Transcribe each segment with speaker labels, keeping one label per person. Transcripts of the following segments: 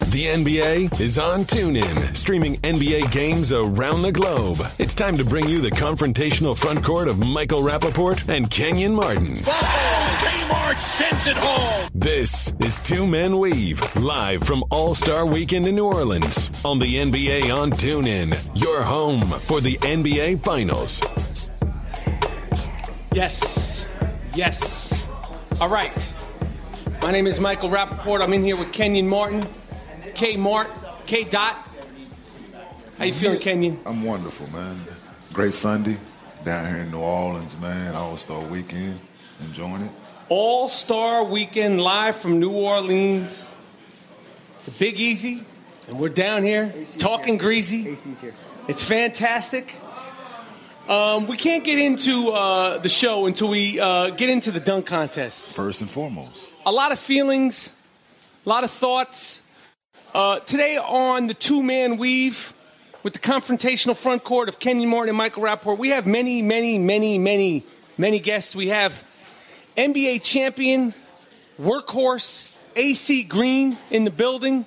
Speaker 1: The NBA is on TuneIn, streaming NBA games around the globe. It's time to bring you the confrontational front court of Michael Rappaport and Kenyon Martin.
Speaker 2: Kmart sends it home.
Speaker 1: This is Two Men Weave, live from All Star Weekend in New Orleans on the NBA on TuneIn, your home for the NBA Finals.
Speaker 3: Yes. Yes. All right. My name is Michael Rappaport. I'm in here with Kenyon Martin, K Mart, K Dot. How you feeling, Kenyon?
Speaker 4: I'm wonderful, man. Great Sunday down here in New Orleans, man. All Star Weekend, enjoying it.
Speaker 3: All Star Weekend live from New Orleans. The Big Easy, and we're down here talking greasy. It's fantastic. Um, we can't get into uh, the show until we uh, get into the dunk contest.
Speaker 4: First and foremost,
Speaker 3: A lot of feelings, a lot of thoughts. Uh, today on the two man weave with the confrontational front court of Kenyon Martin and Michael Rapport, we have many, many, many, many, many guests. We have NBA champion, workhorse, AC Green in the building.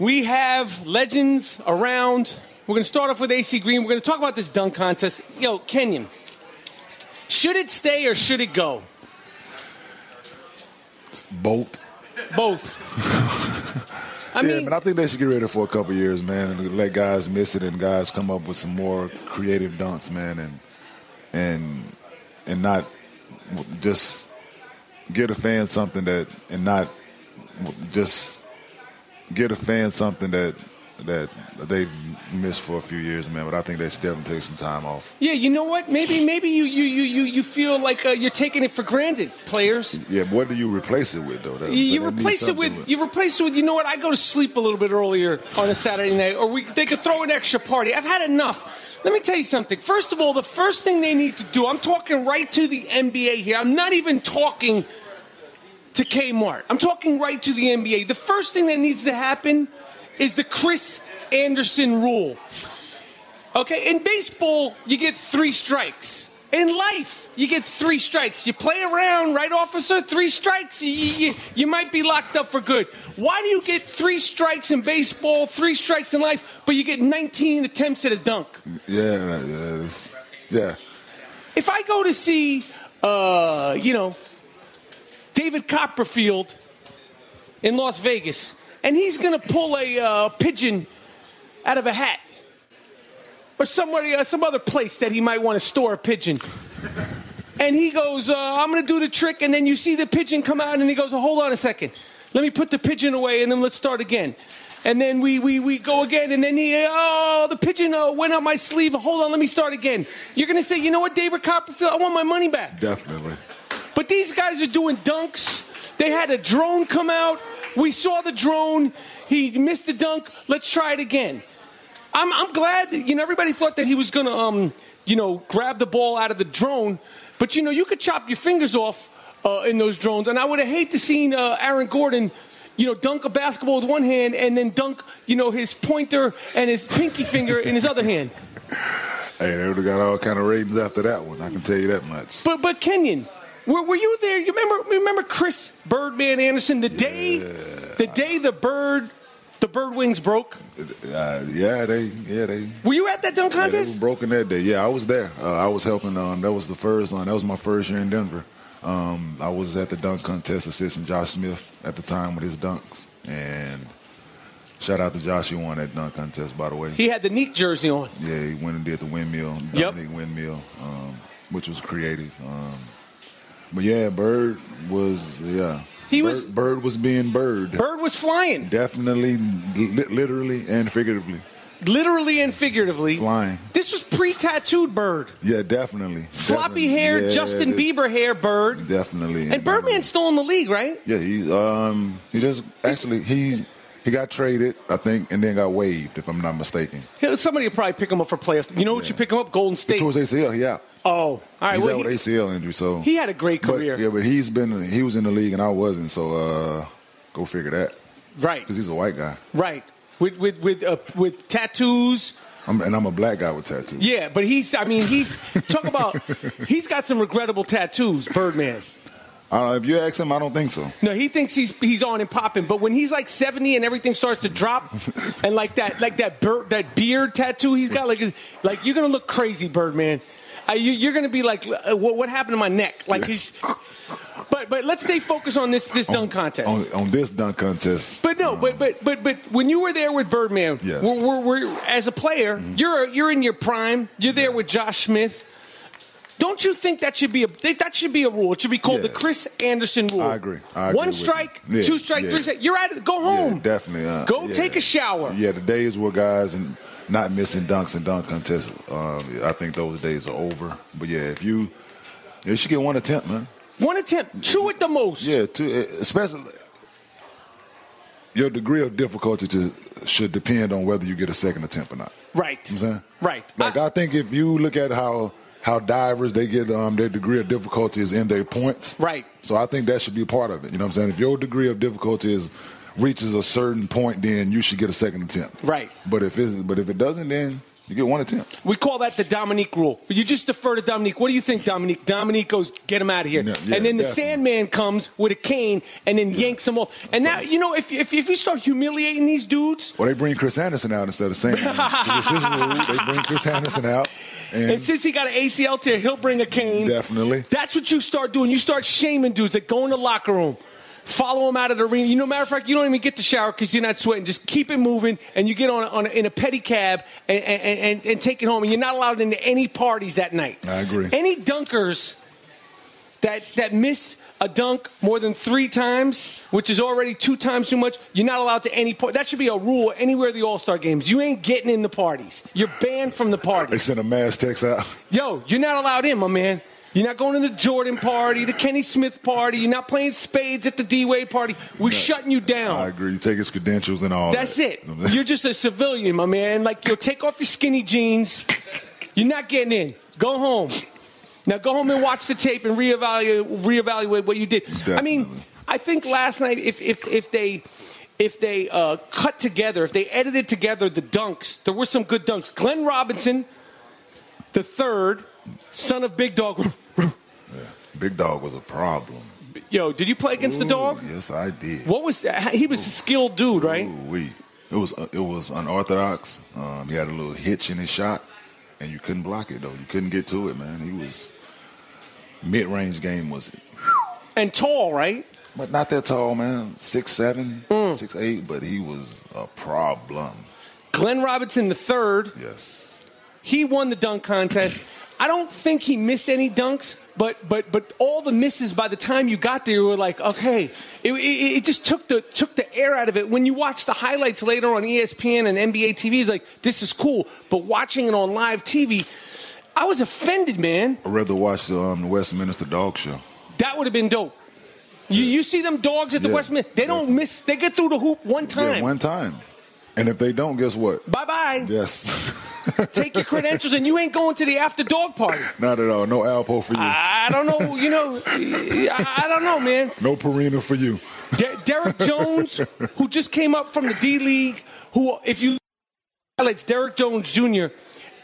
Speaker 3: We have legends around. We're going to start off with AC Green. We're going to talk about this dunk contest. Yo, Kenyon, should it stay or should it go?
Speaker 4: it's both.
Speaker 3: Both. I
Speaker 4: yeah,
Speaker 3: mean,
Speaker 4: man, I think they should get rid of it for a couple years, man, and let guys miss it and guys come up with some more creative dunks, man, and and and not just give a fan something that and not just give a fan something that that they missed for a few years, man. But I think they should definitely take some time off.
Speaker 3: yeah, you know what? Maybe, maybe you you you you, you feel like uh, you're taking it for granted, players.
Speaker 4: Yeah, but what do you replace it with though? That-
Speaker 3: You, you
Speaker 4: that means
Speaker 3: replace it
Speaker 4: something
Speaker 3: with you replace it with you know what? I go to sleep a little bit earlier on a Saturday night, or we they could throw an extra party. I've had enough. Let me tell you something. First of all, the first thing they need to do. I'm talking right to the NBA here. I'm not even talking to Kmart. I'm talking right to the NBA. The first thing that needs to happen is the Chris Anderson rule. Okay, in baseball, you get three strikes. In life, you get three strikes. You play around, right, officer? Three strikes, you, you, you- you might be locked up for good. Why do you get three strikes in baseball, three strikes in life, but you get 19 attempts at a dunk?
Speaker 4: Yeah, yeah, it's- yeah.
Speaker 3: If I go to see, uh, you know, David Copperfield in Las Vegas, and he's going to pull a uh, pigeon out of a hat, or somebody, uh, some other place that he might want to store a pigeon. And he goes, uh, I'm going to do the trick. And then you see the pigeon come out, and he goes, oh, Hold on a second. Let me put the pigeon away, and then let's start again. And then we, we, we go again, and then he, oh, the pigeon uh, went up my sleeve. Hold on, let me start again. You're going to say, You know what, David Copperfield, I want my money back.
Speaker 4: Definitely.
Speaker 3: But these guys are doing dunks. They had a drone come out. We saw the drone. He missed the dunk. Let's try it again. I'm, I'm glad that, you know, everybody thought that he was going to, um, you know, grab the ball out of the drone. But, you know, you could chop your fingers off uh, in those drones. And I would have hated to seen uh, Aaron Gordon, you know, dunk a basketball with one hand and then dunk, you know, his pointer and his pinky finger in his other hand.
Speaker 4: Hey, they would have got all kind of ratings after that one. I can tell you that much.
Speaker 3: But but Kenyon, were, were you there? You remember remember Chris Birdman Anderson the day the day the bird the bird wings broke.
Speaker 4: Uh, yeah, they, yeah, they,
Speaker 3: Were you at that dunk
Speaker 4: yeah, they were
Speaker 3: contest?
Speaker 4: broken that day. Yeah, I was there. Uh, I was helping. Um, that was the first one. That was my first year in Denver. Um, I was at the dunk contest assisting Josh Smith at the time with his dunks. And shout out to Josh, he won that dunk contest, by the way.
Speaker 3: he had the neat jersey on.
Speaker 4: Yeah, he went and did the windmill,
Speaker 3: Yep.
Speaker 4: Dominic windmill, um, which was creative. Um, but yeah, Bird was yeah.
Speaker 3: He
Speaker 4: Bird,
Speaker 3: was-
Speaker 4: Bird was being Bird,
Speaker 3: Bird was flying,
Speaker 4: definitely, li- literally and figuratively
Speaker 3: literally and figuratively.
Speaker 4: flying.
Speaker 3: This was pre-tattooed Bird,
Speaker 4: Yeah, definitely.
Speaker 3: floppy
Speaker 4: Definitely.
Speaker 3: hair,
Speaker 4: Yeah,
Speaker 3: Justin
Speaker 4: it-
Speaker 3: Bieber hair, Bird.
Speaker 4: Definitely.
Speaker 3: And Birdman's still in the league, right?
Speaker 4: Yeah, he's um he just actually he he got traded I think and then got waived if I'm not mistaken.
Speaker 3: He'll- Somebody will probably pick him up for playoff. You know what you pick him up? Golden State.
Speaker 4: Towards ACL, yeah.
Speaker 3: oh, all right.
Speaker 4: he's
Speaker 3: well,
Speaker 4: out
Speaker 3: he-
Speaker 4: with ACL injury, so
Speaker 3: he had a great
Speaker 4: But,
Speaker 3: career.
Speaker 4: yeah, but he's been he was in the league and I wasn't, so uh, go figure that
Speaker 3: right,
Speaker 4: because he's a white guy,
Speaker 3: right. With with with uh, with tattoos,
Speaker 4: I'm, and I'm a black guy with tattoos.
Speaker 3: Yeah, but he's. I mean, he's talk about. he's got some regrettable tattoos, Birdman.
Speaker 4: I don't know. If you ask him, I don't think so.
Speaker 3: No, he thinks he's he's on and popping, but when he's like seventy and everything starts to drop, and like that like that bird that beard tattoo he's got, like like you're gonna look crazy, Birdman. Uh, you, you're gonna be like, uh, what, what happened to my neck? Like he's. But but let's stay focused on this this dunk contest.
Speaker 4: On, on this dunk contest.
Speaker 3: But no, but but but but when you were there with Birdman,
Speaker 4: Yes. Mm-hmm.
Speaker 3: we're, we're, we're, as a player, you're you're in your prime. You're there with Josh Smith. Don't you think that should be a that should be a rule? It should be called the
Speaker 4: Yeah.
Speaker 3: Chris Anderson rule.
Speaker 4: I agree. I agree
Speaker 3: One
Speaker 4: with
Speaker 3: strike,
Speaker 4: you. Yeah,
Speaker 3: two strike,
Speaker 4: yeah.
Speaker 3: three strike. You're out of go
Speaker 4: Yeah,
Speaker 3: home.
Speaker 4: definitely. uh,
Speaker 3: Go
Speaker 4: yeah.
Speaker 3: take a shower.
Speaker 4: Yeah, the days where guys and not missing dunks and dunk contests, um, I think those days are over. But yeah, if you, you should get one attempt, man.
Speaker 3: One attempt, two at the most.
Speaker 4: Yeah, to, uh, especially your degree of difficulty to should depend on whether you get a second attempt or not.
Speaker 3: Right.
Speaker 4: You know what I'm saying?
Speaker 3: Right.
Speaker 4: Like I, think if you look at how how divers they get um, their degree of difficulty is in their points.
Speaker 3: Right.
Speaker 4: So I think that should be a part of it. You know what I'm saying? If your degree of difficulty is reaches a certain point, then you should get a second attempt.
Speaker 3: Right.
Speaker 4: But if it but if it doesn't, then you get one attempt.
Speaker 3: We call that the Dominique rule. But you just defer to Dominique. What do you think, Dominique? Dominique goes, get him out of here.
Speaker 4: Yeah, yeah,
Speaker 3: and then the
Speaker 4: definitely.
Speaker 3: Sandman comes with a cane and then yanks him off. And now, you know, if, if, if you start humiliating these dudes,
Speaker 4: Or they bring Chris Anderson out instead of Sam. 'Cause it's his rule. They bring Chris Anderson out.
Speaker 3: and since he got an ACL tear, he'll bring a cane.
Speaker 4: Definitely.
Speaker 3: That's what you start doing. You start shaming dudes that go in the locker room. Follow him out of the arena. You know, matter of fact, you don't even get the shower because you're not sweating. Just keep it moving, and you get on, on in a pedicab and, and, and, and take it home. And you're not allowed into any parties that night.
Speaker 4: I agree.
Speaker 3: Any dunkers that that miss a dunk more than three times, which is already two times too much, you're not allowed to any part. That should be a rule anywhere the All Star games. You ain't getting in the parties. You're banned from the
Speaker 4: They
Speaker 3: parties.
Speaker 4: sent a mass text out.
Speaker 3: Yo, you're not allowed in, my man. You're not going to the Jordan party, the Kenny Smith party. You're not playing spades at the D Wade party. We're shutting you
Speaker 4: I
Speaker 3: down.
Speaker 4: agree. You take his credentials and all.
Speaker 3: That's
Speaker 4: that.
Speaker 3: it. You're just a civilian, my man. Like, you'll take off your skinny jeans. You're not getting in. Go home. Now go home and watch the tape and reevaluate, reevaluate what you did. I mean,
Speaker 4: Definitely.
Speaker 3: I think last night, if, if, if they. If they uh, cut together, if they edited together the dunks, there were some good dunks. Glenn Robinson, the third, son of Big Dog
Speaker 4: Big Dog was a problem.
Speaker 3: Yo, did you play against the
Speaker 4: Ooh,
Speaker 3: dog?
Speaker 4: Yes, I did.
Speaker 3: What was that? He was a skilled dude, right?
Speaker 4: Ooh-wee. It was uh, it was unorthodox. Um, he had a little hitch in his shot, and you couldn't block it though. You couldn't get to it, man. He was mid range game was,
Speaker 3: And tall, right?
Speaker 4: but not that tall, man. Six seven,
Speaker 3: Mm.
Speaker 4: six eight, but he was a problem.
Speaker 3: Glenn Robinson the third.
Speaker 4: Yes,
Speaker 3: He won the dunk contest. I don't think he missed any dunks, but but but all the misses by the time you got there you were like, okay, it, it, it just took the took the air out of it. When you watch the highlights later on E ESPN and NBA TV, it's like this is cool. But watching it on live TV, I was offended, man.
Speaker 4: I'd rather watch the, um, the Westminster Dog Show.
Speaker 3: That would have been dope. You, you see them dogs at the
Speaker 4: Yeah.
Speaker 3: Westminster. They don't
Speaker 4: Yeah.
Speaker 3: miss. They get through the hoop one
Speaker 4: Yeah,
Speaker 3: time.
Speaker 4: one time, and if they don't, guess what?
Speaker 3: Bye bye.
Speaker 4: Yes,
Speaker 3: Take your credentials, and you ain't going to the after dog party.
Speaker 4: not at all. No Alpo for you.
Speaker 3: I don't know. You know, I, I don't know, man.
Speaker 4: no Perina for you.
Speaker 3: De- Derek Jones, who just came up from the D League, who, if you highlights Derek Jones Jr.,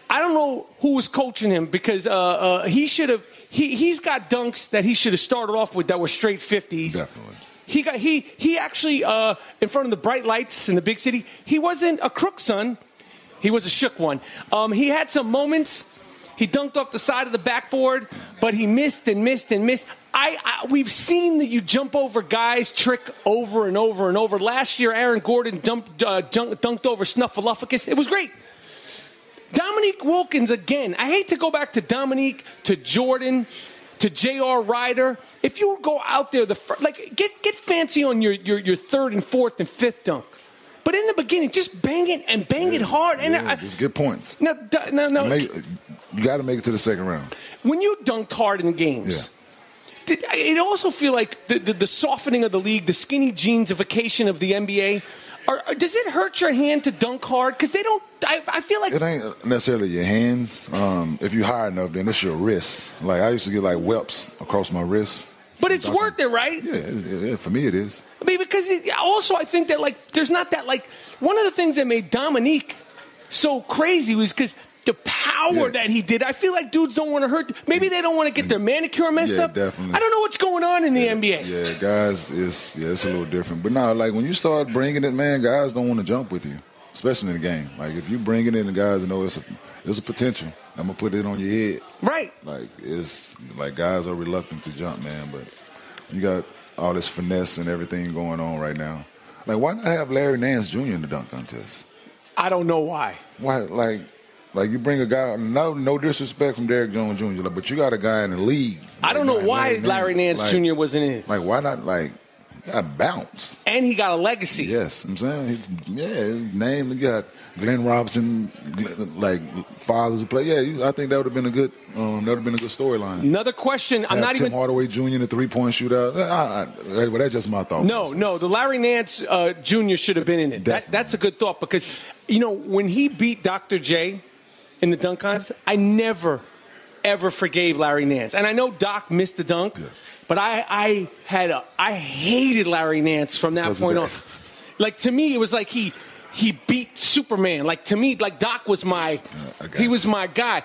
Speaker 3: I don't know who was coaching him because uh, uh, he should have. He he's got dunks that he should have started off with that were straight fifties.
Speaker 4: Definitely.
Speaker 3: He got he he actually uh, in front of the bright lights in the big city. He wasn't a crook, son. He was a shook one. Um, he had some moments. He dunked off the side of the backboard, but he missed and missed and missed. I, I we've seen that you jump over guys trick over and over and over. Last year, Aaron Gordon dumped, uh, dunk, dunked over Snuffleupagus. It was great. Dominique Wilkins again. I hate to go back to Dominique, to Jordan, to J.R. Ryder. If you go out there, the fir- like get get fancy on your, your your third and fourth and fifth dunk, but in the beginning, just bang it and bang it hard. And
Speaker 4: Yeah,
Speaker 3: I,
Speaker 4: just get points.
Speaker 3: no, d- no, no.
Speaker 4: Make, you got to make it to the second round.
Speaker 3: when you dunked hard in games, did, it also feel like the, the, the softening of the league, the skinny jeansification of the NBA. Are, are- does it hurt your hand to dunk hard? Because they don't. I, I feel like
Speaker 4: It ain't necessarily your hands. Um, if you high enough, then it's your wrists. Like I used to get like whelps across my wrists.
Speaker 3: But it's worth it, right?
Speaker 4: Yeah, it- it- it- for me it is.
Speaker 3: I mean, because it, also I think that like there's not that like one of the things that made Dominique so crazy was because the power
Speaker 4: Yeah.
Speaker 3: that he did. I feel like dudes don't want to hurt. Maybe they don't want to get their manicure messed
Speaker 4: Yeah,
Speaker 3: up.
Speaker 4: definitely.
Speaker 3: I don't know what's going on in the NBA.
Speaker 4: Yeah, guys, it's yeah, it's a little different. But now, like when you start bringing it, man, guys don't want to jump with you, especially in the game. Like if you bring it in, the guys know it's a, it's a potential. I'm gonna put it on your head.
Speaker 3: Right.
Speaker 4: Like it's like guys are reluctant to jump, man. But you got all this finesse and everything going on right now. Like why not have Larry Nance Jr. in the dunk contest?
Speaker 3: I don't know why.
Speaker 4: Why like like you bring a guy? No, no disrespect from Derrick Jones Jr. Like, but you got a guy in the league.
Speaker 3: I don't know
Speaker 4: Like,
Speaker 3: why Larry Nance,
Speaker 4: like-
Speaker 3: Jr. wasn't in it.
Speaker 4: like, why not? Like, you got bounce.
Speaker 3: And he got a legacy.
Speaker 4: Yes, I'm saying, his, yeah, his name. You got Glenn Robinson, Glenn- like fathers who play. Yeah, you, I think that would have been a good. Um, that would have been a good storyline.
Speaker 3: Another question. I'm
Speaker 4: Have
Speaker 3: not
Speaker 4: Tim
Speaker 3: even.
Speaker 4: Hardaway Jr. in a three point shootout. I, I, well, Oh, that's just my thought.
Speaker 3: No,
Speaker 4: process.
Speaker 3: no. The Larry Nance uh, Jr. should have been in it. That,
Speaker 4: Definitely.
Speaker 3: that's a good thought because, you know, when he beat Dr. J in the dunk contest, I never, ever forgave Larry Nance. And I know Doc missed the dunk,
Speaker 4: Yeah.
Speaker 3: but I, I had a, I hated Larry Nance from that
Speaker 4: 'Cause of
Speaker 3: point
Speaker 4: that.
Speaker 3: on. Like to me, it was like he he beat Superman. Like to me, like Doc was my
Speaker 4: Uh, I got
Speaker 3: he was
Speaker 4: you.
Speaker 3: my guy.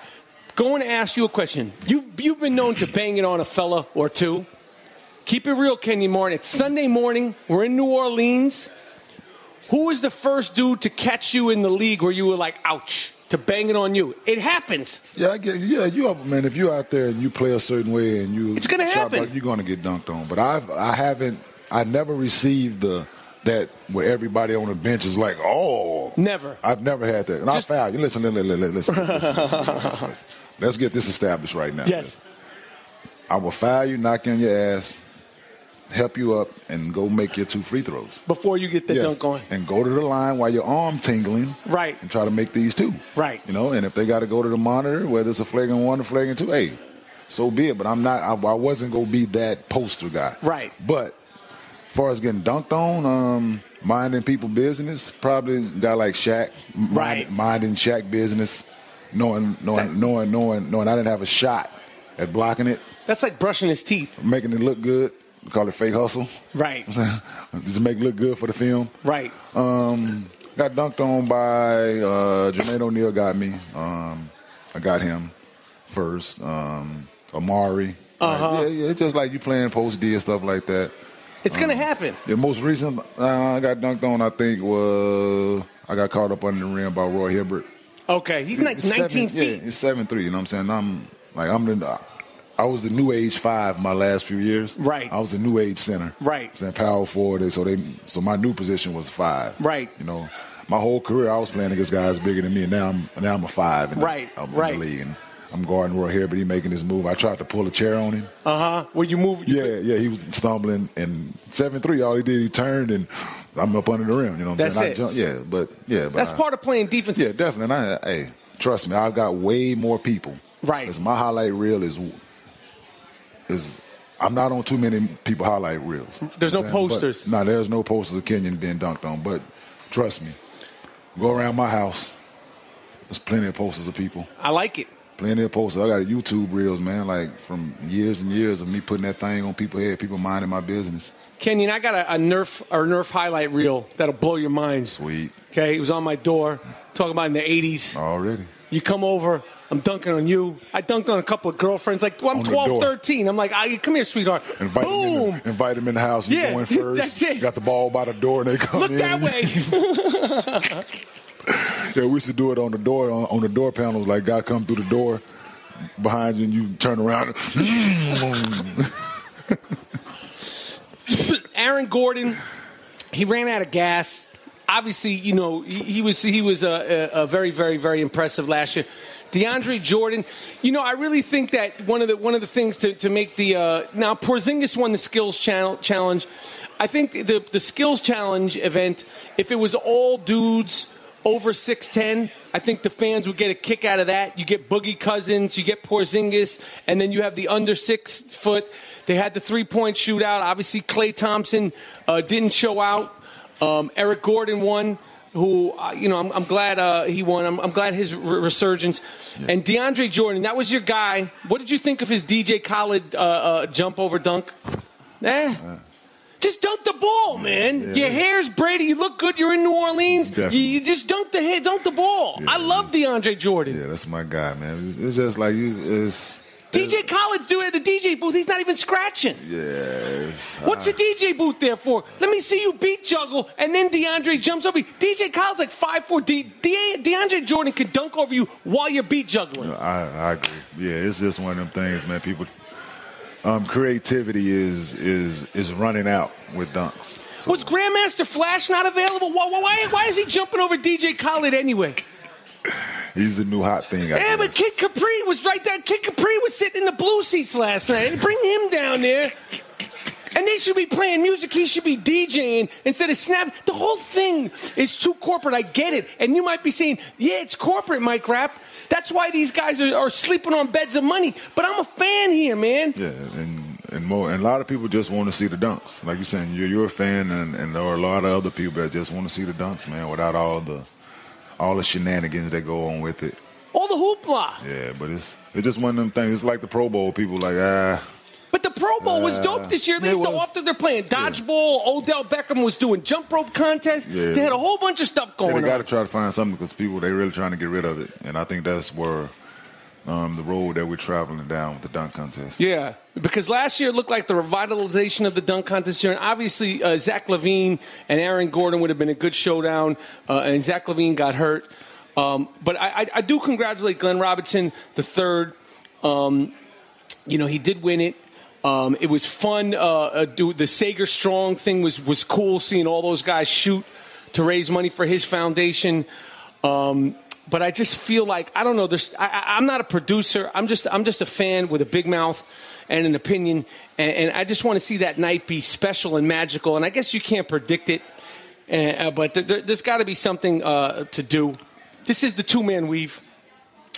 Speaker 3: Going to ask you a question. You've you've been known to bang it on a fella or two. Keep it real, Kenny Martin. It's Sunday morning. We're in New Orleans. Who was the first dude to catch you in the league where you were like, ouch, to bang it on you? It happens.
Speaker 4: Yeah, I get. Yeah, you up, man. If you out there and you play a certain way and you,
Speaker 3: It's gonna
Speaker 4: shot
Speaker 3: happen.
Speaker 4: block, you're gonna get dunked on. But I've, I haven't, I never received the that where everybody on the bench is like, oh,
Speaker 3: Never.
Speaker 4: I've never had that. And
Speaker 3: Just-
Speaker 4: I found you. Listen, listen, listen, listen, listen, listen, listen, listen, listen, listen. Let's get this established right now.
Speaker 3: Yes.
Speaker 4: I will foul you, knock you on your ass, help you up, and go make your two free throws.
Speaker 3: Before you get the
Speaker 4: Yes.
Speaker 3: dunk on.
Speaker 4: And go to the line while your arm tingling.
Speaker 3: Right.
Speaker 4: And try to make these two.
Speaker 3: Right.
Speaker 4: You know, and if they got to go to the monitor, whether it's a flagrant one or flagrant two, hey, so be it. But I'm not, I, I wasn't going to be that poster guy.
Speaker 3: Right.
Speaker 4: But as far as getting dunked on, um, minding people business, probably a guy like Shaq. mind-
Speaker 3: Right.
Speaker 4: Minding Shaq business, knowing, knowing, knowing, knowing, knowing I didn't have a shot at blocking it,
Speaker 3: That's like brushing his teeth.
Speaker 4: making it look good. We call it fake hustle.
Speaker 3: Right.
Speaker 4: Just make it look good for the film.
Speaker 3: Right.
Speaker 4: Um, got dunked on by uh, Jermaine O'Neal. Got me. Um, I got him first. Um, Amari. Uh-huh. yeah, yeah, it's just like you playing post D and stuff like that.
Speaker 3: It's
Speaker 4: Uh-huh.
Speaker 3: going to happen.
Speaker 4: The most recent uh, I got dunked on, I think, was I got caught up under the rim by Roy Hibbert.
Speaker 3: Okay. He's like 19
Speaker 4: Seven-
Speaker 3: feet.
Speaker 4: Yeah, it's seven three. You know what I'm saying? I'm like I'm the. I was the new age five my last few years.
Speaker 3: Right.
Speaker 4: I was the new age center.
Speaker 3: Right.
Speaker 4: Saying power forward. and So they. So my new position was five.
Speaker 3: Right.
Speaker 4: You know, my whole career I was playing against guys bigger than me, and now I'm now I'm a five. And
Speaker 3: Right,
Speaker 4: I'm
Speaker 3: right.
Speaker 4: In the league, and I'm guarding Roy here, but he making his move. I tried to pull a chair on him.
Speaker 3: Uh huh. Where you move. you-
Speaker 4: Yeah, yeah, he was stumbling and seven three. All he did, he turned and I'm up under the rim. You know what I'm
Speaker 3: That's
Speaker 4: saying?
Speaker 3: it.
Speaker 4: I jumped, yeah, but yeah, but
Speaker 3: That's
Speaker 4: I-
Speaker 3: part of playing defense.
Speaker 4: yeah, definitely. And I, hey, trust me, I've got way more people.
Speaker 3: Right.
Speaker 4: 'Cause my highlight reel is is I'm not on too many people highlight reels.
Speaker 3: There's no
Speaker 4: You know what I'm saying?
Speaker 3: posters.
Speaker 4: But- No, there's no posters of Kenyon being dunked on. But trust me, go around my house. There's plenty of posters of people.
Speaker 3: I like it.
Speaker 4: Plenty of posters. I got YouTube reels, man. Like from years and years of me putting that thing on people's head, people minding my business.
Speaker 3: Kenyon, I got a, a Nerf or Nerf highlight reel that'll blow your mind.
Speaker 4: Sweet.
Speaker 3: Okay, it was on my door. Talking about in the '80s.
Speaker 4: Already.
Speaker 3: You come over, I'm dunking on you. I dunked on a couple of girlfriends. Like well, I'm
Speaker 4: On the
Speaker 3: 12,
Speaker 4: door.
Speaker 3: 13. I'm like, I, come here, sweetheart.
Speaker 4: Invite
Speaker 3: Boom.
Speaker 4: Them in the, invite them in the house. You
Speaker 3: Yeah,
Speaker 4: go in first.
Speaker 3: that's it.
Speaker 4: Got the ball by the door, and they come
Speaker 3: Look
Speaker 4: in.
Speaker 3: that way.
Speaker 4: Yeah, we used to do it on the door on, on the door panels. Like guy come through the door behind you, and you turn around.
Speaker 3: Aaron Gordon, he ran out of gas. Obviously, you know he, he was he was a, a, a very very very impressive last year. DeAndre Jordan, you know I really think that one of the one of the things to, to make the uh, now Porzingis won the skills channel, challenge. I think the the skills challenge event, if it was all dudes over six ten, I think the fans would get a kick out of that. You get Boogie Cousins, you get Porzingis, and then you have the under six foot. They had the three point shootout. Obviously, Clay Thompson uh, didn't show out. Um, Eric Gordon won. Who uh, you know? I'm, I'm glad uh, he won. I'm, I'm glad his re- resurgence. And DeAndre Jordan, that was your guy. What did you think of his DJ Khaled uh, uh, jump over dunk? Eh, Just dunk the ball, man.
Speaker 4: Yeah.
Speaker 3: Your hair's Brady. You look good. You're in New Orleans. You,
Speaker 4: Definitely.
Speaker 3: you just dunk the hair, dunk the ball. I love DeAndre Jordan.
Speaker 4: Yeah, that's my guy, man. It's- It's just like you. It's
Speaker 3: DJ Collins do it at the DJ booth. He's not even scratching.
Speaker 4: yeah. it's-
Speaker 3: What's the DJ booth there for? Let me see you beat Juggle, and then DeAndre jumps over you. DJ Collins like five four. D, De- DeAndre Jordan could dunk over you while you're beat juggling.
Speaker 4: I, I agree. Yeah, it's just one of them things, man. People, um, creativity is is is running out with dunks. So,
Speaker 3: Was Grandmaster Flash not available? Why, why, why is he jumping over DJ Khaled anyway?
Speaker 4: he's the new hot thing. I
Speaker 3: Yeah, but Kid
Speaker 4: guess.
Speaker 3: Capri was right there. Kid Capri was sitting in the blue seats last night. Bring him down there. And they should be playing music. He should be DJing instead of snap. The whole thing is too corporate. I get it. And you might be saying, yeah, it's corporate, Mike Rap. That's why these guys are, are sleeping on beds of money. But I'm a fan here, man.
Speaker 4: Yeah, and and more, and a lot of people just want to see the dunks. Like you're saying, you're, you're a fan, and, and there are a lot of other people that just want to see the dunks, man, without all the all the shenanigans that go on with it.
Speaker 3: All the hoopla.
Speaker 4: Yeah, but it's it's just one of them things. It's like the Pro Bowl. People like ah,
Speaker 3: But the Pro Bowl was
Speaker 4: Uh,
Speaker 3: dope this year. At
Speaker 4: yeah,
Speaker 3: least the
Speaker 4: well,
Speaker 3: often they're playing dodgeball. Odell Beckham was doing jump rope contests.
Speaker 4: Yeah.
Speaker 3: They had a whole bunch of stuff
Speaker 4: yeah,
Speaker 3: going
Speaker 4: they got
Speaker 3: on.
Speaker 4: to try to find something because people they really trying to get rid of it, and I think that's where um, the road that we're traveling down with the dunk contest.
Speaker 3: Yeah, because last year it looked like the revitalization of the dunk contest here, and obviously uh, Zach Levine and Aaron Gordon would have been a good showdown, uh, and Zach Levine got hurt. Um, but I, I, I do congratulate Glenn Robinson the third. Um, you know, he did win it. Um, it was fun. Uh, uh, do, the Sager Strong thing was was cool. Seeing all those guys shoot to raise money for his foundation. Um, but I just feel like I don't know. There's I- I, I'm not a producer. I'm just I'm just a fan with a big mouth and an opinion, and, and I just want to see that night be special and magical. And I guess you can't predict it, and, uh, but there, there, there's got to be something uh, to do. This is the two man weave.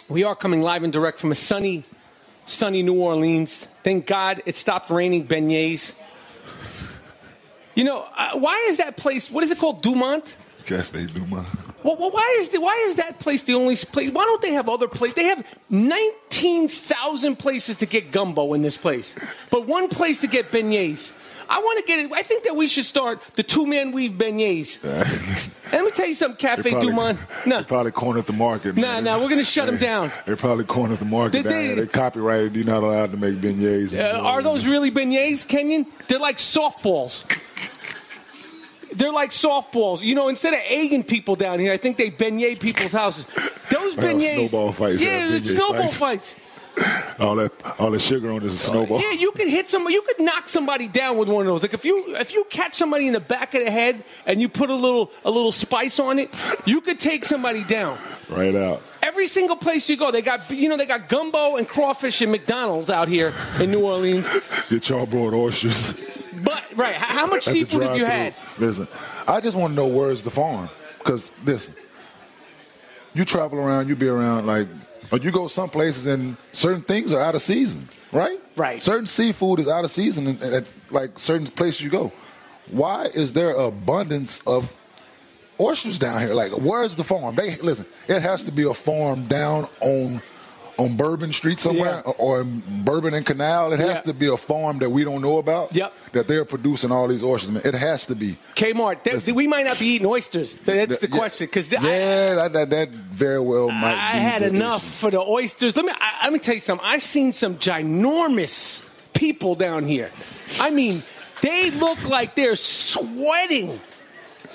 Speaker 3: We are coming live and direct from a sunny, sunny New Orleans. Thank God it stopped raining beignets. You know, uh, why is that place, what is it called? Dumont?
Speaker 4: Cafe Duma.
Speaker 3: Well, well, why is the, why is that place the only place? Why don't they have other places? They have nineteen thousand places to get gumbo in this place, but one place to get beignets. I want to get it. I think that we should start the two man weave beignets. And let me tell you something, Cafe Dumont.
Speaker 4: No.
Speaker 3: No,
Speaker 4: They probably cornered the market.
Speaker 3: Nah,
Speaker 4: man.
Speaker 3: nah, we're gonna shut 'em
Speaker 4: They-
Speaker 3: down.
Speaker 4: They probably cornered the market.
Speaker 3: Did
Speaker 4: down
Speaker 3: they-
Speaker 4: there. they copyrighted. You're not allowed to make beignets.
Speaker 3: uh, are those really beignets, Kenyon? They're like softballs. They're like softballs. You know, instead of egging people down here, I think they beignet people's houses. Those
Speaker 4: They have
Speaker 3: beignets.
Speaker 4: snowball fights,
Speaker 3: Yeah,
Speaker 4: uh, beignet
Speaker 3: it's snowball
Speaker 4: fights.
Speaker 3: fights.
Speaker 4: all that all that sugar on this snowball?
Speaker 3: Yeah, you could hit somebody. You could knock somebody down with one of those. Like if you if you catch somebody in the back of the head and you put a little a little spice on it, you could take somebody down.
Speaker 4: Right out.
Speaker 3: Every single place you go, they got you know they got gumbo and crawfish and McDonald's out here in New Orleans.
Speaker 4: Get charbroiled oysters.
Speaker 3: But right, how, how much
Speaker 4: at the
Speaker 3: seafood have you
Speaker 4: drive-thru.
Speaker 3: had?
Speaker 4: Listen, I just want to know where's the farm. Because, listen, you travel around, you be around, like, or you go some places and certain things are out of season, right?
Speaker 3: Right.
Speaker 4: Certain seafood is out of season at, at, like, certain places you go. Why is there abundance of oysters down here? Like, where's the farm? They Listen, it has to be a farm down on. On Bourbon Street somewhere,
Speaker 3: Yeah.
Speaker 4: or in Bourbon and Canal, it has
Speaker 3: Yeah.
Speaker 4: to be a farm that we don't know about
Speaker 3: Yep.
Speaker 4: that they're producing all these oysters, man. It has to be.
Speaker 3: Kmart. That,
Speaker 4: Listen.
Speaker 3: we might not be eating oysters. That's the
Speaker 4: Yeah.
Speaker 3: question. Because
Speaker 4: yeah, that, that that very well might.
Speaker 3: I
Speaker 4: be
Speaker 3: had
Speaker 4: the
Speaker 3: enough
Speaker 4: issue.
Speaker 3: for the oysters. Let me I, let me tell you something. I seen some ginormous people down here. I mean, they look like they're sweating.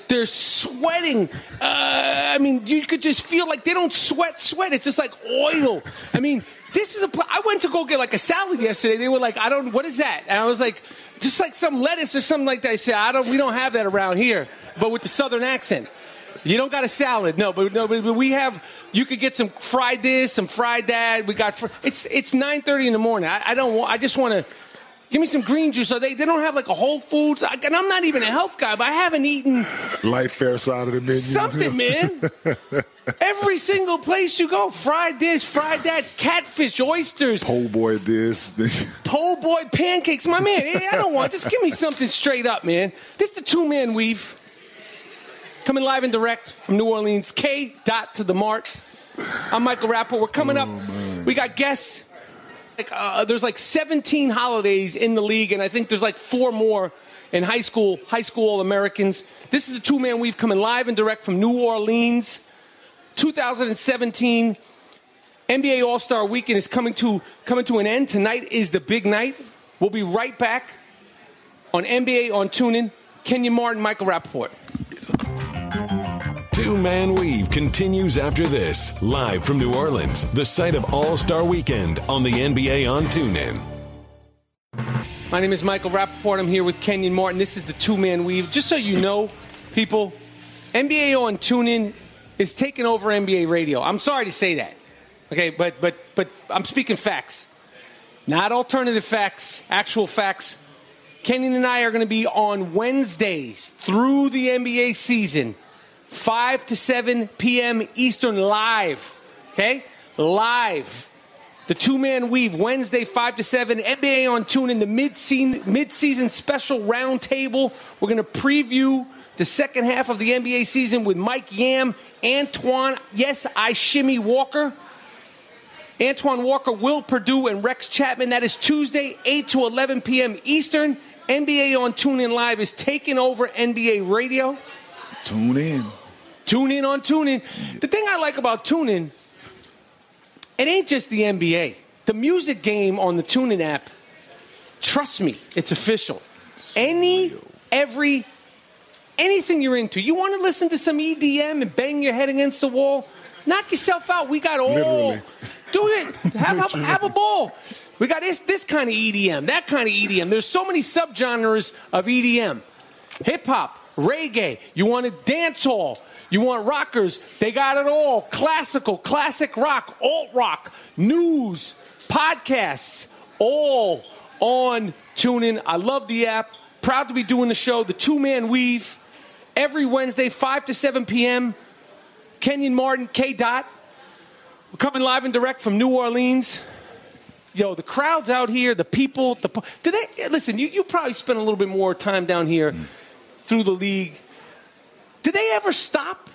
Speaker 3: They're sweating. Uh, I mean, you could just feel like they don't sweat. Sweat. It's just like oil. I mean, this is a. Pl- I went to go get like a salad yesterday. They were like, I don't. What is that? And I was like, just like some lettuce or something like that. I said, I don't. We don't have that around here. But with the southern accent. You don't got a salad, no, but no, but, but we have. You could get some fried this, some fried that. We got. Fr- it's it's nine thirty in the morning. I, I don't. Want, I just want to give me some green juice. So they they don't have like a Whole Foods, I, and I'm not even a health guy, but I haven't eaten
Speaker 4: Life fair side of the menu.
Speaker 3: something, man. Every single place you go, fried this, fried that, catfish, oysters,
Speaker 4: Po' Oh, boy, this. this.
Speaker 3: po' boy, pancakes. My man, hey, I don't want. Just give me something straight up, man. This the two man weave. Coming live and direct from New Orleans, K. Dot to the Mart. I'm Michael Rapport. We're coming up. We got guests. Like, uh, there's like 17 holidays in the league, and I think there's like four more in high school, high school All Americans. This is the two man we've coming live and direct from New Orleans, 2017. NBA All Star Weekend is coming to coming to an end. Tonight is the big night. We'll be right back on NBA on TuneIn. Kenya Martin, Michael Rappaport.
Speaker 1: Two Man Weave continues after this, live from New Orleans, the site of All Star Weekend on the NBA on TuneIn.
Speaker 3: My name is Michael Rappaport. I'm here with Kenyon Martin. This is the Two Man Weave. Just so you know, people, NBA on TuneIn is taking over NBA radio. I'm sorry to say that. Okay, but but but I'm speaking facts. Not alternative facts, actual facts. Kenyon and I are going to be on Wednesdays through the NBA season, 5 to 7 p.m. Eastern live. Okay? Live. The two man weave, Wednesday, 5 to 7. NBA on tune in the mid season special roundtable. We're going to preview the second half of the NBA season with Mike Yam, Antoine, yes, I shimmy Walker. Antoine Walker, Will Purdue, and Rex Chapman. That is Tuesday, 8 to 11 p.m. Eastern. NBA on TuneIn Live is taking over NBA radio.
Speaker 4: Tune in.
Speaker 3: Tune in on TuneIn. The thing I like about TuneIn, it ain't just the NBA. The music game on the TuneIn app, trust me, it's official. Any, every, anything you're into. You want to listen to some EDM and bang your head against the wall? Knock yourself out. We got all.
Speaker 4: Literally.
Speaker 3: Do it. Have, have, have a ball. We got this this kind of EDM, that kind of EDM. There's so many subgenres of E EDM. Hip hop, reggae, you want a dance hall, you want rockers, they got it all. Classical, classic rock, alt rock, news, podcasts, all on TuneIn. I love the app. Proud to be doing the show, the two man weave, every Wednesday, 5 to 7 p.m. Kenyon Martin, K. Dot. We're coming live and direct from New Orleans. Yo, the crowds out here, the people, the po- do they eh, listen? You you probably spend a little bit more time down here
Speaker 4: Hmm.
Speaker 3: through the league. Did they ever stop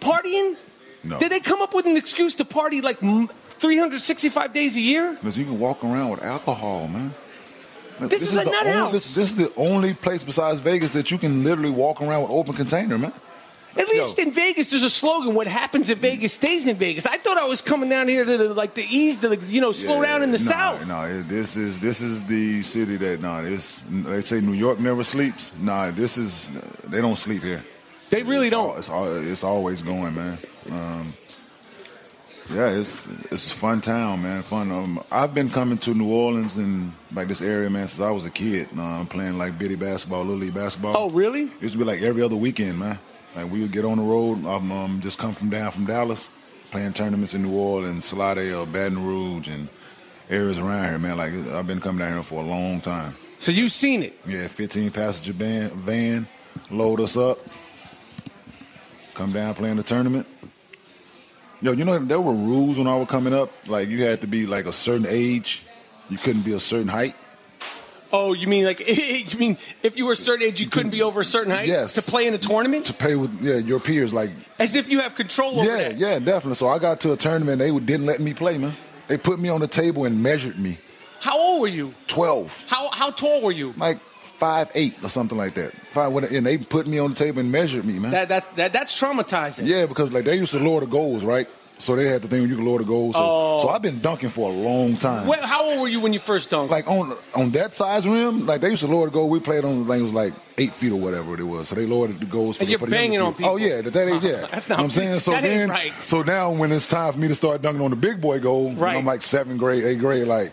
Speaker 3: partying?
Speaker 4: No.
Speaker 3: Did they come up with an excuse to party like m- 365 days a year?
Speaker 4: Because you can walk around with alcohol, man. This,
Speaker 3: is a
Speaker 4: the
Speaker 3: nut
Speaker 4: only,
Speaker 3: house.
Speaker 4: This, this is the only place besides Vegas that you can literally walk around with open container, man.
Speaker 3: At least in Vegas, there's a slogan: "What happens in Vegas stays in Vegas." I thought I was coming down here to the, like the ease, to the you know, slow down in the
Speaker 4: Nah,
Speaker 3: south.
Speaker 4: nah, it- this is this is the city that nah, this they say New York never sleeps. Nah, this is they don't sleep here.
Speaker 3: They really
Speaker 4: It's
Speaker 3: don't.
Speaker 4: al- it's al- it's always going, man. Um, yeah, it's it's a fun town, man. Fun. Um, I've been coming to New Orleans and like this area, man, since I was a kid. Um, playing like bitty basketball, little league basketball.
Speaker 3: Oh, really?
Speaker 4: It used to be like every other weekend, man. Like we would get on the road. Um, um just come from down from Dallas, playing tournaments in New Orleans, Salade or Baton Rouge and areas around here, man. Like I've been coming down here for a long time.
Speaker 3: So you've seen it.
Speaker 4: Yeah, 15 passenger van, van, load us up. Come down playing the tournament. Yo, you know there were rules when I was coming up. Like you had to be like a certain age. You couldn't be a certain height.
Speaker 3: Oh, you mean like you mean if you were a certain age, you couldn't be over a certain height
Speaker 4: Yes.
Speaker 3: to play in a
Speaker 4: To
Speaker 3: tournament,
Speaker 4: play with yeah, your peers like
Speaker 3: as if you have control over
Speaker 4: Yeah,
Speaker 3: that.
Speaker 4: yeah, definitely. So I got to a tournament they didn't let me play, man. They put me on the table and measured me.
Speaker 3: How old were you?
Speaker 4: 12.
Speaker 3: How how tall were you?
Speaker 4: Like five eight or something like that. Five what- and they put me on the table and measured me, man.
Speaker 3: That that, that that's traumatizing.
Speaker 4: Yeah, because like they used to lower the goals, right? So they had the thing where you could lower the goals. So, so I've been dunking for a long time.
Speaker 3: Oh. What, how old were you when you first dunked?
Speaker 4: Like on on that size rim, like they used to lower the goal. We played on like it was like eight feet or whatever it was. So they lowered the goals. For
Speaker 3: And
Speaker 4: the-
Speaker 3: you're
Speaker 4: for the younger
Speaker 3: banging on
Speaker 4: kids.
Speaker 3: people.
Speaker 4: Oh yeah, that, that ain't yeah.
Speaker 3: That's
Speaker 4: You know
Speaker 3: not-
Speaker 4: what I'm saying. So
Speaker 3: that ain't
Speaker 4: then,
Speaker 3: right.
Speaker 4: so now when it's time for me to start dunking on the big boy goal, when
Speaker 3: Right.
Speaker 4: I'm like seventh grade, eighth grade, like.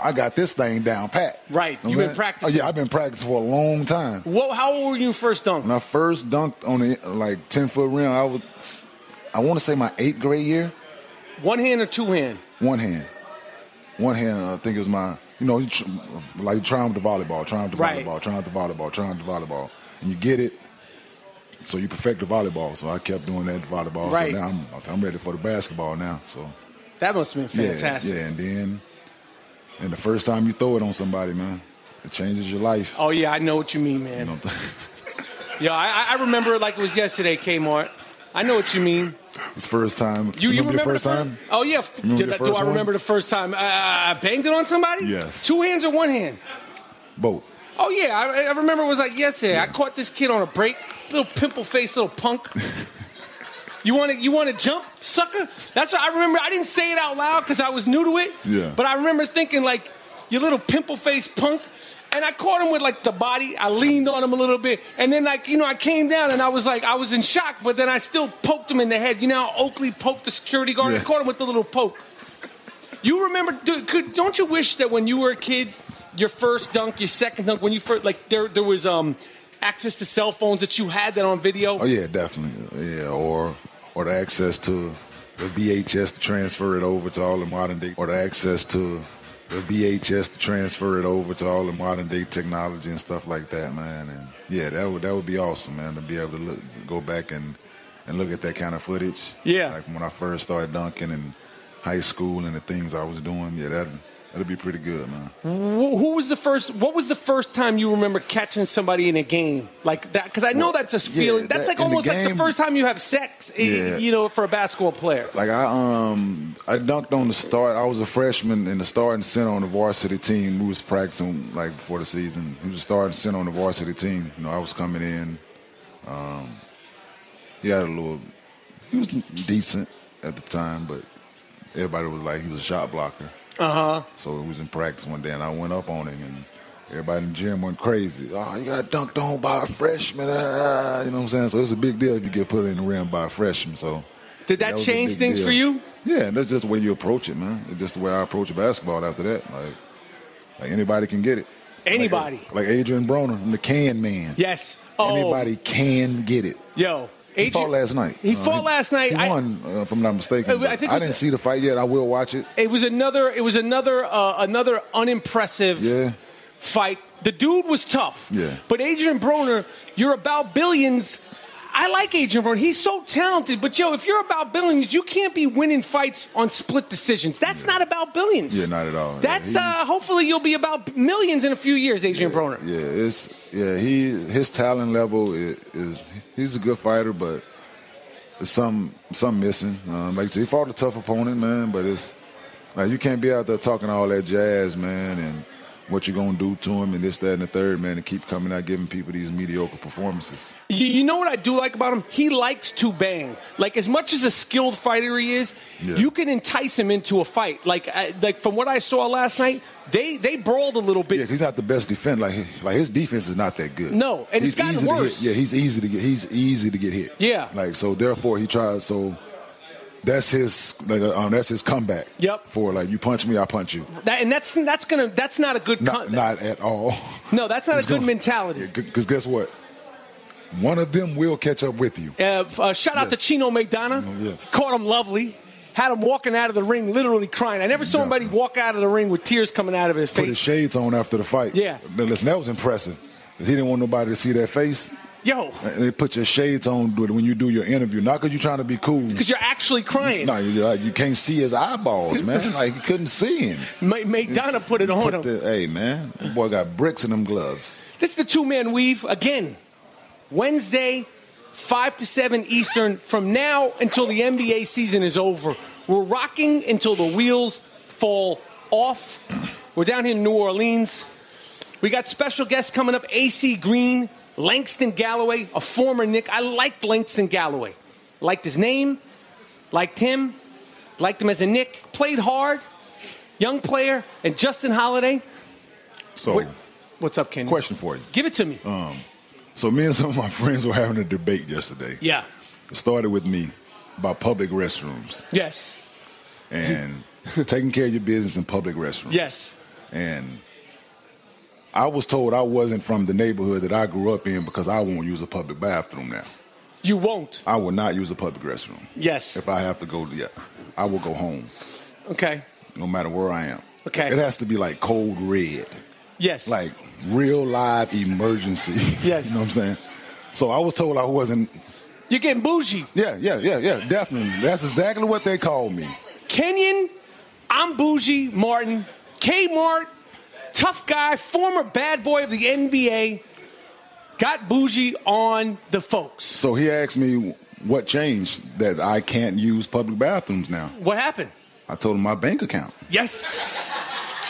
Speaker 4: I got this thing down pat.
Speaker 3: Right. You've
Speaker 4: You know what
Speaker 3: been
Speaker 4: I'm saying?
Speaker 3: practicing.
Speaker 4: Oh, yeah, I've been practicing for a long time.
Speaker 3: what, how old were you when you first dunked?
Speaker 4: When I first dunked on the like ten foot rim, I was I want to say my eighth grade year.
Speaker 3: One hand or two hand?
Speaker 4: One hand, one hand. I think it was my you know you tr- like trying to volleyball, trying to
Speaker 3: Right.
Speaker 4: volleyball, trying to volleyball, trying to volleyball, and you get it. So you perfect the volleyball. So I kept doing that volleyball.
Speaker 3: Right.
Speaker 4: So now I'm I'm ready for the basketball now. So
Speaker 3: That must have been
Speaker 4: yeah,
Speaker 3: fantastic.
Speaker 4: yeah. And then and the first time you throw it on somebody, man, it changes your life.
Speaker 3: Oh yeah, I know what you mean, man.
Speaker 4: You know,
Speaker 3: Yeah, I, I- I remember it like it was yesterday, Kmart. I know what you mean.
Speaker 4: it's first time.
Speaker 3: You, you remember
Speaker 4: your first
Speaker 3: the fir-
Speaker 4: time?
Speaker 3: Oh yeah. F-
Speaker 4: Remember
Speaker 3: Did
Speaker 4: your
Speaker 3: I- do
Speaker 4: first
Speaker 3: I
Speaker 4: one?
Speaker 3: remember the first time uh, I banged it on somebody?
Speaker 4: Yes.
Speaker 3: Two hands or one hand?
Speaker 4: Both.
Speaker 3: Oh yeah, I, I remember it was like yesterday. I caught this kid on a break, little pimple faced little punk. you want to you want to jump, sucker? That's what I remember. I didn't say it out loud because I was new to it.
Speaker 4: Yeah.
Speaker 3: But I remember thinking like, you little pimple faced punk. And I caught him with like the body. I leaned on him a little bit, and then like you know I came down and I was like I was in shock, but then I still poked him in the head. You know how Oakley poked the security guard. I
Speaker 4: Yeah.
Speaker 3: caught him with the little poke. You remember? Dude, could, don't you wish that when you were a kid, your first dunk, your second dunk, when you first like there there was um access to cell phones that you had that on video.
Speaker 4: Oh yeah, definitely. Yeah, or or the access to the VHS to transfer it over to all the modern day, or the access to the VHS to transfer it over to all the modern day technology and stuff like that, man. And yeah, that would that would be awesome, man, to be able to look, go back and and look at that kind of footage.
Speaker 3: Yeah.
Speaker 4: like when I first started dunking in high school and the things I was doing. Yeah, that that'd be pretty good, man.
Speaker 3: Wh- who was the first? What was the first time you remember catching somebody in a game like that? Because I know
Speaker 4: Well,
Speaker 3: that's a
Speaker 4: yeah,
Speaker 3: feeling. that's
Speaker 4: that-
Speaker 3: like
Speaker 4: in the
Speaker 3: almost like the
Speaker 4: game-
Speaker 3: first time you have sex. i-
Speaker 4: Yeah.
Speaker 3: You know, for a basketball player.
Speaker 4: Like I um I dunked on the start. I was a freshman in the starting center on the varsity team. We was practicing like before the season. He was the starting center on the varsity team. You know, I was coming in. Um, he had a little. He was decent at the time, but everybody was like he was a shot blocker.
Speaker 3: Uh huh.
Speaker 4: So we was in practice one day, and I went up on him, and everybody in the gym went crazy. Oh, you got dunked on by a freshman. Ah, you know what I'm saying? So it's a big deal if you get put in the rim by a freshman. So
Speaker 3: Did that
Speaker 4: was a
Speaker 3: change
Speaker 4: big
Speaker 3: things
Speaker 4: deal.
Speaker 3: for you?
Speaker 4: Yeah, that's just the way you approach it, man. It's just the way I approach basketball after that. Like, like anybody can get it.
Speaker 3: Anybody.
Speaker 4: Like, like Adrian Broner, I'm the can man.
Speaker 3: Yes. Oh,
Speaker 4: Anybody can get it.
Speaker 3: Yo,
Speaker 4: He
Speaker 3: Adrian-
Speaker 4: fought last night.
Speaker 3: He
Speaker 4: Uh,
Speaker 3: fought last night.
Speaker 4: He
Speaker 3: I-
Speaker 4: won, uh, if I'm not
Speaker 3: Uh,
Speaker 4: mistaken.
Speaker 3: I
Speaker 4: I,
Speaker 3: think it
Speaker 4: I
Speaker 3: was-
Speaker 4: didn't see the fight yet. I will watch it.
Speaker 3: It was another. It was another. Uh, another unimpressive
Speaker 4: Yeah.
Speaker 3: fight. The dude was tough.
Speaker 4: Yeah.
Speaker 3: But Adrian Broner, you're about billions. I like Adrian Broner. He's so talented. But yo, if you're about billions, you can't be winning fights on split decisions. That's not about billions.
Speaker 4: Yeah, not at all. Yeah,
Speaker 3: That's uh,
Speaker 4: he's-
Speaker 3: hopefully you'll be about millions in a few years, Adrian Broner.
Speaker 4: Yeah, it's yeah. He his talent level is, is he's a good fighter, but there's some some missing. Um, like you said, he fought a tough opponent, man. But it's like you can't be out there talking all that jazz, man, and what you're gonna do to him and this, that, and the third, man, and keep coming out giving people these mediocre performances.
Speaker 3: You, you know what I do like about him? He likes to bang. Like as much as a skilled fighter he is,
Speaker 4: Yeah.
Speaker 3: you can entice him into a fight. Like I, like from what I saw last night, they they brawled a little bit.
Speaker 4: Yeah, 'cause he's not the best defender. Like, he- like his defense is not that good.
Speaker 3: No, and it's
Speaker 4: he's
Speaker 3: gotten
Speaker 4: easy to hit.
Speaker 3: worse.
Speaker 4: Yeah, he's easy to get. He's easy to get hit.
Speaker 3: Yeah.
Speaker 4: like so. Therefore, he tries. So that's his. Like, um, that's his comeback.
Speaker 3: Yep.
Speaker 4: For like, you punch me, I punch you.
Speaker 3: That, and that's that's gonna that's not a good
Speaker 4: Not,
Speaker 3: con-
Speaker 4: not at all.
Speaker 3: No, that's not a good mentality.
Speaker 4: Because guess what? One of them will catch up with you.
Speaker 3: Uh, f- uh, shout out to
Speaker 4: Yes.
Speaker 3: Chino McDonough.
Speaker 4: Mm, yeah.
Speaker 3: Caught him lovely. Had him walking out of the ring literally crying. I never saw anybody walk out of the ring with tears coming out of his
Speaker 4: Put his
Speaker 3: face.
Speaker 4: shades on after the fight.
Speaker 3: Yeah.
Speaker 4: Now, listen, that was impressive. He didn't want nobody to see that face.
Speaker 3: Yo,
Speaker 4: And they put your shades on when you do your interview, not because you're trying to be cool.
Speaker 3: because you're actually crying.
Speaker 4: No, you, like, you can't see his eyeballs, man. Like you couldn't see him.
Speaker 3: Ma- McDonough put it on
Speaker 4: Put
Speaker 3: him.
Speaker 4: the- hey, man, that boy got bricks in them gloves.
Speaker 3: This is the two man weave again. Wednesday, 5 to 7 Eastern, from now until the NBA season is over. We're rocking until the wheels fall off. We're down here in New Orleans. We got special guests coming up AC Green, Langston Galloway, a former Nick. I liked Langston Galloway. Liked his name, liked him, liked him as a Nick. Played hard, young player, and Justin Holiday.
Speaker 4: So,
Speaker 3: Wait, What's up, Kenny?
Speaker 4: Oh. question for you.
Speaker 3: Give it to me.
Speaker 4: So, me and some of my friends were having a debate yesterday.
Speaker 3: Yeah.
Speaker 4: It started with me about public restrooms
Speaker 3: Yes.
Speaker 4: and taking care of your business in public restrooms.
Speaker 3: Yes.
Speaker 4: And I was told I wasn't from the neighborhood that I grew up in because I won't use a public bathroom now.
Speaker 3: You won't.
Speaker 4: I will not use a public restroom.
Speaker 3: Yes.
Speaker 4: If I have to go, yeah, I will go home.
Speaker 3: Okay.
Speaker 4: no matter where I am.
Speaker 3: Okay.
Speaker 4: It has to be like cold red,
Speaker 3: Yes.
Speaker 4: like real live emergency.
Speaker 3: Yes.
Speaker 4: you know what I'm saying? So I was told I wasn't.
Speaker 3: you're getting bougie.
Speaker 4: Yeah, yeah, yeah, yeah, definitely. That's exactly what they called me.
Speaker 3: Kenyon, I'm bougie. Martin, Kmart, tough guy, former bad boy of the NBA, got bougie on the folks.
Speaker 4: So he asked me what changed that I can't use public bathrooms now.
Speaker 3: What happened?
Speaker 4: I told him my bank account.
Speaker 3: Yes.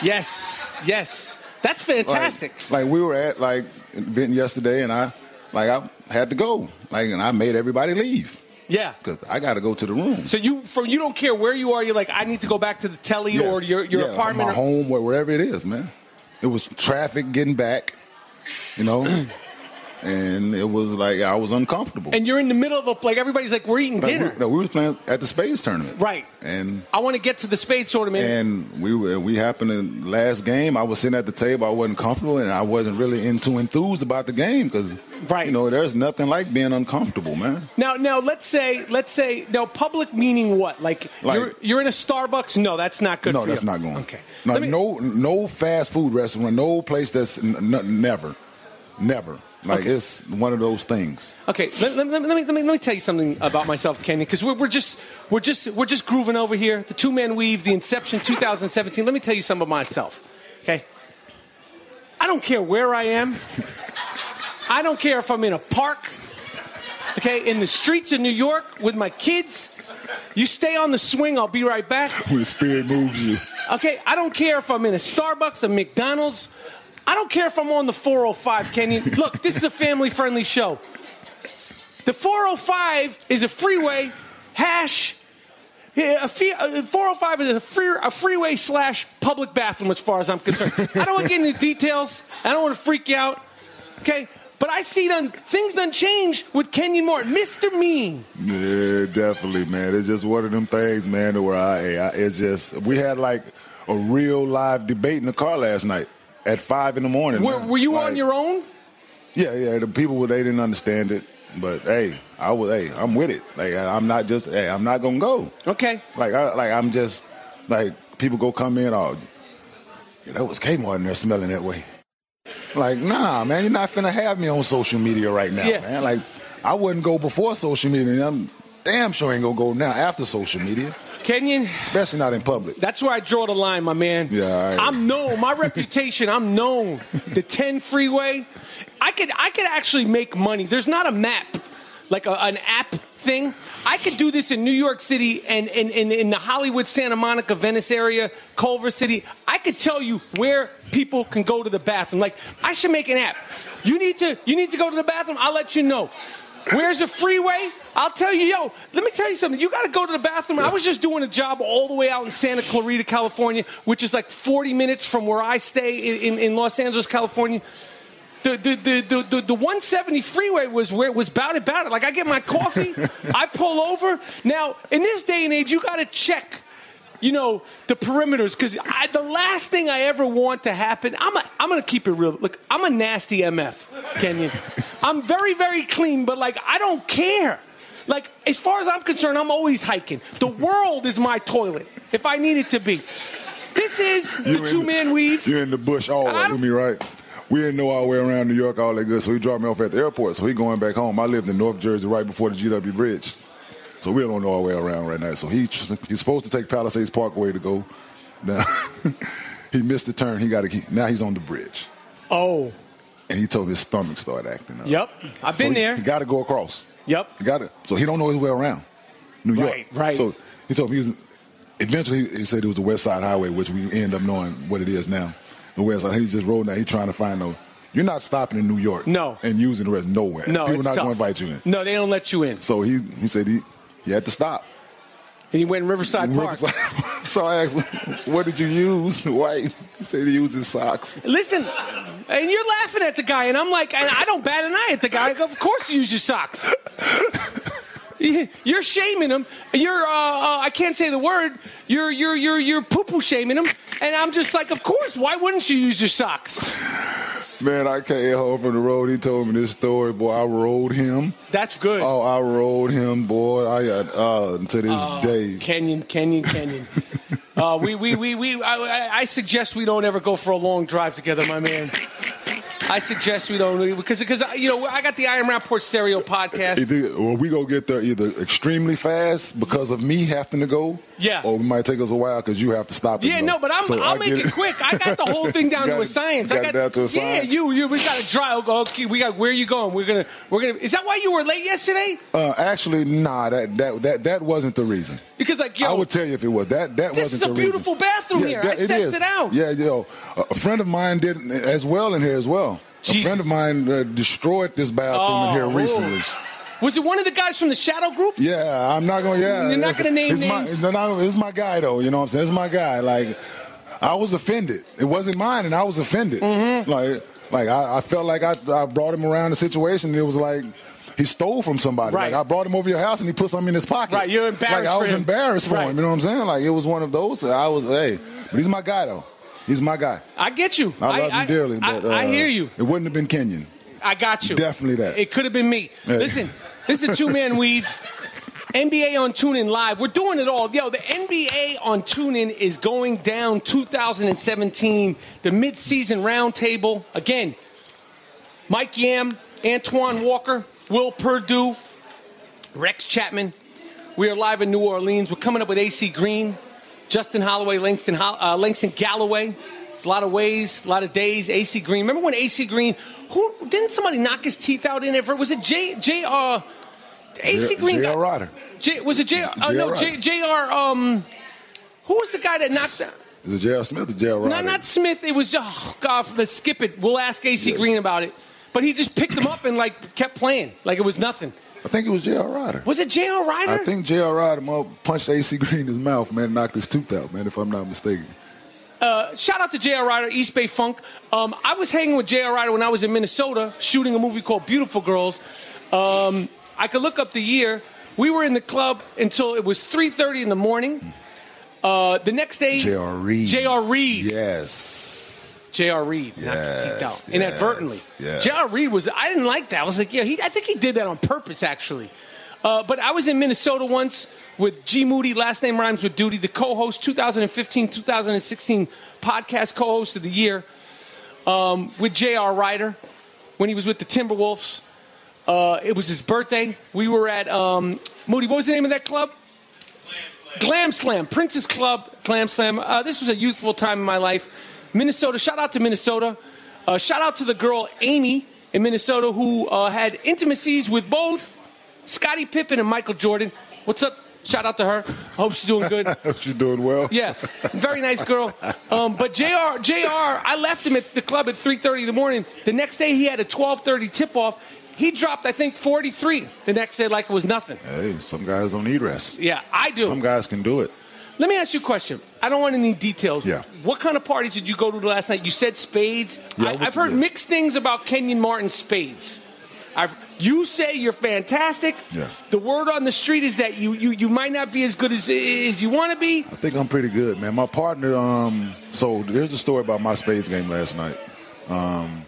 Speaker 3: Yes. Yes. That's fantastic.
Speaker 4: Like, like we were at like an event yesterday, and I like I had to go. Like, and I made everybody leave
Speaker 3: yeah.
Speaker 4: because I got to go to the room.
Speaker 3: So you from you don't care where you are. You're like, I need to go back to the telly
Speaker 4: Yes.
Speaker 3: or your your
Speaker 4: Yeah,
Speaker 3: apartment.
Speaker 4: my
Speaker 3: or-
Speaker 4: home, where- wherever it is, man. It was traffic getting back, you know, and it was like I was uncomfortable.
Speaker 3: and you're in the middle of a like everybody's like we're eating
Speaker 4: Like,
Speaker 3: dinner.
Speaker 4: We, no, we was playing at the spades tournament,
Speaker 3: Right.
Speaker 4: And
Speaker 3: I want to get to the spades tournament.
Speaker 4: and we were we happened in the last game. I was sitting at the table. I wasn't comfortable, and I wasn't really into enthused about the game because
Speaker 3: Right.
Speaker 4: you know there's nothing like being uncomfortable, man.
Speaker 3: now, now let's say let's say now public meaning what? Like,
Speaker 4: Like-
Speaker 3: you're you're in a Starbucks. No, that's not good.
Speaker 4: no,
Speaker 3: for
Speaker 4: that's
Speaker 3: you.
Speaker 4: not going.
Speaker 3: Okay.
Speaker 4: No,
Speaker 3: Let me-
Speaker 4: no, no fast food restaurant, no place that's n- n- never, never. Like
Speaker 3: Okay.
Speaker 4: it's one of those things.
Speaker 3: Okay, let, let- let me- let me, let, me, let me tell you something about myself, Kenny, because we're, we're just we're just we're just grooving over here. The two man weave, the Inception 2017. Let me tell you something about myself. Okay, I don't care where I am. I don't care if I'm in a park. Okay, in the streets of New York with my kids. You stay on the swing. I'll be right back.
Speaker 4: When the spirit moves you.
Speaker 3: Okay, I don't care if I'm in a Starbucks, a McDonald's. I don't care if I'm on the 405, Kenny. Look, this is a family friendly show. The 405 is a freeway hash. yeah, A fee, uh, 405 is a, free, a freeway slash public bathroom, as far as I'm concerned. I don't want to get into details. I don't want to freak you out. Okay? But I see done, things done change with Kenyon Moore. Mr. Mean.
Speaker 4: Yeah, definitely, man. It's just one of them things, man, to where I, I it's just we had like a real live debate in the car last night at five in the morning.
Speaker 3: Were,
Speaker 4: man.
Speaker 3: were you on
Speaker 4: Like,
Speaker 3: your own?
Speaker 4: Yeah, yeah. The people they didn't understand it, but hey, I was hey, I'm with it. Like I, I'm not just hey, I'm not gonna go.
Speaker 3: Okay.
Speaker 4: Like I like I'm just like people go come in all yeah, that was Kmart and they're smelling that way. Like, nah, man, you're not finna have me on social media right now,
Speaker 3: Yeah.
Speaker 4: man. Like I wouldn't go before social media and I'm damn sure ain't gonna go now after social media.
Speaker 3: Kenyon,
Speaker 4: Especially not in public.
Speaker 3: That's where I draw the line, my man.
Speaker 4: Yeah, all right.
Speaker 3: I'm known. My reputation, I'm known. The 10 freeway, I could I could actually make money. There's not a map, like a, an app thing. I could do this in New York City and in in, in the Hollywood, Santa Monica, Venice area, Culver City. I could tell you where people can go to the bathroom. Like I should make an app. You need to you need to go to the bathroom. I'll let you know. Where's the freeway? I'll tell you, yo, let me tell you something. You got to go to the bathroom. I was just doing a job all the way out in Santa Clarita, California, which is like 40 minutes from where I stay in, in, in Los Angeles, California. The, the, the, the, the, the 170 freeway was where it was bout it, bout it. Like, I get my coffee, I pull over. Now, in this day and age, you got to check, you know, the perimeters because the last thing I ever want to happen, I'm, a, I'm going to keep it real. Look, I'm a nasty MF, Kenyon. I'm very, very clean, but like, I don't care. Like, as far as I'm concerned, I'm always hiking. The world is my toilet if I need it to be. This is
Speaker 4: You
Speaker 3: the
Speaker 4: in
Speaker 3: two man weave.
Speaker 4: You're in the bush all
Speaker 3: I
Speaker 4: over
Speaker 3: don't-
Speaker 4: me, right? We didn't know our way around New York, all that good. So he dropped me off at the airport. So he going back home. I lived in North Jersey right before the GW Bridge. So we don't know our way around right now. So he he's supposed to take Palisades Parkway to go. Now he missed the turn. He got to keep. Now he's on the bridge,
Speaker 3: Oh.
Speaker 4: and he told his stomach started acting up.
Speaker 3: Yep. I've
Speaker 4: So
Speaker 3: been
Speaker 4: he-
Speaker 3: there.
Speaker 4: He got to go across.
Speaker 3: Yep.
Speaker 4: He got it. So he don't know his way around New York.
Speaker 3: Right, right.
Speaker 4: So he told me he was, eventually he said it was the West Side Highway, which we end up knowing what it is now. The West Side. He was just rolling out. He trying to find the. You're not stopping in New York.
Speaker 3: No.
Speaker 4: And using the rest nowhere.
Speaker 3: No,
Speaker 4: People
Speaker 3: it's
Speaker 4: not
Speaker 3: tough.
Speaker 4: going to invite you in.
Speaker 3: No, they don't let you in.
Speaker 4: So he he said he he had to stop.
Speaker 3: And you went in Riverside Park.
Speaker 4: so I asked, him, "What did you use?" White. He said he used his socks.
Speaker 3: Listen, and you're laughing at the guy, and I'm like, and I don't bat an eye at the guy. I go, of course you use your socks. You're shaming him. You're uh, uh, I can't say the word. You're you're you're you're poo poo shaming him, and I'm just like, of course. Why wouldn't you use your socks?
Speaker 4: Man, I came home from the road. He told me this story. Boy, I rode him.
Speaker 3: That's good.
Speaker 4: Oh, I rode him, boy. I uh, uh, to this
Speaker 3: Oh,
Speaker 4: day.
Speaker 3: Kenyon, Kenyon, Kenyon. uh, we, we, we, we, I, I- I suggest we don't ever go for a long drive together, my man. I suggest we don't because because you know I got the Iron Rapport Stereo podcast.
Speaker 4: Either, or we go get there either extremely fast because of me having to go.
Speaker 3: Yeah.
Speaker 4: Or it might take us a while because you have to stop. and
Speaker 3: Yeah,
Speaker 4: go.
Speaker 3: no, but I'm,
Speaker 4: So
Speaker 3: I'll
Speaker 4: I
Speaker 3: make
Speaker 4: get
Speaker 3: it. quick. I got the whole thing down
Speaker 4: You
Speaker 3: to
Speaker 4: got
Speaker 3: a
Speaker 4: it-
Speaker 3: science.
Speaker 4: you
Speaker 3: I
Speaker 4: got it down to a science.
Speaker 3: Yeah, you, you, we got a drive. Okay, we got where you going? We're gonna, we're gonna. Is that why you were late yesterday?
Speaker 4: Uh, actually, nah, that, that that that wasn't the reason.
Speaker 3: Because like, yo,
Speaker 4: I would tell you if it was that. That
Speaker 3: This is
Speaker 4: wasn't
Speaker 3: a
Speaker 4: the
Speaker 3: beautiful
Speaker 4: reason.
Speaker 3: bathroom here. I
Speaker 4: it
Speaker 3: sussed
Speaker 4: is.
Speaker 3: it out.
Speaker 4: Yeah, yo, a a friend of mine did as well in here as well.
Speaker 3: Jesus.
Speaker 4: A friend of mine uh, destroyed this bathroom in here
Speaker 3: Oh,
Speaker 4: recently.
Speaker 3: was it one of the guys from the Shadow Group?
Speaker 4: Yeah, I'm not gonna. Yeah,
Speaker 3: You're not
Speaker 4: listen,
Speaker 3: gonna name
Speaker 4: it's my,
Speaker 3: names?
Speaker 4: no, no, it's my guy though. You know what I'm saying? It's my guy. Like, I was offended. It wasn't mine, and I was offended.
Speaker 3: Mm-hmm.
Speaker 4: Like, like I, I felt like I, I brought him around the situation. And it was like he stole from somebody.
Speaker 3: Right.
Speaker 4: Like I brought him over your house, and he put something in his pocket.
Speaker 3: Right, you're embarrassed
Speaker 4: Like I
Speaker 3: for
Speaker 4: was
Speaker 3: him.
Speaker 4: embarrassed for
Speaker 3: Right.
Speaker 4: him. You know what I'm saying? Like it was one of those. that I was hey, but he's my guy though. He's my guy.
Speaker 3: I get you.
Speaker 4: I love him dearly.
Speaker 3: I-
Speaker 4: But uh,
Speaker 3: I hear you.
Speaker 4: It wouldn't have been Kenyon.
Speaker 3: I got you.
Speaker 4: Definitely that.
Speaker 3: It could have been me.
Speaker 4: Yeah.
Speaker 3: Listen, this is a two man weave. NBA on TuneIn Live. We're doing it all. Yo, the NBA on TuneIn is going down 2017, the midseason roundtable. Again, Mike Yam, Antoine Walker, Will Purdue, Rex Chapman. We are live in New Orleans. We're coming up with AC Green, Justin Holloway, Langston, Hol- uh, Langston Galloway. It's a lot of ways, a lot of days. AC Green. Remember when AC Green? Who didn't somebody knock his teeth out in it? for- Was it J J uh, AC
Speaker 4: J-
Speaker 3: Green?
Speaker 4: J.R.
Speaker 3: got-
Speaker 4: Rodder.
Speaker 3: J, was it J? Uh, no,
Speaker 4: Rodder.
Speaker 3: J, J.R. Um, who was the guy that knocked? out?
Speaker 4: Is it J.R. Smith or J.R. Rodder?
Speaker 3: No, not Smith. It was oh God. Let's skip it. We'll ask AC
Speaker 4: Yes.
Speaker 3: Green about it. But he just picked him up and like kept playing, like it was nothing.
Speaker 4: I think it was J.R. Rodder.
Speaker 3: Was it J.R. Ryder?
Speaker 4: I think J.R. Rodham punched AC Green in his mouth, man, and knocked his tooth out, man, if I'm not mistaken.
Speaker 3: Uh, Shout out to J.R. Ryder, East Bay Funk. Um, I was hanging with J.R. Ryder when I was in Minnesota shooting a movie called Beautiful Girls. Um, I could look up the year. We were in the club until it was 3.30 in the morning. Uh, the next day...
Speaker 4: J.R. Reed.
Speaker 3: J.R. Reed.
Speaker 4: Yes.
Speaker 3: J.R. Reed knocked his
Speaker 4: Yes,
Speaker 3: teeth out inadvertently.
Speaker 4: yes, yeah.
Speaker 3: J.R. Reed was, I didn't like that. I was like, yeah, he, I think he did that on purpose, actually. Uh, but I was in Minnesota once with G. Moody, last name rhymes with Duty, the co host, 2015 2016 podcast co host of the year um, with J.R. Ryder when he was with the Timberwolves. Uh, it was his birthday. We were at um, Moody, what was the name of that club? Glam Slam, Princess Club, Glam Slam. Uh, this was a youthful time in my life. Minnesota, shout out to Minnesota. Uh, shout out to the girl Amy in Minnesota who uh, had intimacies with both Scottie Pippen and Michael Jordan. What's up? Shout out to her. Hope she's doing good.
Speaker 4: Hope you're doing well.
Speaker 3: Yeah, very nice girl. Um, but Jr. Jr. I left him at the club at 3:30 in the morning. The next day he had a 12:30 tip-off. He dropped, I think, 43 the next day like it was nothing.
Speaker 4: Hey, some guys don't need rest.
Speaker 3: Yeah, I do.
Speaker 4: Some guys can do it.
Speaker 3: Let me ask you a question. I don't want any details.
Speaker 4: Yeah.
Speaker 3: What kind of parties did you go to last night? You said spades.
Speaker 4: Yeah, I
Speaker 3: I,
Speaker 4: went
Speaker 3: I've
Speaker 4: to-
Speaker 3: heard
Speaker 4: yeah.
Speaker 3: mixed things about Kenyon Martin spades. I've, you say you're fantastic.
Speaker 4: Yeah.
Speaker 3: The word on the street is that you, you, you might not be as good as, as you want to be.
Speaker 4: I think I'm pretty good, man. My partner, um, so there's a story about my spades game last night. Um,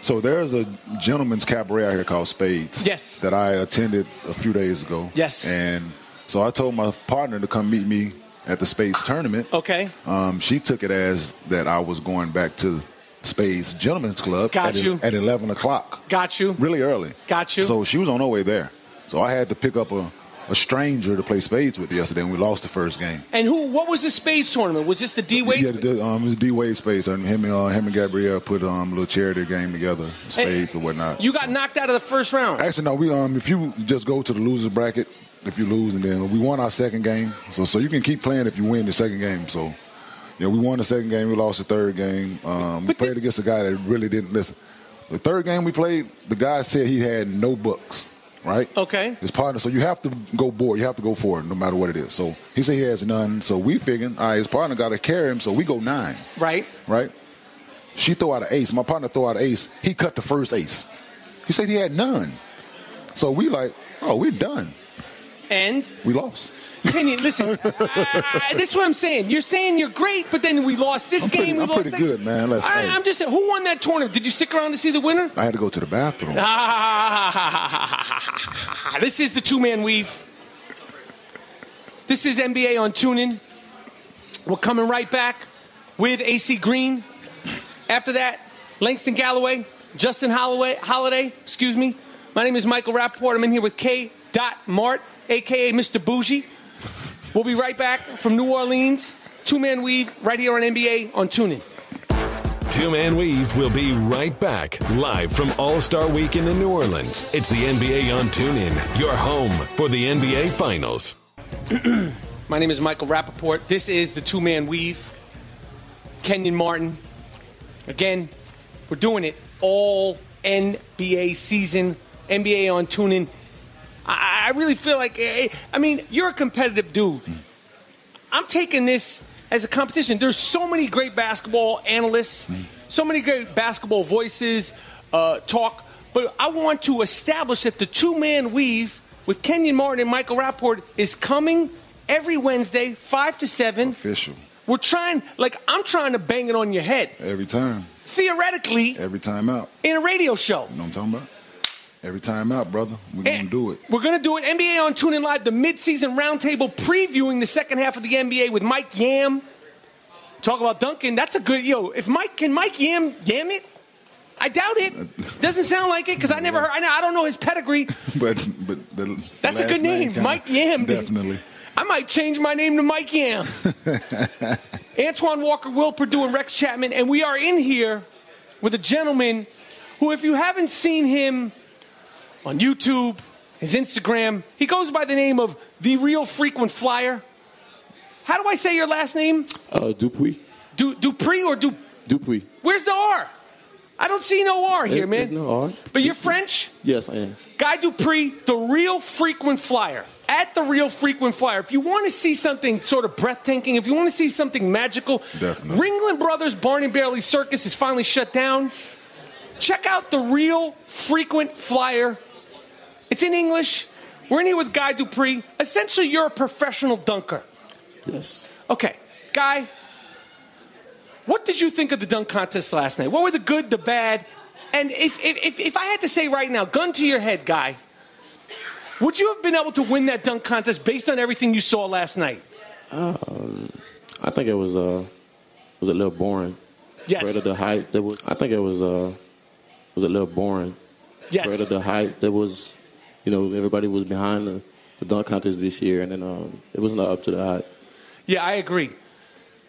Speaker 4: so there's a gentleman's cabaret out here called Spades.
Speaker 3: Yes.
Speaker 4: That I attended a few days ago.
Speaker 3: Yes.
Speaker 4: And so I told my partner to come meet me at the Spades tournament.
Speaker 3: Okay.
Speaker 4: Um, she took it as that I was going back to Spades Gentlemen's Club
Speaker 3: Got
Speaker 4: at,
Speaker 3: you.
Speaker 4: at 11 o'clock.
Speaker 3: Got you.
Speaker 4: Really early.
Speaker 3: Got you.
Speaker 4: So she was on her way there. So I had to pick up a, a stranger to play Spades with yesterday, and we lost the first game.
Speaker 3: And who? What was the spades tournament? Was this the D Wade?
Speaker 4: Yeah, the, um, it was D Wade Spades. And him and, uh, him and Gabrielle put um, a little charity game together, Spades and whatnot.
Speaker 3: you got knocked out of the first round.
Speaker 4: Actually, no. We um, if you just go to the losers bracket, if you lose, and then we won our second game, so so you can keep playing if you win the second game. So, yeah, we won the second game. We lost the third game. Um, we
Speaker 3: But the-
Speaker 4: played against a guy that really didn't listen. The third game we played, the guy said he had no books, right?
Speaker 3: Okay.
Speaker 4: His partner. So you have to go board. You have to go for it, no matter what it is. So he said he has none. So we figuring, all right, his partner got to carry him. So we go nine
Speaker 3: Right.
Speaker 4: right? She threw out an ace. My partner threw out an ace. He cut the first ace. He said he had none. So we like, oh, we're done.
Speaker 3: And
Speaker 4: We lost.
Speaker 3: Kenyon, listen. I, this is what I'm saying. You're saying you're great, but then we lost this
Speaker 4: I'm
Speaker 3: game.
Speaker 4: pretty-
Speaker 3: we
Speaker 4: I'm
Speaker 3: lost
Speaker 4: pretty
Speaker 3: that-
Speaker 4: good, man. Let's-
Speaker 3: I,
Speaker 4: hey.
Speaker 3: I'm just saying. Who won that tournament? Did you stick around to see the winner?
Speaker 4: I had to go to the bathroom.
Speaker 3: Uh-huh. Ah, this is the two man weave. This is NBA on TuneIn. We're coming right back with AC Green. After that, Langston Galloway, Justin Holloway, Holiday, excuse me. My name is Michael Rapport. I'm in here with K. Dot Mart, aka Mr. Bougie. We'll be right back from New Orleans. Two man weave right here on NBA on TuneIn.
Speaker 1: Two Man Weave will be right back, live from All Star Weekend in New Orleans. It's the NBA on TuneIn, your home for the NBA Finals.
Speaker 3: My name is Michael Rappaport. This is the Two Man Weave. Kenyon Martin. Again, we're doing it all NBA season, NBA on tuning. I, I really feel like, eh, I mean, you're a competitive dude. I'm taking this as a competition. There's so many great basketball analysts, so many great basketball voices, uh, talk, but I want to establish that the two man weave with Kenyon Martin and Michael Rapport is coming every Wednesday, 5 to 7.
Speaker 4: Official.
Speaker 3: We're trying, like, I'm trying to bang it on your head.
Speaker 4: Every time.
Speaker 3: Theoretically,
Speaker 4: Every time out.
Speaker 3: in a radio show.
Speaker 4: You know what I'm talking about? Every time out, brother. We're
Speaker 3: Eh,
Speaker 4: going to do it.
Speaker 3: We're going to do it. NBA on TuneIn Live, the midseason roundtable previewing the second half of the NBA with Mike Yam. Talk about Duncan. That's a good, yo, if Mike, can Mike Yam yam it? I doubt it. Doesn't sound like it because I never heard, I, know, I don't know his pedigree.
Speaker 4: But but the, the
Speaker 3: That's a
Speaker 4: last
Speaker 3: good name,
Speaker 4: kinda-
Speaker 3: Mike Yam. dude.
Speaker 4: Definitely.
Speaker 3: I might change my name to Mike Yam. Antoine Walker, Will Purdue, and Rex Chapman, and we are in here with a gentleman who, if you haven't seen him on YouTube, his Instagram, he goes by the name of the Real Frequent Flyer. How do I say your last name?
Speaker 5: Uh, Dupuis.
Speaker 3: Du- Dupree or Du?
Speaker 5: Dupuis.
Speaker 3: Where's the R? I don't see no R here,
Speaker 5: There-
Speaker 3: man.
Speaker 5: there's no R.
Speaker 3: But you're French.
Speaker 5: Yes, I am.
Speaker 3: Guy Dupree, the real frequent flyer. At the real frequent flyer. If you want to see something sort of breathtaking, if you want to see something magical,
Speaker 4: Definitely.
Speaker 3: Ringling Brothers Barney Barely Circus is finally shut down. Check out the real frequent flyer. It's in English. We're in here with Guy Dupree. Essentially, you're a professional dunker.
Speaker 5: Yes.
Speaker 3: Okay, Guy, what did you think of the dunk contest last night? What were the good, the bad? And if, if, if, if I had to say right now, gun to your head, Guy, would you have been able to win that dunk contest based on everything you saw last night?
Speaker 5: Um, I think it was uh was a little boring.
Speaker 3: Yes.
Speaker 5: Afraid of the height that was. I think it was uh was a little boring. Afraid of
Speaker 3: Yes.
Speaker 5: the height that was. You know, everybody was behind the, the dunk contest this year, and then um, it was not up to the height.
Speaker 3: Yeah, I agree.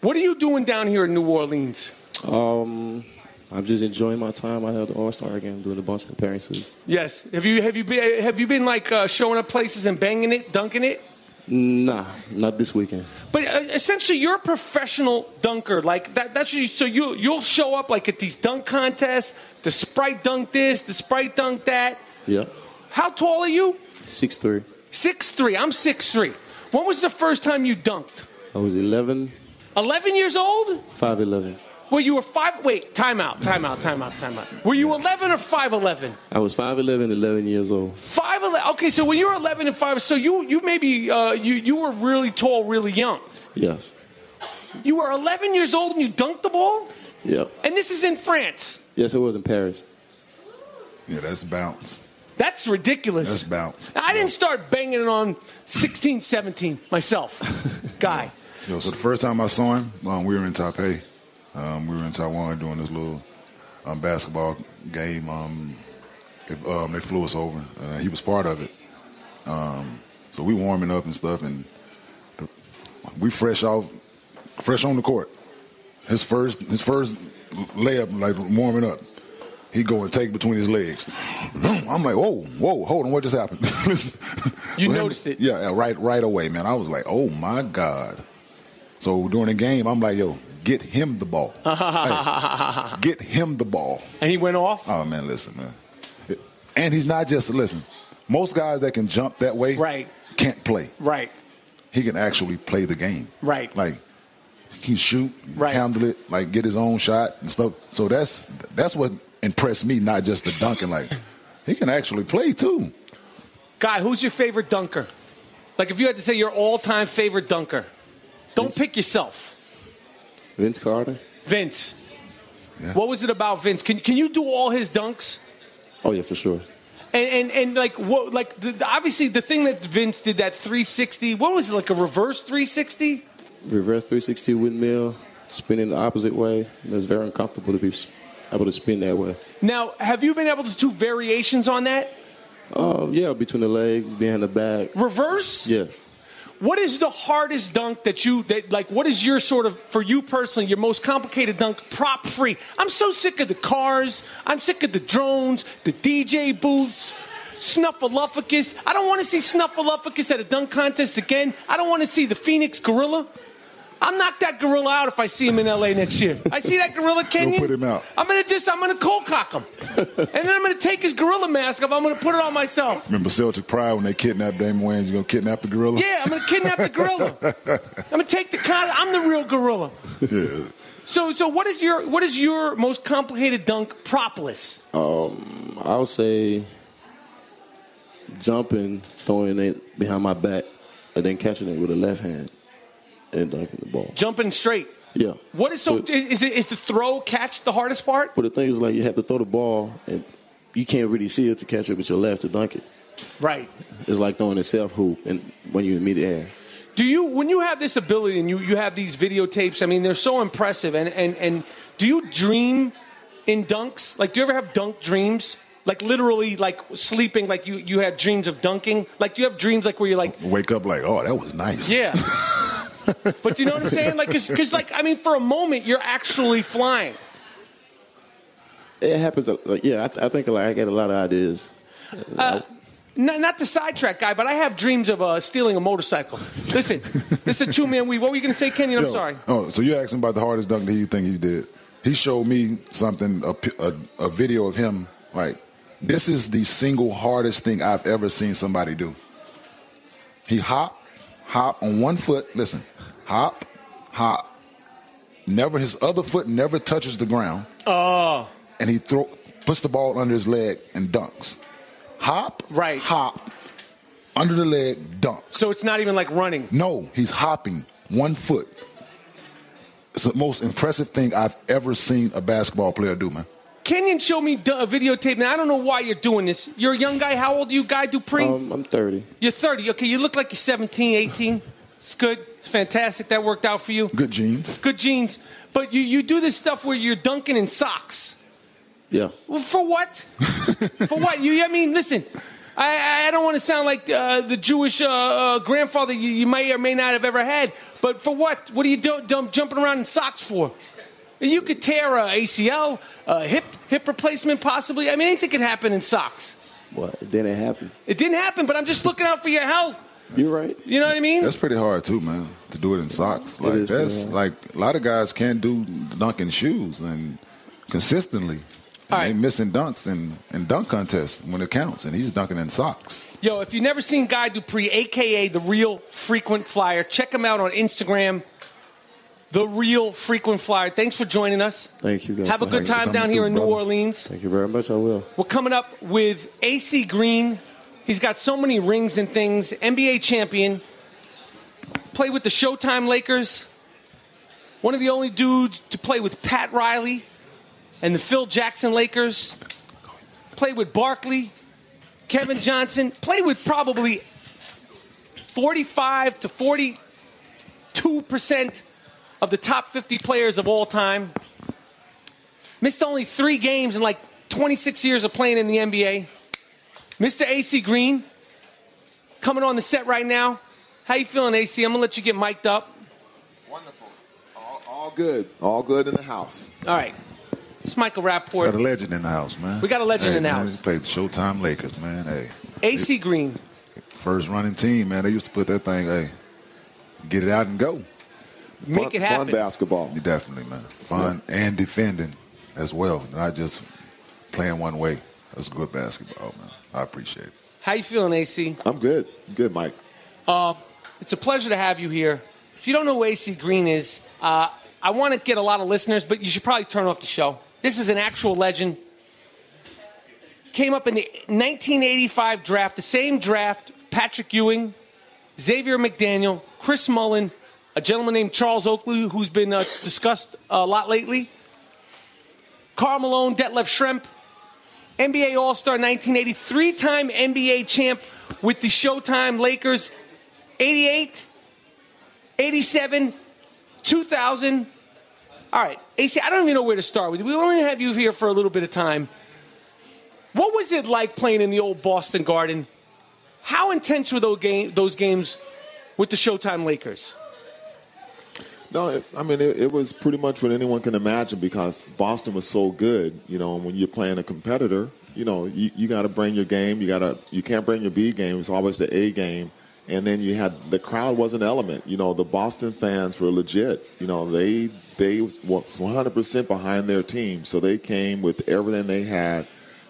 Speaker 3: What are you doing down here in New Orleans?
Speaker 5: Um, I'm just enjoying my time. I had the All Star game, doing a bunch of appearances.
Speaker 3: Yes. Have you have you been have you been like uh, showing up places and banging it, dunking it?
Speaker 5: Nah, not this weekend.
Speaker 3: But uh, essentially, you're a professional dunker. Like that. That's what you, so you you'll show up like at these dunk contests. The Sprite dunk this. The Sprite dunk that.
Speaker 5: Yeah,
Speaker 3: How tall are you?
Speaker 5: six three.
Speaker 3: Six three. I'm six three. When was the first time you dunked?
Speaker 5: I was 11,
Speaker 3: Eleven years old?
Speaker 5: 5'11".
Speaker 3: Well, you were five. Wait, time out, time out, time out, time out. Were you eleven or five eleven?
Speaker 5: I was 5'11", 11 years old.
Speaker 3: Five eleven. Okay, so when you were eleven and five, so you you maybe uh, you you were really tall, really young.
Speaker 5: Yes.
Speaker 3: You were eleven years old and you dunked the ball.
Speaker 5: Yep.
Speaker 3: And this is in France.
Speaker 5: Yes, it was in Paris.
Speaker 4: Yeah, that's bounce.
Speaker 3: That's ridiculous.
Speaker 4: That's bounce.
Speaker 3: I didn't start banging it on 16, 17 myself, guy.
Speaker 4: Yo, so the first time I saw him, um, we were in Taipei. Um, we were in Taiwan doing this little um, basketball game. Um, it, um, they flew us over. Uh, he was part of it. Um, so we warming up and stuff, and we fresh off, fresh on the court. His first, his first layup, like warming up. He go and take between his legs. I'm like, whoa, whoa, hold on, what just happened?
Speaker 3: You
Speaker 4: him-
Speaker 3: noticed it.
Speaker 4: Yeah, yeah, right, right away, man. I was like, oh my god. So during the game, I'm like, yo, get him the ball. Hey, get him the ball.
Speaker 3: And he went off.
Speaker 4: Oh man, listen, man. And he's not just listen. Most guys that can jump that way,
Speaker 3: Right.
Speaker 4: can't play.
Speaker 3: Right.
Speaker 4: He can actually play the game,
Speaker 3: Right.
Speaker 4: Like he can shoot,
Speaker 3: Right.
Speaker 4: handle it, like get his own shot and stuff. So that's that's what impressed me, not just the dunking. Like he can actually play too.
Speaker 3: Guy, who's your favorite dunker? Like, if you had to say your all time favorite dunker, don't pick yourself.
Speaker 5: Vince Carter.
Speaker 3: Vince.
Speaker 4: Yeah.
Speaker 3: What was it about Vince? Can, can you do all his dunks?
Speaker 5: Oh yeah, for sure.
Speaker 3: And, and, and like what like the, the- obviously the thing that Vince did that 360 what was it like a reverse 360
Speaker 5: Reverse 360 windmill, spinning the opposite way. It's very uncomfortable to be s- able to spin that way.
Speaker 3: Now, have you been able to do variations on that?
Speaker 5: Um, yeah, between the legs, behind the back.
Speaker 3: Reverse?
Speaker 5: Yes.
Speaker 3: What is the hardest dunk that you that like? What is your sort of for you personally your most complicated dunk prop free? I'm so sick of the cars. I'm sick of the drones, the DJ booths, Snuffleupagus. I don't want to see Snuffleupagus at a dunk contest again. I don't want to see the Phoenix Gorilla. I'll knock that gorilla out if I see him in LA next year. I see that gorilla Kenyon.
Speaker 4: put him out.
Speaker 3: I'm gonna just I'm gonna cold cock him, and then I'm gonna take his gorilla mask off. I'm gonna put it on myself.
Speaker 4: Remember Celtic Pride when they kidnapped Damon Wayans? You gonna kidnap the gorilla?
Speaker 3: Yeah, I'm gonna kidnap the gorilla. I'm gonna take the con. I'm the real gorilla.
Speaker 4: yeah.
Speaker 3: So, so what is your what is your most complicated dunk prop list?
Speaker 5: Um, I would say jumping, throwing it behind my back, and then catching it with a left hand and dunking the ball.
Speaker 3: Jumping straight.
Speaker 5: Yeah.
Speaker 3: What is so?
Speaker 5: But,
Speaker 3: Is it is the throw catch the hardest part?
Speaker 5: but the thing is, like, you have to throw the ball, and you can't really see it to catch it with your left to dunk it.
Speaker 3: Right.
Speaker 5: It's like throwing a self hoop, and when you're in midair.
Speaker 3: Do you when you have this ability and you you have these videotapes? I mean, they're so impressive. And and and do you dream in dunks? Like, do you ever have dunk dreams? Like literally, like sleeping, like you you have dreams of dunking. Like, do you have dreams like where you're like,
Speaker 4: Wake up like, oh, that was nice.
Speaker 3: Yeah. but you know what I'm saying? Like, because, like, I mean, for a moment, you're actually flying.
Speaker 5: It happens. uh, Like, yeah, I, th- I think like I get a lot of ideas.
Speaker 3: Uh, not, not the sidetrack guy, but I have dreams of uh, stealing a motorcycle. Listen, this is a two man weave. What were you going to say, Kenyon? I'm
Speaker 4: Yo,
Speaker 3: sorry.
Speaker 4: Oh, so you asked him about the hardest dunk that you think he did. He showed me something, a, pi- a, a video of him. Like, this is the single hardest thing I've ever seen somebody do. He hop, hop on one foot. Listen, hop, hop. Never his other foot never touches the ground. Oh. And he throw puts the ball under his leg and dunks. Hop,
Speaker 3: Right.
Speaker 4: Hop under the leg, dunk.
Speaker 3: So it's not even like running.
Speaker 4: No, he's hopping one foot. It's the most impressive thing I've ever seen a basketball player do, man.
Speaker 3: Kenyon showed me d- a videotape, and I don't know why you're doing this. You're a young guy. How old are you, Guy Dupree?
Speaker 5: Um, I'm 30.
Speaker 3: you're 30. Okay, you look like you're 17, 18. It's good. It's fantastic. That worked out for you.
Speaker 4: Good genes.
Speaker 3: Good genes. But you, you do this stuff where you're dunking in socks.
Speaker 5: Yeah.
Speaker 3: Well, For what? For what? You, I mean, listen. I- I, I don't want to sound like uh, the Jewish uh, uh, grandfather you, you may or may not have ever had, but for what? What are you do, dump, jumping around in socks for? You could tear a ACL, a hip hip replacement, possibly. I mean, anything could happen in socks.
Speaker 5: Well, then it happened.
Speaker 3: It didn't happen, but I'm just looking out for your health.
Speaker 5: You're right.
Speaker 3: You know what I mean?
Speaker 4: That's pretty hard too, man, to do it in socks. Like
Speaker 5: is pretty
Speaker 4: that's
Speaker 5: hard.
Speaker 4: like a lot of guys can't do dunk in shoes and consistently. And
Speaker 3: All
Speaker 4: They
Speaker 3: right.
Speaker 4: missing dunks in, in dunk contests when it counts, and he's dunking in socks.
Speaker 3: Yo, if you've never seen Guy Dupree, aka the Real Frequent Flyer, check him out on Instagram. The Real Frequent Flyer. Thanks for joining us.
Speaker 5: Thank you guys.
Speaker 3: Have a
Speaker 5: for having
Speaker 3: good
Speaker 5: me.
Speaker 3: time
Speaker 4: coming
Speaker 3: down here
Speaker 4: through,
Speaker 3: in New
Speaker 4: brother.
Speaker 3: Orleans.
Speaker 5: Thank you very much. I will.
Speaker 3: We're coming up with AC Green. He's got so many rings and things. NBA champion. Played with the Showtime Lakers. One of the only dudes to play with Pat Riley and the Phil Jackson Lakers. Played with Barkley, Kevin Johnson. Played with probably 45 to 42% of the top 50 players of all time missed only three games in like 26 years of playing in the NBA. Mr. AC Green, coming on the set right now. How you feeling, AC? I'm gonna let you get mic'd up.
Speaker 6: Wonderful. All, all good. All good in the house.
Speaker 3: All right, it's Michael
Speaker 4: Got a
Speaker 3: Rapport.
Speaker 4: legend in the house, man.
Speaker 3: We got a legend
Speaker 4: Hey,
Speaker 3: in the
Speaker 4: man,
Speaker 3: house.
Speaker 4: He played the Showtime Lakers, man. Hey,
Speaker 3: AC Green.
Speaker 4: first running team, man. They used to put that thing, hey, get it out and go.
Speaker 3: Make
Speaker 6: fun,
Speaker 3: it
Speaker 6: Fun
Speaker 3: happen.
Speaker 6: basketball.
Speaker 4: Definitely, man. Fun and defending as well, not just playing one way. That's good basketball, man. I appreciate it.
Speaker 3: How you feeling, AC?
Speaker 6: I'm good. Good, Mike.
Speaker 3: It's a pleasure to have you here. If you don't know who AC Green is, uh, I want to get a lot of listeners, but you should probably turn off the show. This is an actual legend. Came up in the 1985 draft, the same draft Patrick Ewing, Xavier McDaniel, Chris Mullen, a gentleman named Charles Oakley, who's been uh, discussed a lot lately, Carl Malone, Detlef Schrempf, NBA All Star 1983, time NBA champ with the Showtime Lakers, 88, 87, 2000. All right, AC, I don't even know where to start with you. We only have you here for a little bit of time. What was it like playing in the old Boston Garden? How intense were those, game, those games with the Showtime Lakers?
Speaker 7: No, it, I mean it, it was pretty much what anyone can imagine because Boston was so good. You know, and when you're playing a competitor, you know you, you got to bring your game. You got to you can't bring your B game. It's always the A game. And then you had the crowd was an element. You know, the Boston fans were legit. You know, they they was 100% behind their team, so they came with everything they had,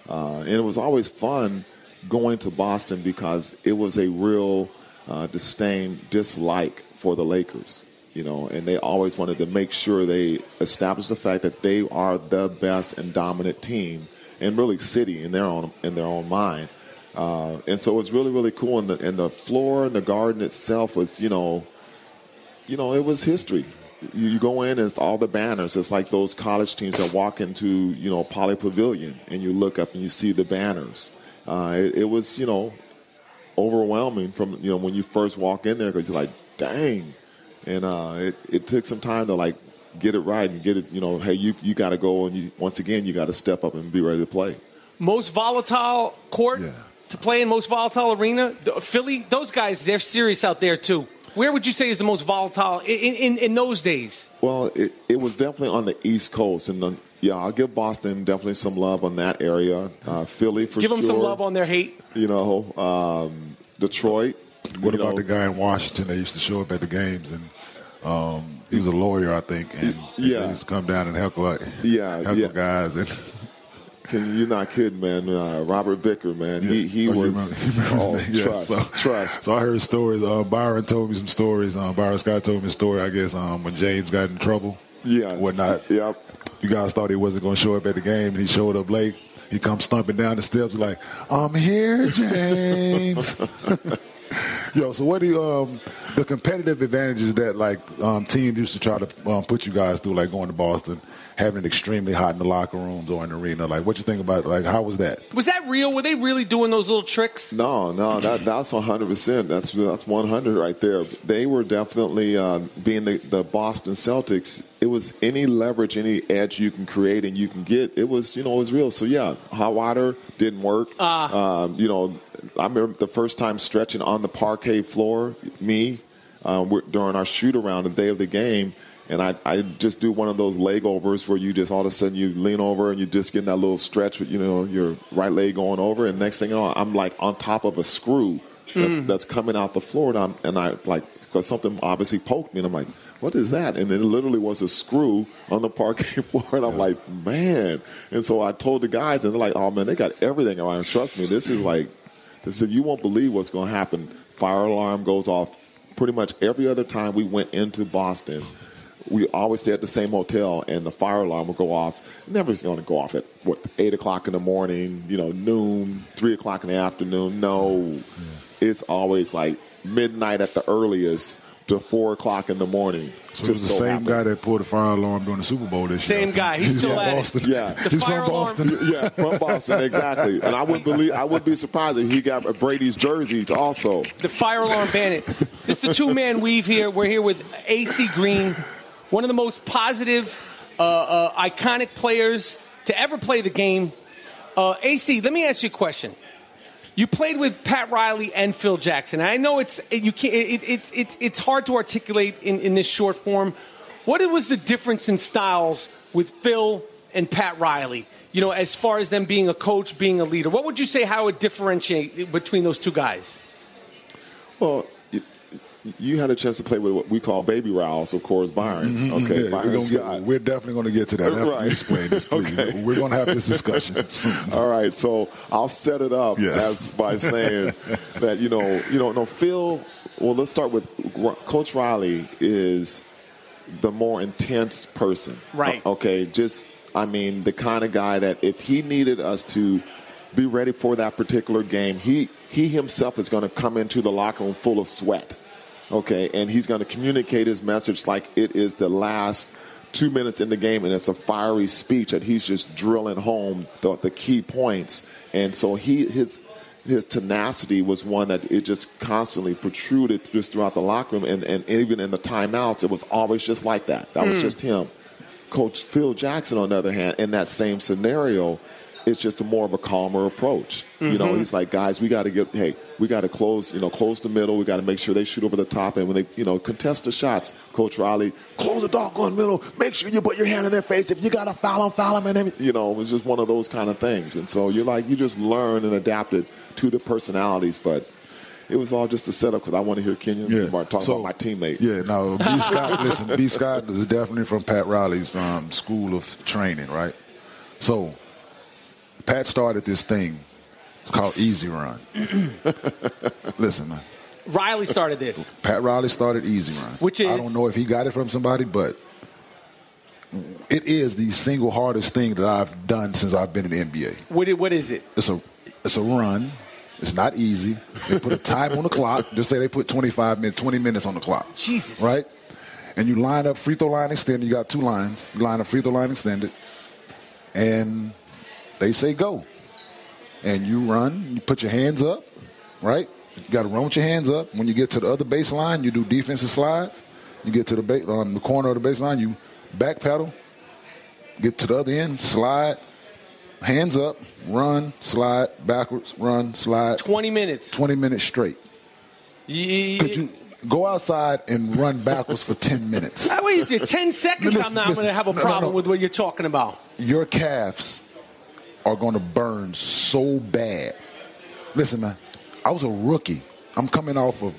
Speaker 7: uh, and it was always fun going to Boston because it was a real uh, disdain dislike for the Lakers you know, and they always wanted to make sure they established the fact that they are the best and dominant team, and really city in their own in their own mind. Uh, and so it's really really cool, and the and the floor and the garden itself was you know, you know it was history. You, you go in and it's all the banners. It's like those college teams that walk into you know Poly Pavilion and you look up and you see the banners. Uh, it, it was you know overwhelming from you know when you first walk in there because you're like, dang and uh, it, it took some time to like get it right and get it you know hey you you got to go and you once again you got to step up and be ready to play
Speaker 3: Most volatile court
Speaker 4: Yeah.
Speaker 3: to play in, most volatile arena? The- Philly, those guys, they're serious out there too. Where would you say is the most volatile in, in, in those days?
Speaker 7: well it, it was definitely on the east coast and then, yeah i'll give boston definitely some love on that area uh, philly for
Speaker 3: Give them some
Speaker 7: sure.
Speaker 3: love on their hate.
Speaker 7: you know um, detroit
Speaker 4: What
Speaker 7: you
Speaker 4: about
Speaker 7: know.
Speaker 4: the guy in Washington that used to show up at the games and um, he was a lawyer, I think, and
Speaker 7: Yeah.
Speaker 4: he used to come down and heckle, like,
Speaker 7: Yeah,
Speaker 4: heckle
Speaker 7: yeah.
Speaker 4: guys and
Speaker 7: Can, you're not kidding, man. Uh, Robert Vicker, man. He he
Speaker 4: Oh, you
Speaker 7: was
Speaker 4: remember- you remember
Speaker 7: oh,
Speaker 4: his name? Yeah,
Speaker 7: trust,
Speaker 4: so-
Speaker 7: trust.
Speaker 4: So I heard stories. Uh, Byron told me some stories. Um, Byron Scott told me a story. I guess um, when James got in trouble,
Speaker 7: Yes.
Speaker 4: whatnot.
Speaker 7: Yep.
Speaker 4: You guys thought he wasn't going to show up at the game, and he showed up late. He comes stomping down the steps like, "I'm here, James." Yo, so what do you, um, the competitive advantages that like um, teams used to try to um, put you guys through, like going to Boston, having it extremely hot in the locker rooms or in the arena? Like, what you think about? Like, how was that?
Speaker 3: Was that real? Were they really doing those little tricks?
Speaker 7: No, no, that that's hundred percent. That's that's one hundred right there. They were definitely uh, being the, the Boston Celtics. It was any leverage, any edge you can create and you can get. It was you know it was real. So yeah, hot water didn't work. um, you know, I remember the first time stretching on the parquet floor. Me um, we're- during our shoot around the day of the game. And I, I just do one of those leg overs where you just all of a sudden you lean over and you just get in that little stretch with you know your right leg going over and next thing you know I'm like on top of a screw that, that's coming out the floor and I'm and I like because something obviously poked me and I'm like what is that and it literally was a screw on the parquet floor and I'm like man and so I told the guys and they're like oh man they got everything around trust me this is like they said, you won't believe what's going to happen. Fire alarm goes off. Pretty much every other time we went into Boston, we always stay at the same hotel, and the fire alarm would go off. Never is going to go off at what eight o'clock in the morning, you know, noon, three o'clock in the afternoon. No, it's always like midnight at the earliest to four o'clock in the morning.
Speaker 4: So it was the
Speaker 7: so
Speaker 4: same
Speaker 7: happened.
Speaker 4: guy that pulled the fire alarm during the Super Bowl this year.
Speaker 3: Same guy. He's
Speaker 4: He's
Speaker 3: still
Speaker 4: from
Speaker 3: at it.
Speaker 4: Boston.
Speaker 7: Yeah. The
Speaker 3: fire
Speaker 4: He's from
Speaker 3: alarm-
Speaker 4: Boston.
Speaker 7: yeah, from Boston, exactly. And I wouldn't believe, I would be surprised if he got Brady's jersey also.
Speaker 3: the fire alarm bandit. This is a two man weave here. We're here with AC Green, one of the most positive, uh, uh, iconic players to ever play the game. Uh, AC, let me ask you a question. You played with Pat Riley and Phil Jackson. I know it's you can't, it, it, it, it's hard to articulate in, in this short form. What was the difference in styles with Phil and Pat Riley? You know, as far as them being a coach, being a leader, what would you say how it differentiate between those two guys?
Speaker 7: Well, you, you had a chance to play with what we call baby Rouse, of course, Byron.
Speaker 4: Mm-hmm. Yeah,
Speaker 7: Okay,
Speaker 4: we're,
Speaker 7: Byron
Speaker 4: gonna
Speaker 7: Scott.
Speaker 4: get, we're definitely going to get to that. After
Speaker 7: Right.
Speaker 4: you explain this, please.
Speaker 7: Okay.
Speaker 4: We're going to have this discussion soon.
Speaker 7: All right, so I'll set it up
Speaker 4: Yes.
Speaker 7: as by saying that you know, you know, no Phil. Well, let's start with Gr- Coach Riley is the more intense person, Uh,
Speaker 3: Right.
Speaker 7: O- Okay, just I mean the kind of guy that if he needed us to be ready for that particular game, he he himself is going to come into the locker room full of sweat. Okay, and he's going to communicate his message like it is the last two minutes in the game, and it's a fiery speech that he's just drilling home the, the key points. And so he his his tenacity was one that it just constantly protruded just throughout the locker room, and, and even in the timeouts, it was always just like that. That was just him. Coach Phil Jackson, on the other hand, in that same scenario, it's just a more of a calmer approach. You know, he's like, guys, we got to get, hey, we got to close, you know, close the middle. We got to make sure they shoot over the top. And when they, you know, contest the shots, Coach Riley, close the doggone middle. Make sure you put your hand in their face. If you got to foul them, foul them. And, everything. you know, it was just one of those kind of things. And so you're like, you just learn and adapt it to the personalities. But it was all just a setup because I want to hear Kenyon yeah. talk
Speaker 4: So-
Speaker 7: about my teammate.
Speaker 4: Yeah, no, B. Scott, listen, B. Scott is definitely from Pat Riley's um, school of training, right? So, Pat started this thing called Easy Run. listen, man,
Speaker 3: Riley started this.
Speaker 4: Pat Riley started Easy Run.
Speaker 3: Which
Speaker 4: I
Speaker 3: is-
Speaker 4: don't know if he got it from somebody, but it is the single hardest thing that I've done since I've been in the NBA.
Speaker 3: What, i- what is it?
Speaker 4: It's a it's a run. It's not easy. They put a time on the clock. Just say they put 25 minutes, 20 minutes on the clock.
Speaker 3: Jesus.
Speaker 4: Right? And you line up free throw line extended. You got two lines. You line up free throw line extended. And they say go. And you run. You put your hands up. Right? You got to run with your hands up. When you get to the other baseline, you do defensive slides. You get to the, ba- um, the corner of the baseline, you back pedal, get to the other end, slide, hands up, run, slide, backwards, run, slide,
Speaker 3: 20 minutes.
Speaker 4: 20 minutes straight.
Speaker 3: Ye-
Speaker 4: Could you go outside and run backwards for 10 minutes?
Speaker 3: Ah, wait, it's 10 seconds,
Speaker 4: Listen,
Speaker 3: I'm not
Speaker 4: listen.
Speaker 3: going to have a
Speaker 4: No, no,
Speaker 3: problem
Speaker 4: no.
Speaker 3: with what you're talking about.
Speaker 4: Your calves are going to burn so bad. Listen, man, I was a rookie. I'm coming off of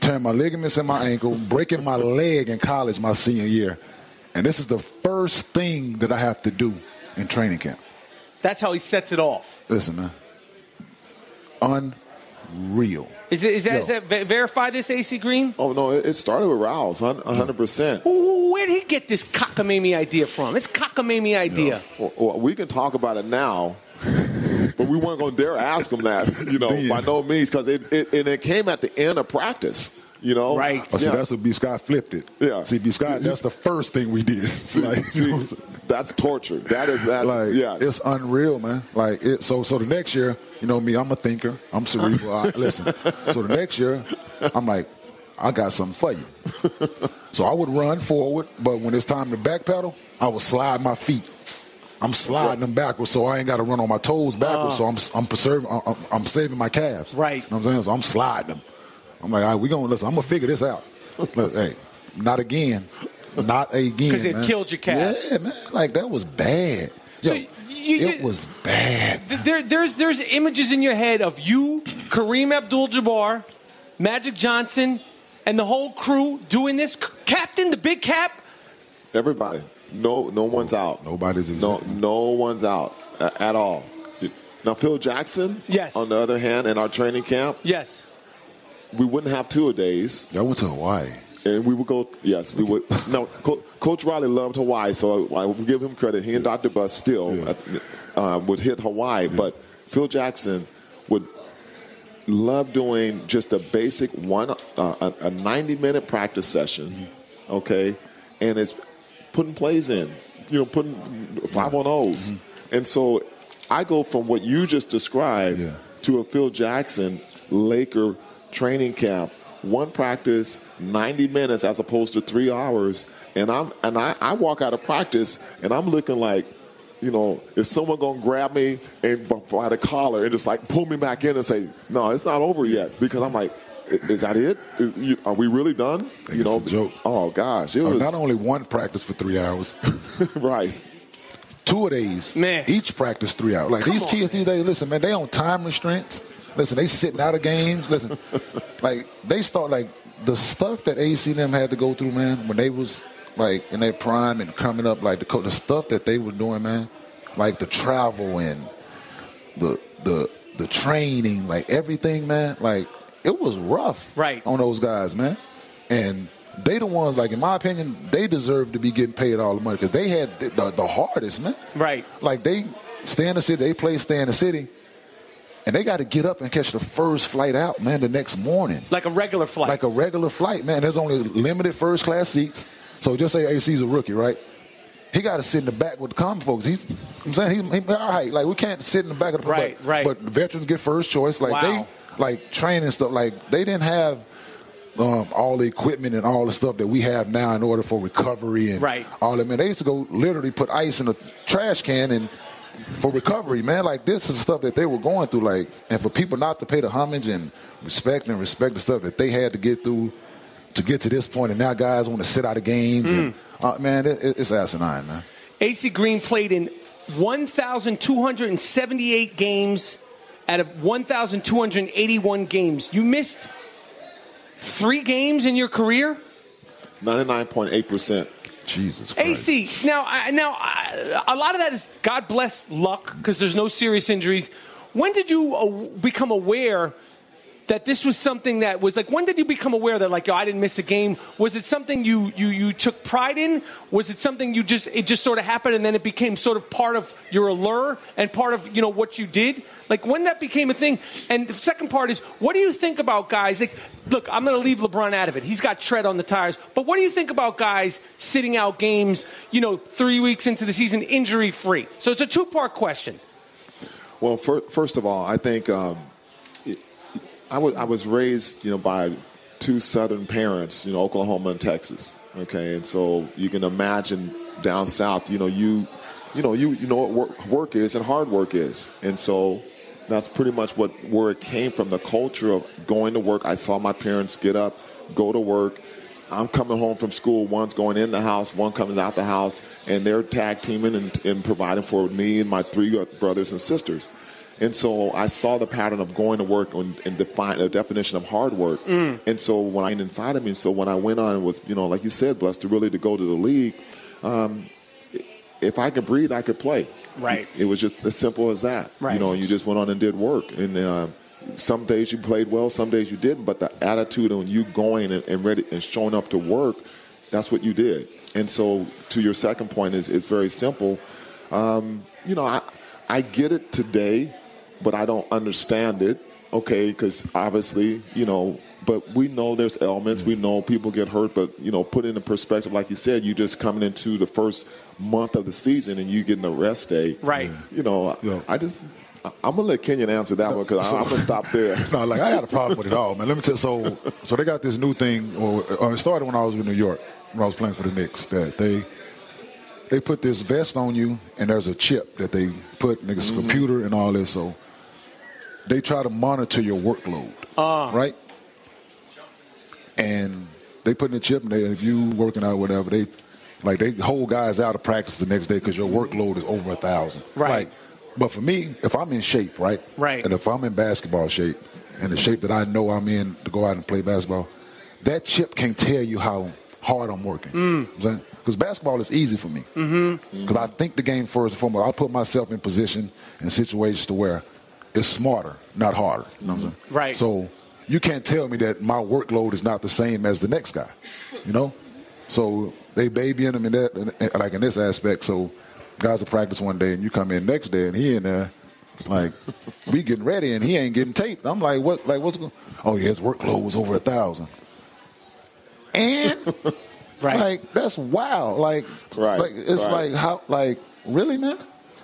Speaker 4: tearing my ligaments in my ankle, breaking my leg in college my senior year. And this is the first thing that I have to do in training camp.
Speaker 3: That's how he sets it off.
Speaker 4: Listen, man, unreal.
Speaker 3: Is, it, is, that, is
Speaker 4: Yo.
Speaker 3: that ver- verify this, AC Green?
Speaker 7: Oh no, it, it started with Rouse, hun- a hundred percent.
Speaker 3: Ooh, Where did he get this cockamamie idea from? It's cockamamie idea.
Speaker 7: Well, well, we can talk about it now, but we weren't going to dare ask him that, you know,
Speaker 4: Then.
Speaker 7: by no means, because it, it and it came at the end of practice, you know.
Speaker 3: Right.
Speaker 4: Oh, see,
Speaker 7: Yeah.
Speaker 4: that's what B. Scott flipped it.
Speaker 7: Yeah.
Speaker 4: See, B. Scott, that's the first thing we did. It's like,
Speaker 7: See,
Speaker 4: you know what I'm
Speaker 7: that's torture. That is that.
Speaker 4: saying? like
Speaker 7: yes.
Speaker 4: it's unreal, man. Like, it, so, so the next year, you know me, I'm a thinker. I'm cerebral. I, listen, so the next year, I'm like, I got something for you. So I would run forward, but when it's time to backpedal, I would slide my feet. I'm sliding them backwards, so I ain't got to run on my toes backwards. so I'm I'm preserving, I'm- I'm, I'm saving my calves.
Speaker 3: Uh. Right.
Speaker 4: You know what I'm saying? So I'm sliding them. I'm like, all right, we gonna listen. I'm gonna figure this out. Look, hey, not again, not again.
Speaker 3: 'Cause it
Speaker 4: man.
Speaker 3: killed your calves.
Speaker 4: Yeah, man. Like that was bad.
Speaker 3: So
Speaker 4: Yo,
Speaker 3: you-
Speaker 4: it was bad.
Speaker 3: Th- There, there's, there's images in your head of you, Kareem Abdul-Jabbar, Magic Johnson, and the whole crew doing this. C- Captain, the big cap.
Speaker 7: everybody. No, no one's out.
Speaker 4: Nobody's
Speaker 7: No,
Speaker 4: exempt.
Speaker 7: no one's out uh, at all. Now, Phil Jackson.
Speaker 3: Yes.
Speaker 7: On the other hand, in our training camp,
Speaker 3: Yes.
Speaker 7: we wouldn't have two a days.
Speaker 4: Y'all went to Hawaii.
Speaker 7: And we would go. Yes, we would. No, Co- Coach Riley loved Hawaii, so I, I will give him credit. He and Dr. Bus still
Speaker 4: Yes.
Speaker 7: uh, uh, would hit Hawaii, but Phil Jackson would love doing just a basic one, uh, a, a ninety-minute practice session. Okay, and it's putting plays in. You know, putting five on O's, and so I go from what you just described
Speaker 4: Yeah.
Speaker 7: to a Phil Jackson Laker training camp. One practice, 90 minutes as opposed to three hours. And I'm and I, I walk out of practice and I'm looking like, you know, is someone gonna grab me and b- by the collar and just like pull me back in and say, no, it's not over yet because I'm like, "I- is that it? Is, you, are we really done?
Speaker 4: Think it's a joke.
Speaker 7: Oh gosh, it
Speaker 4: Uh,
Speaker 7: was
Speaker 4: Not only one practice for three hours,
Speaker 7: right.
Speaker 4: two of these,
Speaker 3: Man.
Speaker 4: each practice three hours. Like these kids these days, listen, man, they on time restraints. Listen, they sitting out of games. Listen, like they start like the stuff that AC and them had to go through, man, when they was like in their prime and coming up, like the co- the stuff that they were doing, man, like the travel and the the the training, like everything, man, like it was rough,
Speaker 3: Right.
Speaker 4: on those guys, man. And they the ones, like in my opinion, they deserve to be getting paid all the money because they had the, the, the hardest, man.
Speaker 3: Right.
Speaker 4: Like they stay in the city, they play stay in the city, and they got to get up and catch the first flight out, man, the next morning
Speaker 3: Like a regular flight.
Speaker 4: like a regular flight, man. There's only limited first class seats. So just say AC's a rookie, right? He got to sit in the back with the common folks. He's, I'm saying he, he all right. Like we can't sit in the back of the
Speaker 3: Right,
Speaker 4: but,
Speaker 3: right.
Speaker 4: But veterans get first choice. Like
Speaker 3: Wow.
Speaker 4: they like training stuff. Like they didn't have um, all the equipment and all the stuff that we have now in order for recovery and
Speaker 3: Right.
Speaker 4: all that. Man, they used to go literally put ice in a trash can and for recovery, man. Like this is stuff that they were going through. Like and for people not to pay the homage and respect and respect the stuff that they had to get through to get to this point, and now guys want to sit out of games. And, uh, man, it, it- it's asinine, man.
Speaker 3: AC Green played in 1,278 games out of 1,281 games. You missed three games in your career?
Speaker 7: Ninety-nine point eight percent.
Speaker 4: Jesus Christ.
Speaker 3: AC, now, I, now I, a lot of that is God bless luck because there's no serious injuries. When did you uh, become aware that this was something that was like? When did you become aware that like, yo, I didn't miss a game? Was it something you you you took pride in? Was it something you just it just sort of happened and then it became sort of part of your allure and part of you know what you did? Like when that became a thing. And the second part is, what do you think about guys? Like, look, I'm going to leave LeBron out of it. He's got tread on the tires. But what do you think about guys sitting out games? You know, three weeks into the season, injury free. So it's a two part question.
Speaker 7: Well, fir- first of all, I think um, it- I was I was raised, you know, by two Southern parents, you know, Oklahoma and Texas. Okay, and so you can imagine down south, you know, you, you know, you you know what work, work is and hard work is, and so that's pretty much what where it came from. The culture of going to work. I saw my parents get up, go to work. I'm coming home from school. One's going in the house, one comes out the house, and they're tag teaming and, and providing for me and my three brothers and sisters. And so I saw the pattern of going to work and, and define a definition of hard work.
Speaker 3: Mm.
Speaker 7: And so when I inside of me, so when I went on and was, you know, like you said, blessed to really to go to the league. Um, if I could breathe, I could play.
Speaker 3: Right.
Speaker 7: It was just as simple as that.
Speaker 3: Right.
Speaker 7: You know, you just went on and did work. And uh, some days you played well, some days you didn't. But the attitude on you going and, and ready and showing up to work, that's what you did. And so, to your second point, is it's very simple. Um, you know, I I get it today, but I don't understand it. Okay, because obviously, you know, but we know there's elements. We know people get hurt, but you know, put into perspective, like you said, you just coming into the first month of the season and you getting a rest day,
Speaker 3: Right.
Speaker 7: You know,
Speaker 4: Yeah.
Speaker 7: I just I- I'm gonna let Kenyon answer that one because I'm gonna stop there.
Speaker 4: no, like I had a problem with it all, man. Let me tell you. So, so they got this new thing, or, or it started when I was with New York, when I was playing for the Knicks. That they they put this vest on you, and there's a chip that they put in this computer and all this. So they try to monitor your workload, right? And they put in the chip, and they, if you working out, whatever, they like they hold guys out of practice the next day because your workload is over a thousand,
Speaker 3: Right.
Speaker 4: Like, but for me, if I'm in shape, right,
Speaker 3: Right.
Speaker 4: and if I'm in basketball shape and the shape that I know I'm in to go out and play basketball, that chip can't tell you how hard I'm working. Because basketball is easy for me. Because I think the game first and foremost. I put myself in position and situations to where it's smarter, not harder. You know what I'm saying?
Speaker 3: Right.
Speaker 4: So you can't tell me that my workload is not the same as the next guy. You know? So they babying him in that, in- in- like in this aspect. So guys will practice one day, and you come in next day, and he in there, like we getting ready, and he ain't getting taped. I'm like, what? Like what's going? Oh yeah, his workload was over a thousand. And
Speaker 3: Right.
Speaker 4: like that's wild. Like,
Speaker 7: Right,
Speaker 4: like it's
Speaker 7: right.
Speaker 4: like how like really man,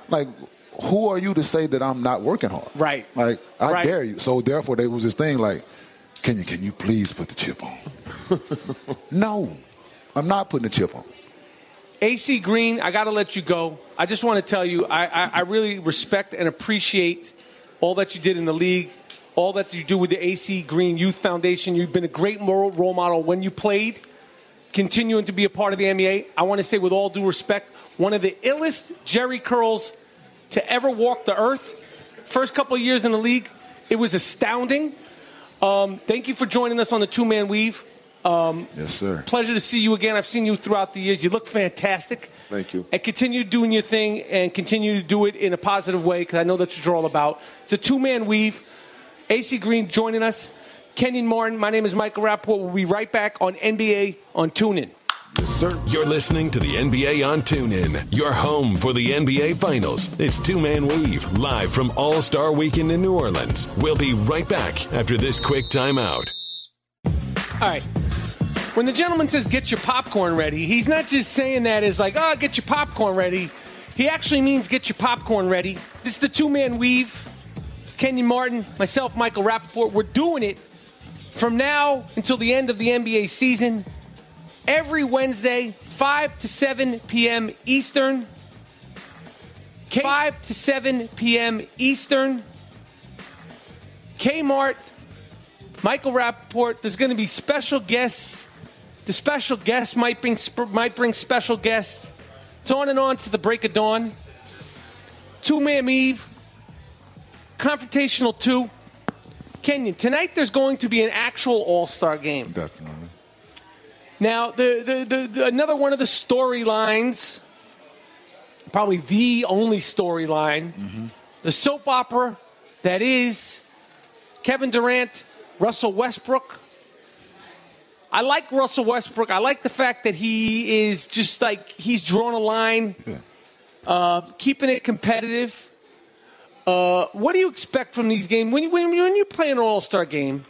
Speaker 4: like who are you to say that I'm not working hard?
Speaker 3: Right.
Speaker 4: Like I
Speaker 3: Right.
Speaker 4: dare you. So therefore, there was this thing like, can you can you please put the chip on? no, I'm not putting the chip on.
Speaker 3: AC Green, I got to let you go. I just want to tell you, I, I, I really respect and appreciate all that you did in the league, all that you do with the AC Green Youth Foundation. You've been a great moral role model when you played, continuing to be a part of the NBA. I want to say, with all due respect, one of the illest Jerry Curls to ever walk the earth. First couple of years in the league, it was astounding. Um, thank you for joining us on the Two Man Weave. Um,
Speaker 4: Yes, sir.
Speaker 3: Pleasure to see you again. I've seen you throughout the years. You look fantastic.
Speaker 7: Thank you.
Speaker 3: And continue doing your thing and continue to do it in a positive way because I know that's what you're all about. It's a two man weave. AC Green joining us. Kenyon Martin. My name is Michael Rapport. We'll be right back on NBA on TuneIn.
Speaker 1: You're listening to the NBA on TuneIn, your home for the NBA Finals. It's Two Man Weave, live from All Star Weekend in New Orleans. We'll be right back after this quick timeout.
Speaker 3: All right. When the gentleman says get your popcorn ready, he's not just saying that as like, oh, get your popcorn ready. He actually means get your popcorn ready. This is the two man weave. Kenyon Martin, myself, Michael Rappaport. We're doing it From now until the end of the NBA season, every Wednesday, 5 to 7 p.m. Eastern. 5 to 7 p.m. Eastern. Kmart, Michael Rappaport. There's going to be special guests. The special guest might bring sp- might bring special guests. It's on and on to the break of dawn. Two Man Eve, confrontational two. Kenyon, tonight there's going to be an actual All Star game.
Speaker 4: Definitely.
Speaker 3: Now, the, the, the, the, another one of the storylines, probably the only storyline, the soap opera that is Kevin Durant, Russell Westbrook. I like Russell Westbrook. I like the fact that he is just like he's drawn a line, uh,
Speaker 4: Yeah.
Speaker 3: keeping it competitive. Uh, what do you expect from these games when you, when, you- when you play an All Star game?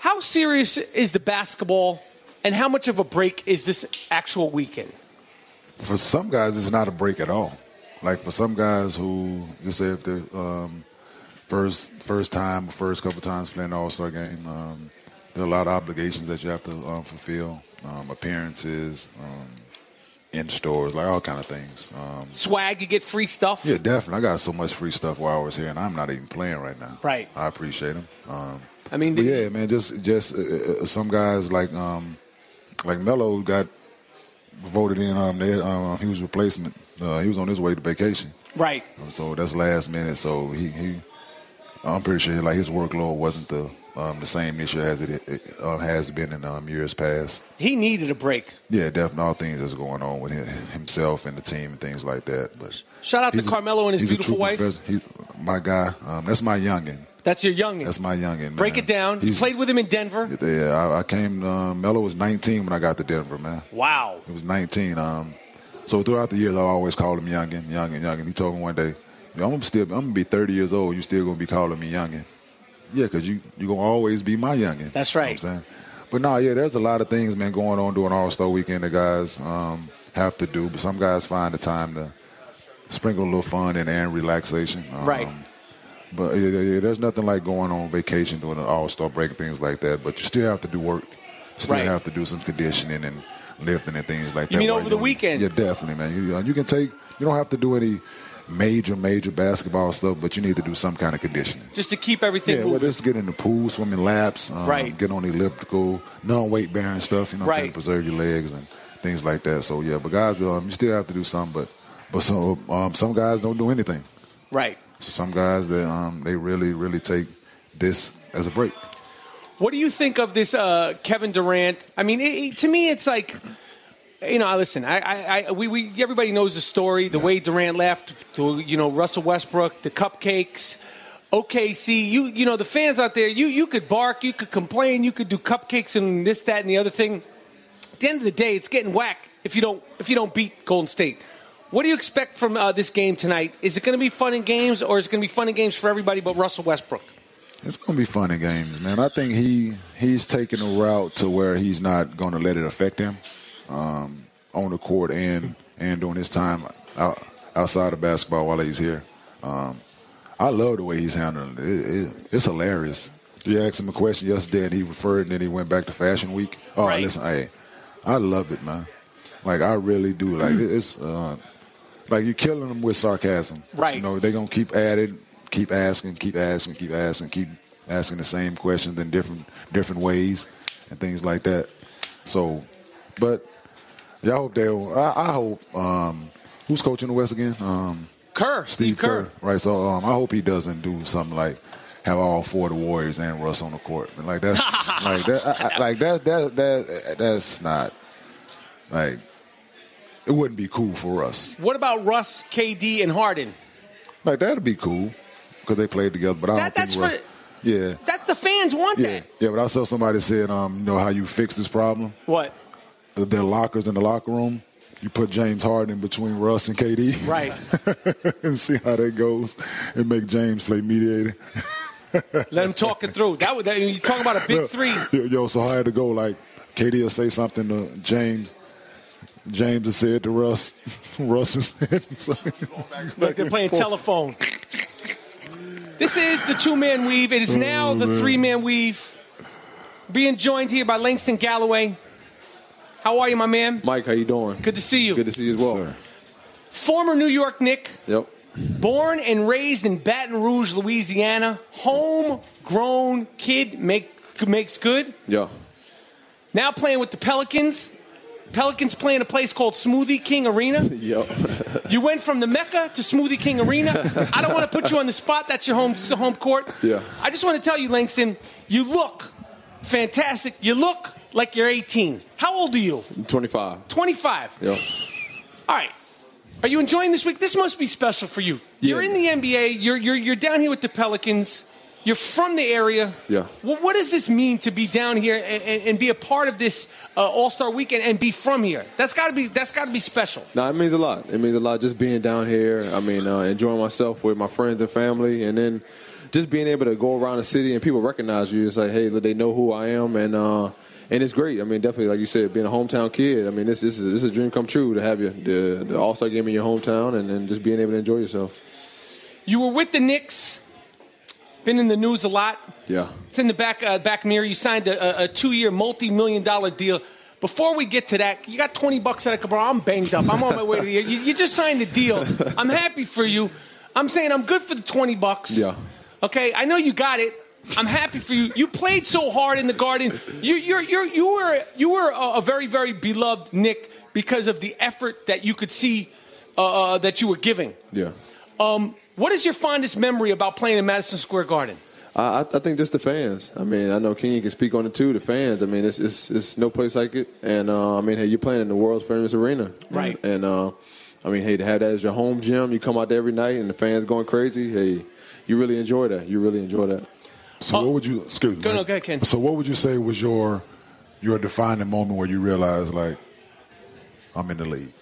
Speaker 3: How serious is the basketball, and how much of a break is this actual weekend?
Speaker 4: for some guys, it's not a break at all. Like for some guys who you say if they're um, first first time, first couple times playing the All Star game, um, there are a lot of obligations that you have to um, fulfill, um, appearances um, in stores, like all kind of things. Um,
Speaker 3: Swag, you get free stuff.
Speaker 4: yeah, definitely. I got so much free stuff while I was here, and I'm not even playing right now.
Speaker 3: Right.
Speaker 4: I appreciate them. Um,
Speaker 3: I mean,
Speaker 4: but yeah, man. Just just uh, uh, some guys like um like Melo got voted in. Um, there, um he was replacement. Uh, he was on his way to vacation,
Speaker 3: right.
Speaker 4: so that's last minute. So he, he I'm pretty sure like his workload wasn't the um the same this year as it, it um, has been in um years past.
Speaker 3: He needed a break.
Speaker 4: Yeah, definitely all things that's going on with him, himself and the team and things like that. But
Speaker 3: Shout out to
Speaker 4: he's a-
Speaker 3: Carmelo and his
Speaker 4: he's a
Speaker 3: beautiful
Speaker 4: true
Speaker 3: wife.
Speaker 4: professional. He, my guy, um, that's my youngin.
Speaker 3: That's your youngin.
Speaker 4: That's my youngin.
Speaker 3: Break
Speaker 4: man.
Speaker 3: it down. You
Speaker 4: He's-
Speaker 3: played with him in Denver.
Speaker 4: Yeah, I, I came. Um, Mello was 19 when I got to Denver, man.
Speaker 3: Wow.
Speaker 4: He was 19. Um, so throughout the years, I always called him youngin, youngin, youngin. He told me one day, "Yo, "I'm still, I'm gonna be 30 years old. You still gonna be calling me youngin? Yeah, cause you you gonna always be my youngin.
Speaker 3: That's
Speaker 4: You know
Speaker 3: right.
Speaker 4: what I'm saying, but no, yeah, there's a lot of things, man, going on during All Star Weekend that guys um, have to do, but some guys find the time to sprinkle a little fun in there and relaxation. Um,
Speaker 3: Right.
Speaker 4: But yeah, yeah, yeah, there's nothing like going on vacation during an All Star break and things like that. But you still have to do work. Still
Speaker 3: Right.
Speaker 4: have to do some conditioning and lifting and things like
Speaker 3: You
Speaker 4: that.
Speaker 3: mean
Speaker 4: while
Speaker 3: over the
Speaker 4: you're-
Speaker 3: weekend?
Speaker 4: Yeah, definitely, man. You, you can take. You don't have to do any major, major basketball stuff, but you need to do some kind of conditioning.
Speaker 3: Just to keep everything
Speaker 4: Yeah,
Speaker 3: moving.
Speaker 4: whether it's getting in the pool, swimming laps, um,
Speaker 3: Right.
Speaker 4: getting on the elliptical, non-weight bearing stuff. You know, what I'm saying,
Speaker 3: Right.
Speaker 4: preserve your legs and things like that. So yeah, but guys, um, you still have to do something. But but some um, some guys don't do anything.
Speaker 3: right.
Speaker 4: So some guys that um, they really, really take this as a break.
Speaker 3: What do you think of this uh, Kevin Durant? I mean, it, it- to me, it's like, you know, I listen, I, I, I we, we, everybody knows the story, the way Durant left to, you know, Russell Westbrook, the cupcakes, OKC. You, you know, the fans out there, you, you could bark, you could complain, you could do cupcakes and this, that, and the other thing. At the end of the day, it's getting whack if you don't, if you don't beat Golden State. What do you expect from uh, this game tonight? Is it going to be fun and games, or is it going to be fun and games for everybody but Russell Westbrook?
Speaker 4: It's gonna be fun and games, man. I think he he's taking a route to where he's not gonna let it affect him um, on the court and and during his time out, outside of basketball while he's here. Um, I love the way he's handling it. it, it it's hilarious. You asked him a question yesterday, and he referred, and then he went back to Fashion Week. Oh,
Speaker 3: Right.
Speaker 4: listen, hey, I love it, man. Like I really do. Like it- it's uh, like you're killing them with sarcasm.
Speaker 3: Right.
Speaker 4: You know, they're gonna keep at it, keep asking, keep asking, keep asking, keep asking the same questions in different different ways and things like that. So, but yeah, I hope they. I, I hope um, who's coaching the West again? Um,
Speaker 3: Kerr, Steve, Kerr.
Speaker 4: Right. So um, I hope he doesn't do something like have all four of the Warriors and Russ on the court. But, Like that's like that. I, I, like that. That that that's not like it wouldn't be cool for us.
Speaker 3: What about Russ, KD, and Harden?
Speaker 4: Like that'd be cool because they played together. But I
Speaker 3: That-
Speaker 4: don't
Speaker 3: that's
Speaker 4: think Russ-
Speaker 3: for-
Speaker 4: yeah.
Speaker 3: That the fans want
Speaker 4: Yeah,
Speaker 3: that.
Speaker 4: yeah, but I saw somebody said, um, you know, how you fix this problem? Uh,
Speaker 3: What?
Speaker 4: Their lockers in the locker room. You put James Harden in between Russ and KD,
Speaker 3: Right.
Speaker 4: and see how that goes, and make James play mediator.
Speaker 3: Let them talk it through. That, would- that you talking about a big three.
Speaker 4: Yo, yo, so I had to go. Like KD will say something to James. James has said to Russ. Russ has said.
Speaker 3: Like they're playing telephone. This is the two man weave. It is now the three man weave. Being joined here by Langston Galloway. How are you, my man?
Speaker 8: Mike, how you doing?
Speaker 3: Good to see you.
Speaker 8: Good to see you as well.
Speaker 4: Sir.
Speaker 3: Former New York Nick,
Speaker 8: Yep.
Speaker 3: born and raised in Baton Rouge, Louisiana. Homegrown kid make, makes good.
Speaker 8: Yeah.
Speaker 3: Now playing with the Pelicans. Pelicans playing a place called Smoothie King Arena.
Speaker 8: Yep.
Speaker 3: You went from the Mecca to Smoothie King Arena. I don't want to put you on the spot. That's your home home court.
Speaker 8: Yeah.
Speaker 3: I just want to tell you, Langston, you look fantastic. You look like you're 18. How old are you?
Speaker 8: 25.
Speaker 3: 25.
Speaker 8: Yep.
Speaker 3: All right. Are you enjoying this week? This must be special for you. You're in the NBA. You're you're you're down here with the Pelicans. You're from the area.
Speaker 8: Yeah.
Speaker 3: Well, what does this mean to be down here and, and, and be a part of this uh, All Star Weekend and be from here? That's got to be that's got to be special.
Speaker 8: No, it means a lot. It means a lot just being down here. I mean, uh, enjoying myself with my friends and family, and then just being able to go around the city and people recognize you. It's like, hey, look, they know who I am, and uh, and it's great. I mean, definitely, like you said, being a hometown kid. I mean, this this is, this is a dream come true to have you the, the All Star game in your hometown, and, and just being able to enjoy yourself.
Speaker 3: You were with the Knicks. Been in the news a lot.
Speaker 8: Yeah.
Speaker 3: It's in the back uh, back mirror. You signed a, a, a two year multi million dollar deal. Before we get to that, you got twenty bucks at a cabral. I'm banged up. I'm on my way to the. You, you just signed a deal. I'm happy for you. I'm saying I'm good for the twenty bucks.
Speaker 8: Yeah.
Speaker 3: Okay. I know you got it. I'm happy for you. You played so hard in the Garden. You you're, you're, you were you were a, a very very beloved Nick because of the effort that you could see uh, uh, that you were giving.
Speaker 8: Yeah.
Speaker 3: Um, what is your fondest memory about playing in Madison Square Garden?
Speaker 8: I, I I think just the fans. I mean, I know Kenyon can speak on it too. The fans. I mean, it's it's, it's no place like it. And uh, I mean, hey, you're playing in the world's famous arena,
Speaker 3: Right.
Speaker 8: And uh, I mean, hey, to have that as your home gym, you come out there every night, and the fans going crazy. Hey, you really enjoy that. You really enjoy that.
Speaker 4: So what would you? Excuse me.
Speaker 3: Go, no, go ahead, Ken.
Speaker 4: So what would you say was your your defining moment where you realized like I'm in the league?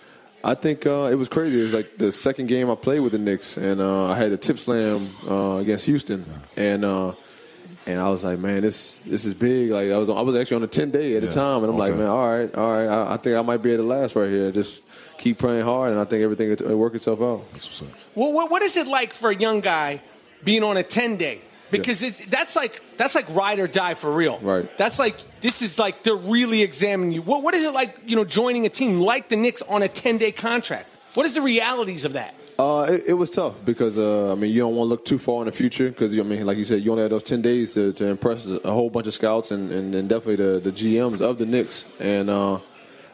Speaker 8: I think uh, it was crazy. It was like the second game I played with the Knicks, and uh, I had a tip slam uh, against Houston, and uh, and I was like, man, this this is big. Like I was I was actually on a ten day at the
Speaker 4: Yeah.
Speaker 8: time, and I'm like,
Speaker 4: Okay.
Speaker 8: man, all right, all right, I, I think I might be at the last right here. Just keep playing hard, and I think everything will will work itself out.
Speaker 4: That's what's up.
Speaker 3: Well, what, what is it like for a young guy being on a 10 day? Because it, that's like that's like ride or die for real.
Speaker 8: Right.
Speaker 3: That's like this is like they're really examining you. What, what is it like, you know, joining a team like the Knicks on a 10 day contract? What is the realities of that?
Speaker 8: Uh, it, it was tough because uh, I mean you don't want to look too far in the future because I mean like you said you only had those ten days to, to impress a whole bunch of scouts and, and, and definitely the, the GMs of the Knicks and uh,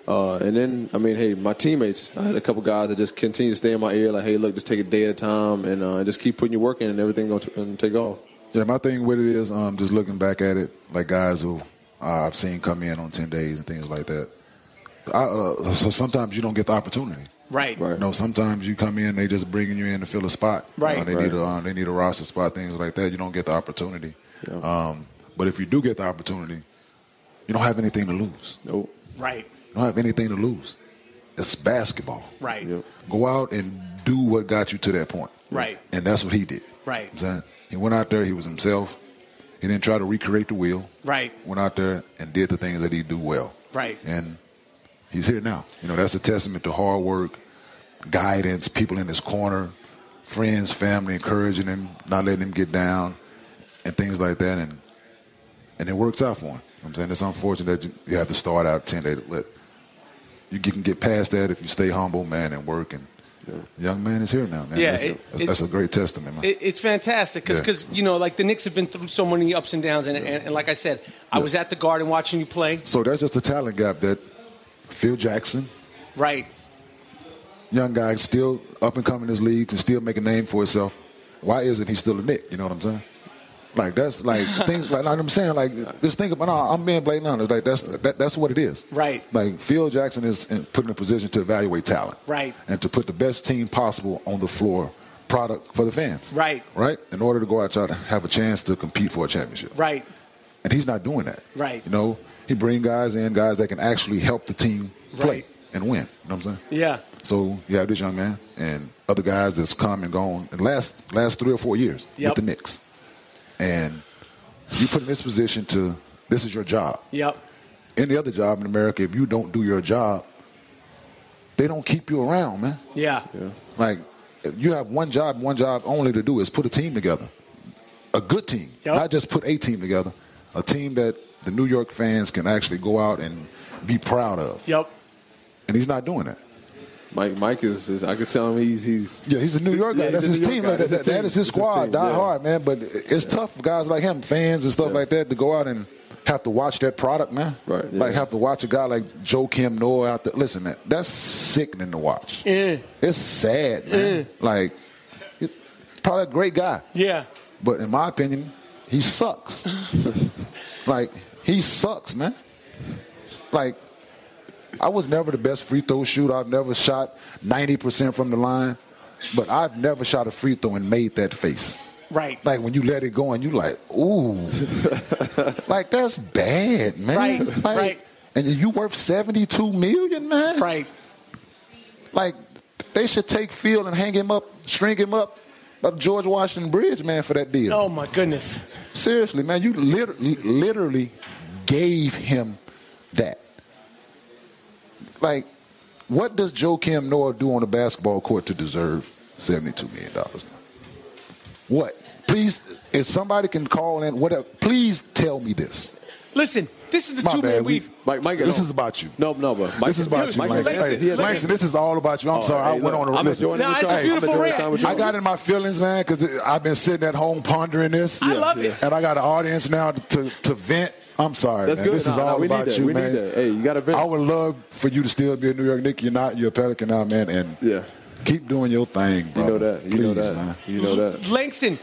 Speaker 8: uh, and then I mean hey my teammates I had a couple guys that just continue to stay in my ear like hey look just take a day at a time and uh, just keep putting your work in and everything going to and take off.
Speaker 4: Yeah, my thing with it is um, just looking back at it, like guys who uh, I've seen come in on ten days and things like that. I, uh, so sometimes you don't get the opportunity.
Speaker 3: Right.
Speaker 4: You know, sometimes you come in, they just bringing you in to fill a spot.
Speaker 3: Right.
Speaker 4: Uh, they need a uh, they need a roster spot, things like that. You don't get the opportunity. Um, but if you do get the opportunity, you don't have anything to lose.
Speaker 8: Nope.
Speaker 3: Right.
Speaker 4: You don't have anything to lose. It's basketball.
Speaker 3: Right.
Speaker 4: Go out and do what got you to that point.
Speaker 3: Right.
Speaker 4: And that's what he did.
Speaker 3: Right.
Speaker 4: I'm saying? He went out there, he was himself. He didn't try to recreate the wheel.
Speaker 3: Right.
Speaker 4: Went out there and did the things that he do well.
Speaker 3: Right.
Speaker 4: And he's here now. You know, that's a testament to hard work, guidance, people in his corner, friends, family encouraging him, not letting him get down, and things like that. And and it works out for him. You know what I'm saying it's unfortunate that you, you have to start out ten days, but you can get past that if you stay humble, man, and work. And young man is here now, man.
Speaker 3: Yeah,
Speaker 4: that's,
Speaker 3: it-
Speaker 4: a, that's
Speaker 3: it-
Speaker 4: a great testament, man.
Speaker 3: It, it's fantastic because,
Speaker 4: Yeah.
Speaker 3: you know, like the Knicks have been through so many ups and downs. And, and, and like I said, I was at the Garden watching you play.
Speaker 4: so that's just the talent gap that Phil Jackson,
Speaker 3: Right.
Speaker 4: young guy, still up and coming in this league, can still make a name for himself. Why isn't he still a Nick? You know what I'm saying? Like that's like things like, like I'm saying like just think about no, I'm being blatant honest like that's that, that's what it is
Speaker 3: Right.
Speaker 4: like Phil Jackson is in, put in a position to evaluate talent
Speaker 3: Right.
Speaker 4: and to put the best team possible on the floor product for the fans
Speaker 3: Right.
Speaker 4: right in order to go out try to have a chance to compete for a championship
Speaker 3: Right.
Speaker 4: and he's not doing that.
Speaker 3: Right.
Speaker 4: You know, he bring guys in, guys that can actually help the team play
Speaker 3: Right.
Speaker 4: and win. You know what I'm saying?
Speaker 3: Yeah.
Speaker 4: So you have this young man and other guys that's come and gone in the last last three or four years
Speaker 3: Yep.
Speaker 4: with the Knicks, and you put in this position to this is your job.
Speaker 3: Yep.
Speaker 4: Any other job in America, if you don't do your job, they don't keep you around, man.
Speaker 3: Yeah.
Speaker 4: Like you have one job, one job only to do is put a team together. a good team,
Speaker 3: Yep.
Speaker 4: not just put a team together, a team that the New York fans can actually go out and be proud of.
Speaker 3: Yep.
Speaker 4: And he's not doing that.
Speaker 8: Mike, Mike is, is I could tell him he's he's
Speaker 4: Yeah, he's a New York guy.
Speaker 8: Yeah,
Speaker 4: That's
Speaker 8: he's
Speaker 4: his
Speaker 8: a New York
Speaker 4: team.
Speaker 8: guy.
Speaker 4: Like,
Speaker 8: That's
Speaker 4: that-
Speaker 8: his
Speaker 4: that
Speaker 8: team.
Speaker 4: is his
Speaker 8: That's his
Speaker 4: squad.
Speaker 8: team,
Speaker 4: Die
Speaker 8: yeah.
Speaker 4: hard, man. But it's tough for guys like him, fans and stuff like that, to go out and have to watch that product, man.
Speaker 8: Right, yeah.
Speaker 4: Like have to watch a guy like Joe Kim Noah out there. Listen, man, that's sickening to watch.
Speaker 3: Eh.
Speaker 4: It's sad, man. Like, he's probably a great guy,
Speaker 3: Yeah.
Speaker 4: but in my opinion, he sucks. like he sucks, man. Like I was never the best free throw shooter. I've never shot 90% from the line, but I've never shot a free throw and made that face.
Speaker 3: Right.
Speaker 4: Like when you let it go and you like, ooh. like that's bad, man.
Speaker 3: Right,
Speaker 4: Like,
Speaker 3: right.
Speaker 4: And you worth 72 million, man?
Speaker 3: Right.
Speaker 4: Like they should take Field and hang him up, string him up up George Washington Bridge, man, for that deal.
Speaker 3: Oh my goodness.
Speaker 4: Seriously, man, you liter- literally gave him that. Like, what does Joe Kim Noah do on the basketball court to deserve $72 million? man? What? Please, if somebody can call in, whatever, please tell me this.
Speaker 3: Listen, this is the
Speaker 4: My
Speaker 3: two
Speaker 4: bad.
Speaker 3: man
Speaker 4: We-
Speaker 3: weave.
Speaker 8: Mike. Mike,
Speaker 4: This
Speaker 8: no.
Speaker 4: is about you.
Speaker 8: No, no, but Mike,
Speaker 4: this is about you,
Speaker 8: Mike. Oh,
Speaker 4: Mike.
Speaker 3: Mike's-
Speaker 4: Hey,
Speaker 3: Listen,
Speaker 4: Mike,
Speaker 3: listen.
Speaker 4: this is all about you. I'm sorry. I
Speaker 8: hey,
Speaker 4: went
Speaker 8: look,
Speaker 4: on a
Speaker 8: I'm
Speaker 4: listen.
Speaker 8: enjoying
Speaker 3: No,
Speaker 8: this
Speaker 3: it's a
Speaker 4: Hey,
Speaker 3: beautiful
Speaker 8: I'm enjoying
Speaker 3: rant.
Speaker 8: this time with you.
Speaker 4: I got in my feelings, man, because I've been sitting at home pondering this.
Speaker 3: I love it.
Speaker 4: And I got an audience now to, to vent. I'm sorry,
Speaker 8: That's
Speaker 4: man.
Speaker 8: good.
Speaker 4: This is
Speaker 8: Nah, nah,
Speaker 4: all
Speaker 8: we need
Speaker 4: about
Speaker 8: that.
Speaker 4: you,
Speaker 8: We need
Speaker 4: man.
Speaker 8: that. Hey, you gotta vent.
Speaker 4: I would love for you to still be a New York Nick. You're not. You're a Pelican now, man. And
Speaker 8: Yeah.
Speaker 4: keep doing your thing,
Speaker 8: You
Speaker 4: brother.
Speaker 8: know that. You
Speaker 4: Please,
Speaker 8: know that.
Speaker 4: man.
Speaker 8: You know that.
Speaker 3: Langston,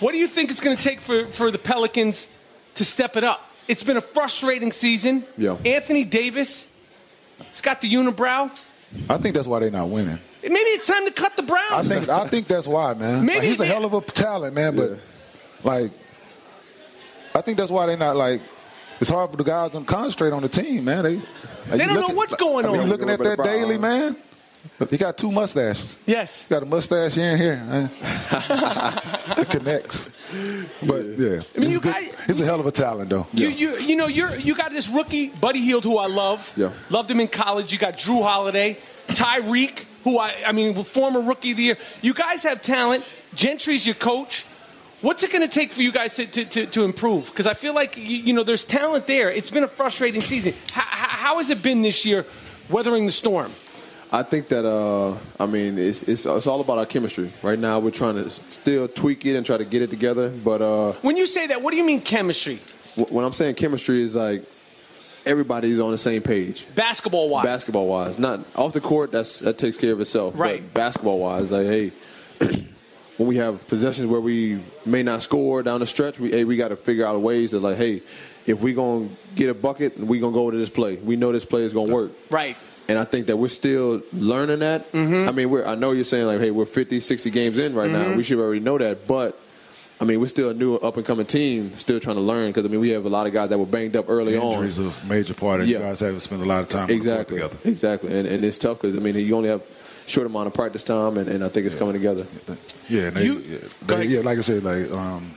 Speaker 3: what do you think it's going to take for, for the Pelicans to step it up? It's been a frustrating season.
Speaker 8: Yeah.
Speaker 3: Anthony Davis, he's got the unibrow.
Speaker 4: I think that's why they're not winning.
Speaker 3: Maybe it's time to cut the brow.
Speaker 4: I think. I think that's why, man.
Speaker 3: Maybe
Speaker 4: Like, he's a
Speaker 3: they-
Speaker 4: hell of a talent, man. But
Speaker 8: Yeah.
Speaker 4: like, I think that's why they're not like. It's hard for the guys to concentrate on the team, man. They they
Speaker 3: don't know what's going
Speaker 4: I mean,
Speaker 3: on.
Speaker 4: you looking at that daily, man. He got two mustaches.
Speaker 3: yes.
Speaker 4: Got a mustache here and here. Man. it connects. But yeah,
Speaker 3: I mean,
Speaker 4: he's,
Speaker 3: you
Speaker 4: good.
Speaker 3: guys-
Speaker 4: he's a hell of a talent, though.
Speaker 3: You, you you know you're you got this rookie Buddy Hield who I love.
Speaker 8: Yeah.
Speaker 3: Loved him in college. You got Drew Holiday, Tyreek, who I I mean former rookie of the year. You guys have talent. Gentry's your coach. What's it going to take for you guys to, to, to, to improve? Because I feel like you, you know there's talent there. It's been a frustrating season. How, how, how has it been this year, weathering the storm?
Speaker 8: I think that uh, I mean it's, it's it's all about our chemistry. Right now, we're trying to still tweak it and try to get it together. But uh,
Speaker 3: When you say that, what do you mean chemistry?
Speaker 8: w- when I'm saying chemistry, is like everybody's on the same page.
Speaker 3: Basketball wise.
Speaker 8: Basketball wise, not off the court. That's that takes care of itself.
Speaker 3: Right.
Speaker 8: Basketball wise, like hey, when we have possessions where we may not score down the stretch, we hey we got to figure out ways that like hey, if we gonna get a bucket, we gonna go to this play. We know this play is gonna work.
Speaker 3: Right.
Speaker 8: And I think that we're still learning that.
Speaker 4: Mm-hmm.
Speaker 8: I mean, we're I know you're saying like hey we're 50, 60 games in right now. We should already know that, but. I mean, we're still a new up and coming team, still trying to learn because I mean, we have a lot of guys that were banged up early on.
Speaker 4: Injuries a major part of it.
Speaker 8: Yeah.
Speaker 4: You guys haven't spent a lot of time on the court
Speaker 8: Exactly.
Speaker 4: together.
Speaker 8: Exactly. And, and it's tough because I mean you only have short amount of practice time, and, and I think it's coming together.
Speaker 4: Yeah, and they,
Speaker 3: You-
Speaker 4: yeah,
Speaker 3: go
Speaker 4: they-
Speaker 3: ahead.
Speaker 4: yeah, like I said, like um,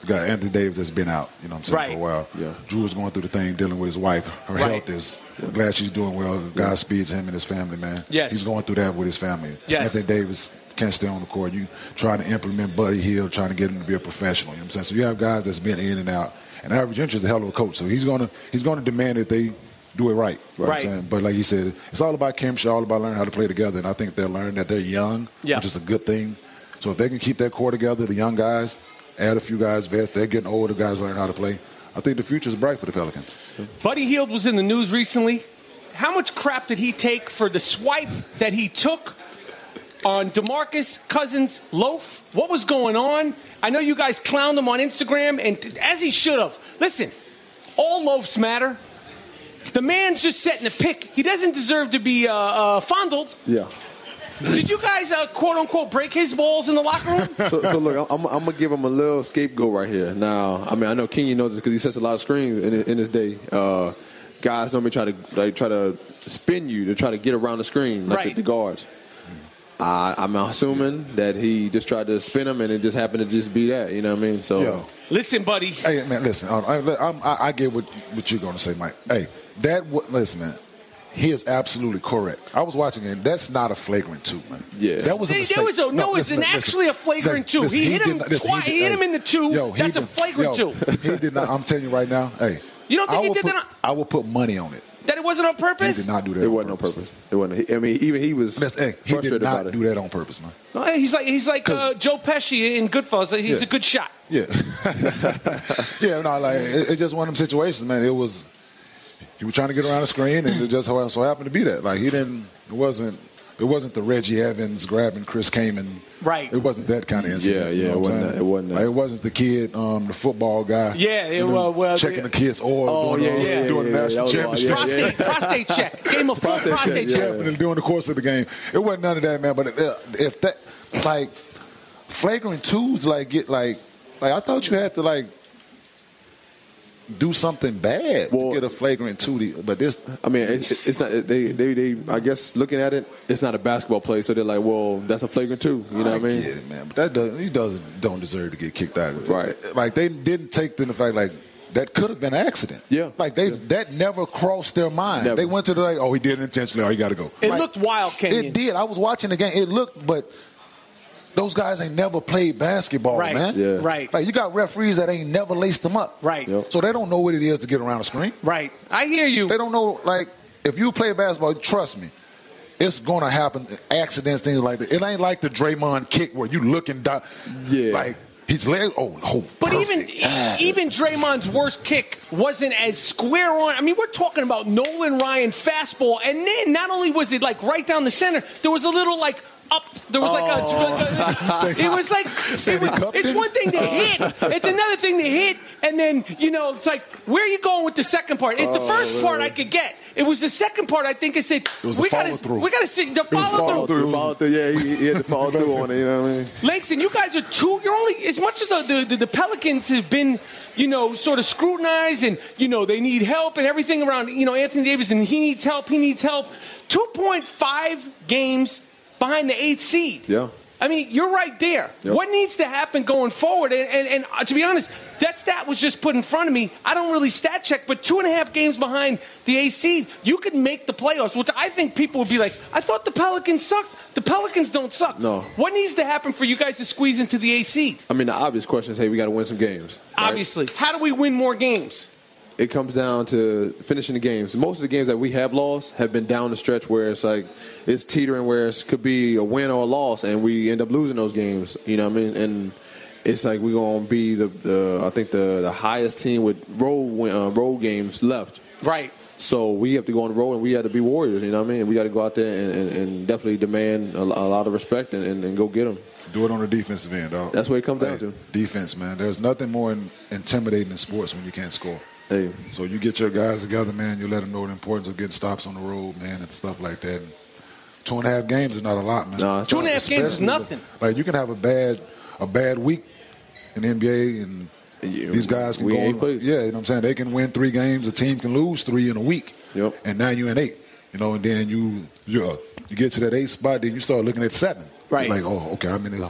Speaker 4: you got Anthony Davis that's been out, you know what I'm saying,
Speaker 3: Right.
Speaker 4: for a while.
Speaker 8: Yeah.
Speaker 4: Drew is going through the thing dealing with his wife. Her
Speaker 3: Right.
Speaker 4: health is glad she's doing well. Godspeed to him and his family, man.
Speaker 3: Yes.
Speaker 4: He's going through that with his family.
Speaker 3: Yes.
Speaker 4: Anthony Davis can't stay on the court. You trying to implement Buddy Hill, trying to get him to be a professional. You know what I'm saying? So you have guys that's been in and out. And Average Gentry's a hell of a coach, so he's gonna he's gonna demand that they do it right. You know what I'm
Speaker 3: Right.
Speaker 4: saying? But like you said, it's all about chemistry, all about learning how to play together. And I think they're learning that they're young,
Speaker 3: Yeah.
Speaker 4: which is a good thing. So if they can keep that core together, the young guys, add a few guys, vets, they're getting older, guys learn how to play. I think the future is bright for the Pelicans.
Speaker 3: Buddy Heald was in the news recently. How much crap did he take for the swipe that he took on DeMarcus Cousins Loaf? What was going on? I know you guys clowned him on Instagram, and t- as he should have. Listen, all loafs matter. The man's just setting a pick. He doesn't deserve to be uh, uh, fondled.
Speaker 8: Yeah.
Speaker 3: Did you guys, uh, quote unquote, break his balls in the locker room?
Speaker 8: So, so look, I'm, I'm gonna give him a little scapegoat right here. Now, I mean, I know Kenyon knows this because he sets a lot of screens in, in his day. Uh, guys normally try to like try to spin you to try to get around the screen, like
Speaker 3: Right.
Speaker 8: the, the guards. I, I'm assuming that he just tried to spin him, and it just happened to just be that. You know what I mean? So.
Speaker 4: Yo,
Speaker 3: Listen, buddy.
Speaker 4: hey man, listen, I, I, I'm- I, I get what what you're gonna say, Mike. Hey, that what listen, man. He is absolutely correct. I was watching it. That's not a flagrant two, man.
Speaker 8: Yeah.
Speaker 4: that was a
Speaker 3: There-
Speaker 4: mistake.
Speaker 3: there was a- no, it's an- actually a flagrant
Speaker 4: Hey,
Speaker 3: two. He hit
Speaker 4: did
Speaker 3: him
Speaker 4: not- listen,
Speaker 3: twi- he hit him in the two.
Speaker 4: he
Speaker 3: That's a flagrant
Speaker 4: yo,
Speaker 3: two.
Speaker 4: He did not. I'm telling you right now. Hey,
Speaker 3: You don't think
Speaker 4: I
Speaker 3: he
Speaker 4: will
Speaker 3: did
Speaker 4: put,
Speaker 3: that on-
Speaker 4: I will put money on it.
Speaker 3: That it wasn't on
Speaker 4: He
Speaker 3: purpose?
Speaker 4: did not do that.
Speaker 8: It wasn't on purpose. It wasn't. He- I mean, even he was
Speaker 4: That's, hey, he
Speaker 8: frustrated
Speaker 4: did
Speaker 8: about
Speaker 4: not
Speaker 8: it.
Speaker 4: do that on purpose, man.
Speaker 3: No, He's like he's like uh,
Speaker 4: 'Cause-
Speaker 3: Joe Pesci in Goodfellas. He's
Speaker 4: Yeah.
Speaker 3: a good shot.
Speaker 4: Yeah, yeah. No, like it, it's just one of them situations, man. It was he was trying to get around the screen, and it just so, so happened to be that. Like he didn't. It wasn't. It wasn't the Reggie Evans grabbing Chris Kamen.
Speaker 3: Right.
Speaker 4: It wasn't that kind of incident.
Speaker 8: Yeah,
Speaker 4: you
Speaker 8: yeah,
Speaker 4: know
Speaker 8: it
Speaker 4: what I'm
Speaker 8: wasn't
Speaker 4: saying?
Speaker 8: that- it wasn't that.
Speaker 4: Like, it wasn't the kid, um, the football guy.
Speaker 3: Yeah, it
Speaker 4: you know,
Speaker 3: wa- well,
Speaker 4: checking
Speaker 3: the-
Speaker 4: the, kid's oil.
Speaker 8: Oh,
Speaker 4: doing
Speaker 8: yeah,
Speaker 4: all-
Speaker 8: yeah,
Speaker 4: doing
Speaker 8: yeah,
Speaker 4: the
Speaker 8: yeah,
Speaker 4: national
Speaker 8: that was wild.
Speaker 4: championship.
Speaker 8: Yeah,
Speaker 3: prostate, prostate check. Game of full
Speaker 8: Prostate check,
Speaker 3: prostate
Speaker 8: yeah.
Speaker 3: check.
Speaker 4: happening during the course of the game. It wasn't none of that, man. But if, if that, like, flagrant twos, like get like, like I thought you had to like do something bad
Speaker 8: Well-
Speaker 4: to get a flagrant two. to- But this,
Speaker 8: I mean, it's, it's not. They, they, they. I guess looking at it, it's not a basketball play. So they're like, well, that's a flagrant too. You know what I mean?
Speaker 4: get it, man. But that doesn't, he doesn't don't deserve to get kicked out. Of it.
Speaker 8: Right.
Speaker 4: Like they didn't take the fact like. That could have been an accident.
Speaker 8: Yeah.
Speaker 4: Like they that never crossed their mind.
Speaker 8: Never.
Speaker 4: They went to the like, oh, he did it intentionally. Oh, you got to go.
Speaker 3: It
Speaker 4: Like,
Speaker 3: looked wild, Kenyon.
Speaker 4: It did. I was watching the game. It looked, but those guys ain't never played basketball,
Speaker 3: Right.
Speaker 4: man.
Speaker 8: Yeah.
Speaker 3: Right.
Speaker 4: Like you got referees that ain't never laced them up.
Speaker 3: Right. Yep.
Speaker 4: So they don't know what it is to get around the screen.
Speaker 3: Right. I hear you.
Speaker 4: They don't know. Like if you play basketball, trust me, it's gonna happen. Accidents, things like that. It ain't like the Draymond kick where you look and die.
Speaker 8: Yeah.
Speaker 4: Like his leg. Oh, oh
Speaker 3: But even e-,
Speaker 4: perfect. Ah.
Speaker 3: even Draymond's worst kick wasn't as square on. I mean, we're talking about Nolan Ryan fastball, and then not only was it like right down the center, there was a little like up. There was like a. It was like it
Speaker 4: Oh. Sandy
Speaker 3: was,
Speaker 4: Kupton?
Speaker 3: it's one thing to hit, it's another thing to hit, and then you know it's like where are you going with the second part? It's the
Speaker 4: Oh,
Speaker 3: first part I could get. It was the second part I think it said
Speaker 4: was the
Speaker 3: we got to
Speaker 4: follow-through.
Speaker 3: we got to see the
Speaker 4: It was
Speaker 3: follow through.
Speaker 4: follow-through.
Speaker 8: He followed through, yeah, he, he had to follow through on it. You know what I mean?
Speaker 3: Langston, you guys are too. You're only as much as the, the, the, Pelicans have been, you know, sort of scrutinized, and you know they need help and everything around. You know, Anthony Davis and he needs help. He needs help. Two point five games behind the eighth seed.
Speaker 8: Yeah.
Speaker 3: I mean, you're right there.
Speaker 8: Yep.
Speaker 3: What needs to happen going forward? And, and, and uh, to be honest, that stat was just put in front of me. I don't really stat check, but two and a half games behind the A seed, you could make the playoffs, which I think people would be like, I thought the Pelicans sucked. The Pelicans don't suck.
Speaker 8: No.
Speaker 3: What needs to happen for you guys to squeeze into the A seed?
Speaker 8: I mean, the obvious question is, hey, we got to win some games. right?
Speaker 3: Obviously. How do we win more games?
Speaker 8: it comes down to finishing the games. Most of the games that we have lost have been down the stretch where it's like it's teetering, where it could be a win or a loss, and we end up losing those games. You know what I mean? And it's like we're gonna be the, the I think the the highest team with road win, uh, road games left.
Speaker 3: Right.
Speaker 8: So we have to go on the road and we have to be warriors. You know what I mean? We got to go out there and, and, and definitely demand a, a lot of respect and, and, and go get them.
Speaker 4: Do it on the defensive end, dog.
Speaker 8: That's what it comes down
Speaker 4: Hey,
Speaker 8: to.
Speaker 4: Defense, man. There's nothing more in, intimidating in sports when you can't score.
Speaker 8: Hey.
Speaker 4: So you get your guys together, man. You let them know the importance of getting stops on the road, man, and stuff like that. And two and a half games is not a lot, man.
Speaker 8: Nah, it's
Speaker 3: Two and a half games is
Speaker 4: Especially with-
Speaker 3: nothing.
Speaker 4: like you can have a bad a bad week in the NBA, and
Speaker 8: Yeah,
Speaker 4: these guys can
Speaker 8: we
Speaker 4: go.
Speaker 8: ain't
Speaker 4: on-
Speaker 8: played.
Speaker 4: yeah, you know what I'm saying. They can win three games. A team can lose three in a week.
Speaker 8: Yep.
Speaker 4: And now you're in eight. You know, and then you you uh, you get to that eight spot, then you start looking at seven.
Speaker 3: Right.
Speaker 4: You're like, oh, okay, I mean,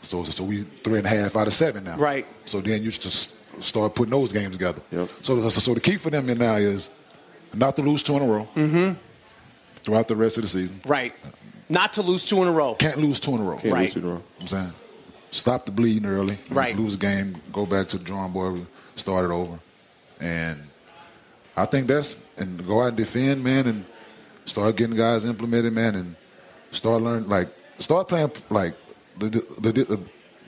Speaker 4: so so we three and a half out of seven now.
Speaker 3: Right.
Speaker 4: So then you just start putting those games together.
Speaker 8: Yep.
Speaker 4: So, so so the key for them now is not to lose two in a row throughout the rest of the season.
Speaker 3: Mm-hmm. Right. Not to lose two in a row.
Speaker 4: Can't lose two in a row.
Speaker 8: Can't
Speaker 3: Right.
Speaker 8: lose in a row.
Speaker 4: I'm saying, stop the bleeding early.
Speaker 3: Right.
Speaker 4: Lose a game, go back to the drawing board, start it over, and I think that's and go out and defend, man, and start getting guys implemented, man, and start learning, like start playing, like the the. the,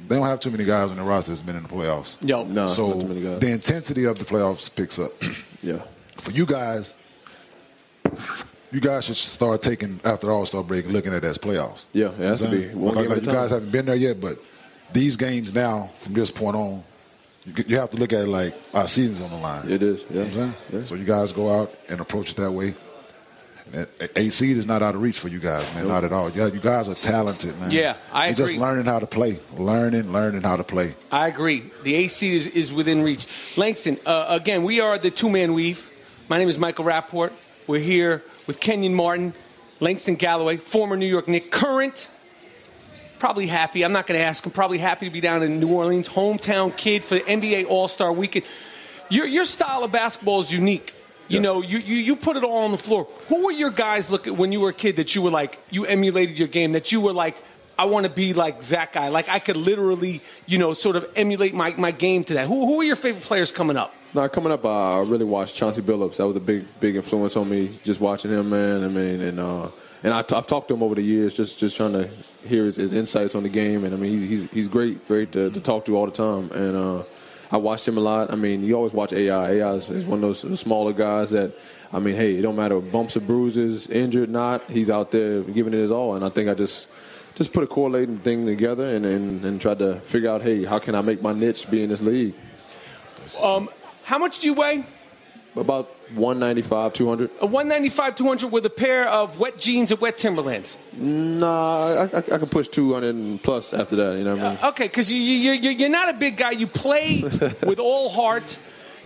Speaker 4: they don't have too many guys on the roster that's been in the playoffs.
Speaker 3: No.
Speaker 8: No,
Speaker 4: so
Speaker 8: not too many guys.
Speaker 4: the intensity of the playoffs picks up.
Speaker 8: Yeah.
Speaker 4: for you guys, you guys should start taking after All Star break, looking at it as playoffs.
Speaker 8: Yeah, it has to be. One
Speaker 4: Like,
Speaker 8: game
Speaker 4: like
Speaker 8: at a
Speaker 4: you guys
Speaker 8: time.
Speaker 4: haven't been there yet, but these games now, from this point on, you, you have to look at it like our season's on the line.
Speaker 8: It is, yeah.
Speaker 4: You know what I'm saying?
Speaker 8: Yeah.
Speaker 4: So you guys go out and approach it that way. And that- A seed is not out of reach for you guys, man. Not at all. Yeah, you guys are talented, man.
Speaker 3: Yeah, I
Speaker 4: You're just
Speaker 3: agree.
Speaker 4: learning how to play, learning, learning how to play.
Speaker 3: I agree. The AC is, is within reach. Langston, uh, again, we are the two man weave. My name is Michael Rapport. We're here with Kenyon Martin, Langston Galloway, former New York Knicks, current, probably happy. I'm not going to ask him. Probably happy to be down in New Orleans, hometown kid for the NBA All Star weekend. Your, your style of basketball is unique. You know, you, you you put it all on the floor. Who were your guys look at when you were a kid that you were like you emulated your game that you were like I want to be like that guy. Like I could literally, you know, sort of emulate my, my game to that. Who who are your favorite players coming up?
Speaker 8: Now coming up, uh, I really watched Chauncey Billups. That was a big, big influence on me. Just watching him, man. I mean, and uh, and I t- I've talked to him over the years, just just trying to hear his, his insights on the game. And I mean, he's he's, he's great, great to, to talk to all the time. And uh, I watched him a lot. I mean, you always watch AI. AI is, is one of those smaller guys that, I mean, hey, it don't matter bumps or bruises, injured, not. He's out there giving it his all. And I think I just just put a correlating thing together and and, and tried to figure out, hey, how can I make my niche be in this league?
Speaker 3: Um, how much do you weigh?
Speaker 8: About 195, 200.
Speaker 3: A 195, 200 with a pair of wet jeans and wet Timberlands.
Speaker 8: Nah, I, I, I can push 200 and plus after that. You know what I mean?
Speaker 3: Okay, because you, you, you're, you're not a big guy. You play with all heart.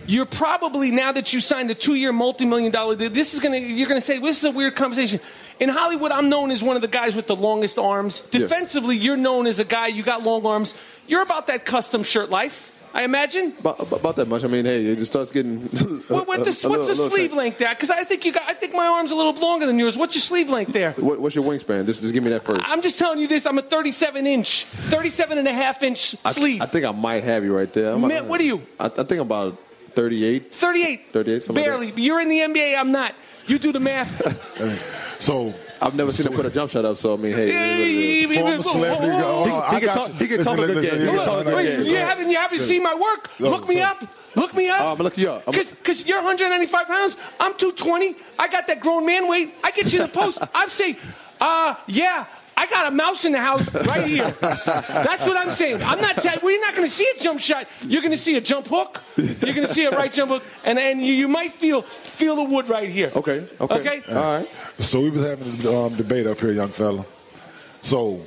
Speaker 3: You're probably now that you signed a two-year, multi-million dollar deal. This is gonna. You're gonna say this is a weird conversation. In Hollywood, I'm known as one of the guys with the longest arms. Defensively, you're known as a guy you got long arms. You're about that custom shirt life, I imagine.
Speaker 8: about, about that much. I mean, hey, it just starts getting.
Speaker 3: What, what the, what's the sleeve length there? Because I think you got. I think my arm's a little longer than yours. What's your sleeve length there?
Speaker 8: What, what's your wingspan? Just, just give me that first.
Speaker 3: I'm just telling you this. I'm a 37 inch, 37 and a half inch
Speaker 8: I-
Speaker 3: sleeve.
Speaker 8: I, think I might have you right there. I'm
Speaker 3: Matt, what are you?
Speaker 8: I, I think I'm about 38.
Speaker 3: 38.
Speaker 8: 38, something like
Speaker 3: Barely. You're in the NBA. I'm not. You do the math.
Speaker 4: So
Speaker 8: I've never seen him put a jump shot up, so I mean, hey. it is what it is.
Speaker 4: former celebrity.
Speaker 3: Whoa, whoa, whoa.
Speaker 4: Oh, I
Speaker 8: he can
Speaker 4: got
Speaker 8: talk-
Speaker 4: you.
Speaker 8: he can
Speaker 4: Listen,
Speaker 8: talk a good
Speaker 4: listen,
Speaker 8: game. He can
Speaker 4: yeah,
Speaker 8: talk a
Speaker 4: yeah,
Speaker 8: good
Speaker 4: yeah,
Speaker 8: game.
Speaker 3: You
Speaker 4: yeah.
Speaker 3: haven't, you haven't seen my work.
Speaker 4: No,
Speaker 3: Look me
Speaker 4: so-
Speaker 3: up. Look me up.
Speaker 8: Uh, I'ma look you up. I'ma-
Speaker 3: Because you're 195 pounds. I'm 220. I got that grown man weight. I get you the post. I'm saying, uh, yeah. I got a mouse in the house right here. That's what I'm saying. I'm not telling. We're not going to see a jump shot. You're going to see a jump hook. You're going to see a right jump hook, and and you, you might feel feel the wood right here.
Speaker 8: Okay, okay.
Speaker 3: Okay.
Speaker 8: All right.
Speaker 4: So we was having a um, debate up here, young fella. So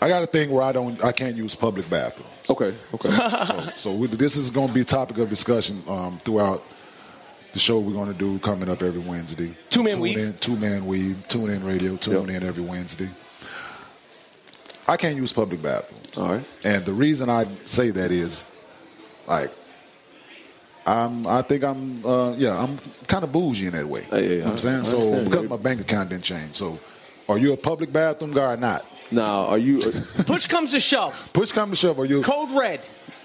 Speaker 4: I got a thing where I don't, I can't use public bathrooms.
Speaker 8: Okay, okay.
Speaker 4: so so we, this is going to be a topic of discussion um, throughout the show we're going to do coming up every Wednesday.
Speaker 3: Two Man
Speaker 4: Tune
Speaker 3: Weave.
Speaker 4: In, two man weave. Tune in radio. Tune in every Wednesday. I can't use public bathrooms.
Speaker 8: All right.
Speaker 4: And the reason I say that is, like, I'm. I think I'm. Uh, yeah, I'm kind of bougie in that way.
Speaker 8: Yeah, yeah,
Speaker 4: You know what I'm
Speaker 8: I-
Speaker 4: saying
Speaker 8: I
Speaker 4: so
Speaker 8: understand.
Speaker 4: because my bank account didn't change. So, are you a public bathroom guy or not?
Speaker 8: now, are you. uh,
Speaker 3: Push comes to shove.
Speaker 4: Push come to shove, are you?
Speaker 3: Code red.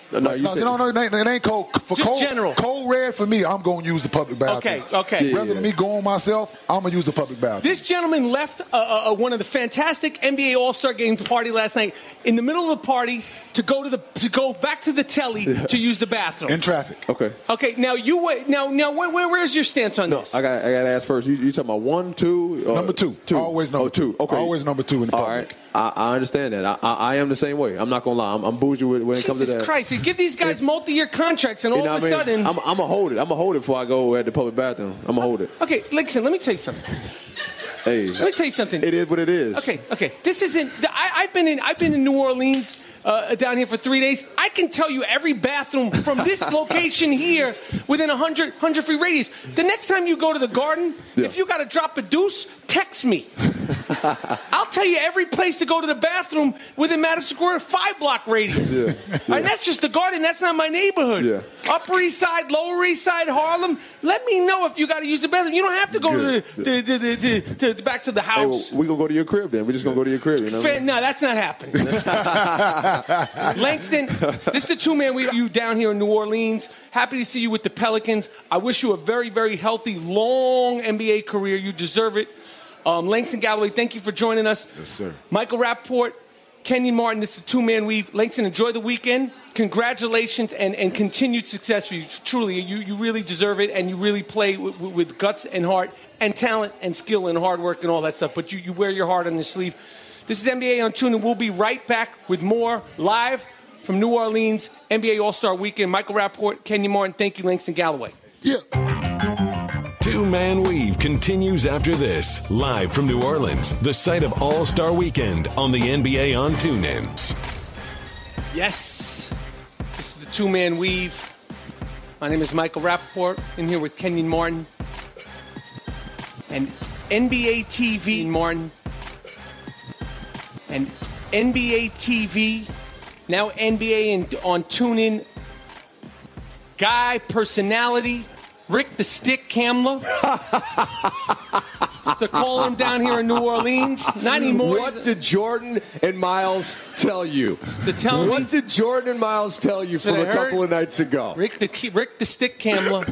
Speaker 8: No, you
Speaker 4: No,
Speaker 8: said-
Speaker 4: no, no, it ain't, it ain't cold. For
Speaker 3: Just
Speaker 4: cold,
Speaker 3: general.
Speaker 4: Cold red for me, I'm going to use the public bathroom.
Speaker 3: Okay. Okay.
Speaker 8: Yeah.
Speaker 4: Rather than me going myself, I'm going to use the public bathroom.
Speaker 3: This gentleman left uh, uh, uh, one of the fantastic NBA All Star Game party last night in the middle of the party to go to the to go back to the telly to use the bathroom.
Speaker 4: in traffic.
Speaker 8: Okay.
Speaker 3: okay, now you wait. Now, now, where, where, where's your stance on
Speaker 8: No,
Speaker 3: this?
Speaker 8: I got. I got to ask first. You, you talking about one, two, or
Speaker 4: Number two. Always number
Speaker 8: oh, two.
Speaker 4: two.
Speaker 8: Okay,
Speaker 4: Always number two in the
Speaker 8: All
Speaker 4: public.
Speaker 8: right. I, I understand that. I, I, I am the same way. I'm not gonna lie. I'm, I'm bougie when when it comes to
Speaker 3: Jesus
Speaker 8: that.
Speaker 3: Christ! You give these guys multi-year contracts, and all
Speaker 8: You know
Speaker 3: of
Speaker 8: what
Speaker 3: a
Speaker 8: I mean?
Speaker 3: sudden,
Speaker 8: I'm, I'm gonna hold it. I'm gonna hold it before I go at the public bathroom. I'm gonna hold it.
Speaker 3: okay. Listen, let me tell you something.
Speaker 8: Hey,
Speaker 3: Let me tell you something.
Speaker 8: it is what it is.
Speaker 3: Okay, okay. This isn't. I, I've been in. I've been in New Orleans uh, down here for three days. I can tell you every bathroom from this location here within a 100, 100 free radius. The next time you go to the Garden,
Speaker 8: Yeah.
Speaker 3: if you got to drop a deuce, text me. I'll tell you every place to go to the bathroom within Madison Square five block radius.
Speaker 8: Yeah,
Speaker 3: And that's just the Garden. That's not my neighborhood.
Speaker 8: Yeah.
Speaker 3: Upper East Side, Lower East Side, Harlem. Let me know if you got to use the bathroom. You don't have to go to the, the, the, the, the, the- back to the house.
Speaker 8: Hey, well, we gonna go to your crib then. We're just gonna go to your crib. You know. what I
Speaker 3: Fan,
Speaker 8: mean?
Speaker 3: no, that's not happening. Langston, this is a two man with you down here in New Orleans. Happy to see you with the Pelicans. I wish you a very, very healthy, long NBA career. You deserve it. Um, Langston Galloway, thank you for joining us.
Speaker 4: Yes, sir.
Speaker 3: Michael Rapport, Kenyon Martin, this is a two man weave. Langston, enjoy the weekend. Congratulations and, and continued success for you. Truly, you, you really deserve it, and you really play with, with guts and heart and talent and skill and hard work and all that stuff. But you, you wear your heart on your sleeve. This is NBA on Tune, and we'll be right back with more live from New Orleans NBA All Star Weekend. Michael Rapport, Kenyon Martin, thank you, Langston Galloway.
Speaker 4: Yeah.
Speaker 1: Two Man Weave continues after this, live from New Orleans, the site of All Star Weekend on the NBA on TuneIn.
Speaker 3: Yes. This is the two man weave. My name is Michael Rappaport. I'm here with Kenyon Martin and NBA TV Martin and NBA TV, now NBA and on TuneIn guy, personality, Rick the Stick Kamla to call him down here in New Orleans. Not anymore.
Speaker 8: What did Jordan and Miles tell you?
Speaker 3: To tell me-
Speaker 8: what did Jordan and Miles tell you
Speaker 3: So
Speaker 8: from
Speaker 3: I
Speaker 8: a couple
Speaker 3: heard-
Speaker 8: of nights ago?
Speaker 3: Rick the Rick the Stick Kamla.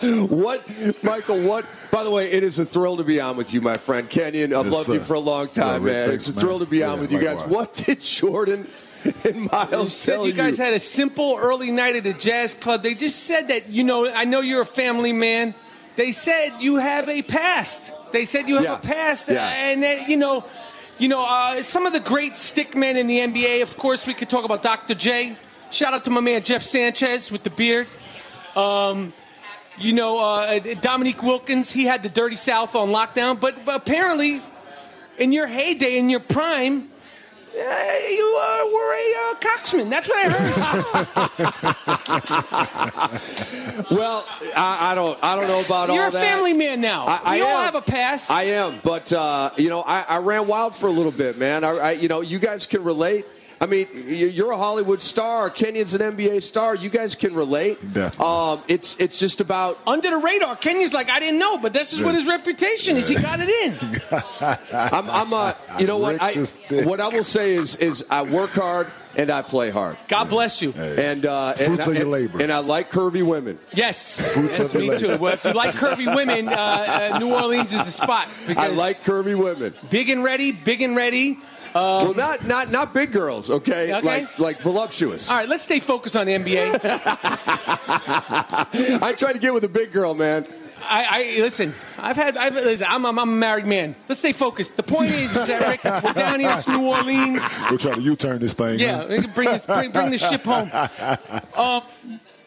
Speaker 8: What, Michael? What? By the way, it is a thrill to be on with you, my friend Kenyon. I've
Speaker 4: Yes,
Speaker 8: loved you
Speaker 4: sir.
Speaker 8: for a long time,
Speaker 4: Yeah, Rick,
Speaker 8: man.
Speaker 4: thanks,
Speaker 8: it's a
Speaker 4: man.
Speaker 8: thrill to be on
Speaker 4: Yeah,
Speaker 8: with you guys.
Speaker 4: likewise.
Speaker 8: What did Jordan and
Speaker 3: You
Speaker 8: Miles
Speaker 3: said
Speaker 8: tell
Speaker 3: you guys had a simple early night at a jazz club. They just said that, you know, I know you're a family man. They said you have a past. They said you have
Speaker 8: Yeah.
Speaker 3: a past.
Speaker 8: Yeah.
Speaker 3: And, that, you know, you know, uh, some of the great stick men in the NBA, of course, we could talk about Dr. J. Shout out to my man Jeff Sanchez with the beard. Um, You know, uh, Dominique Wilkins, he had the Dirty South on lockdown, but, but apparently, in your heyday, in your prime, uh, you uh, were a uh, coxman. That's what I heard.
Speaker 8: well, I, I don't. I don't know about
Speaker 3: You're
Speaker 8: all
Speaker 3: a
Speaker 8: that.
Speaker 3: family man now.
Speaker 8: I, I
Speaker 3: we all
Speaker 8: am.
Speaker 3: have a past.
Speaker 8: I am, but uh, you know, I, I ran wild for a little bit, man. I, I, you know, you guys can relate. I mean, y- you're a Hollywood star. Kenyon's an NBA star. You guys can relate.
Speaker 4: Definitely.
Speaker 8: Um, it's it's just about
Speaker 3: Under the radar, Kenya's like, I didn't know, but this is what his reputation is. He got it in.
Speaker 8: I'm, I'm a, you know what?
Speaker 4: Rick
Speaker 8: I,
Speaker 4: the Stick.
Speaker 8: what I will say is, is I work hard and I play hard.
Speaker 3: God bless you.
Speaker 8: And, uh, and
Speaker 4: Fruits
Speaker 8: I,
Speaker 4: of your
Speaker 8: and-
Speaker 4: labor.
Speaker 8: And I like curvy women.
Speaker 3: Yes.
Speaker 4: Fruits
Speaker 3: yes,
Speaker 4: of
Speaker 3: me
Speaker 4: your
Speaker 3: too.
Speaker 4: labor.
Speaker 3: Well, if you like curvy women, uh, uh, New Orleans is the spot.
Speaker 8: I
Speaker 3: Because
Speaker 8: like curvy women.
Speaker 3: big and ready, big and ready.
Speaker 8: well, not not not big girls, okay?
Speaker 3: Um, Okay.
Speaker 8: Like like voluptuous.
Speaker 3: All right, let's stay focused on the NBA.
Speaker 8: I try to get with a big girl, man.
Speaker 3: I, I listen. I've had. I've, listen, I'm, I'm, I'm a married man. Let's stay focused. The point is, is that Rick, we're down here. It's New Orleans.
Speaker 4: We'll try to U-turn this thing.
Speaker 3: Yeah,
Speaker 8: Mm-hmm.
Speaker 4: huh?
Speaker 3: we can bring this bring, bring this ship home. Um,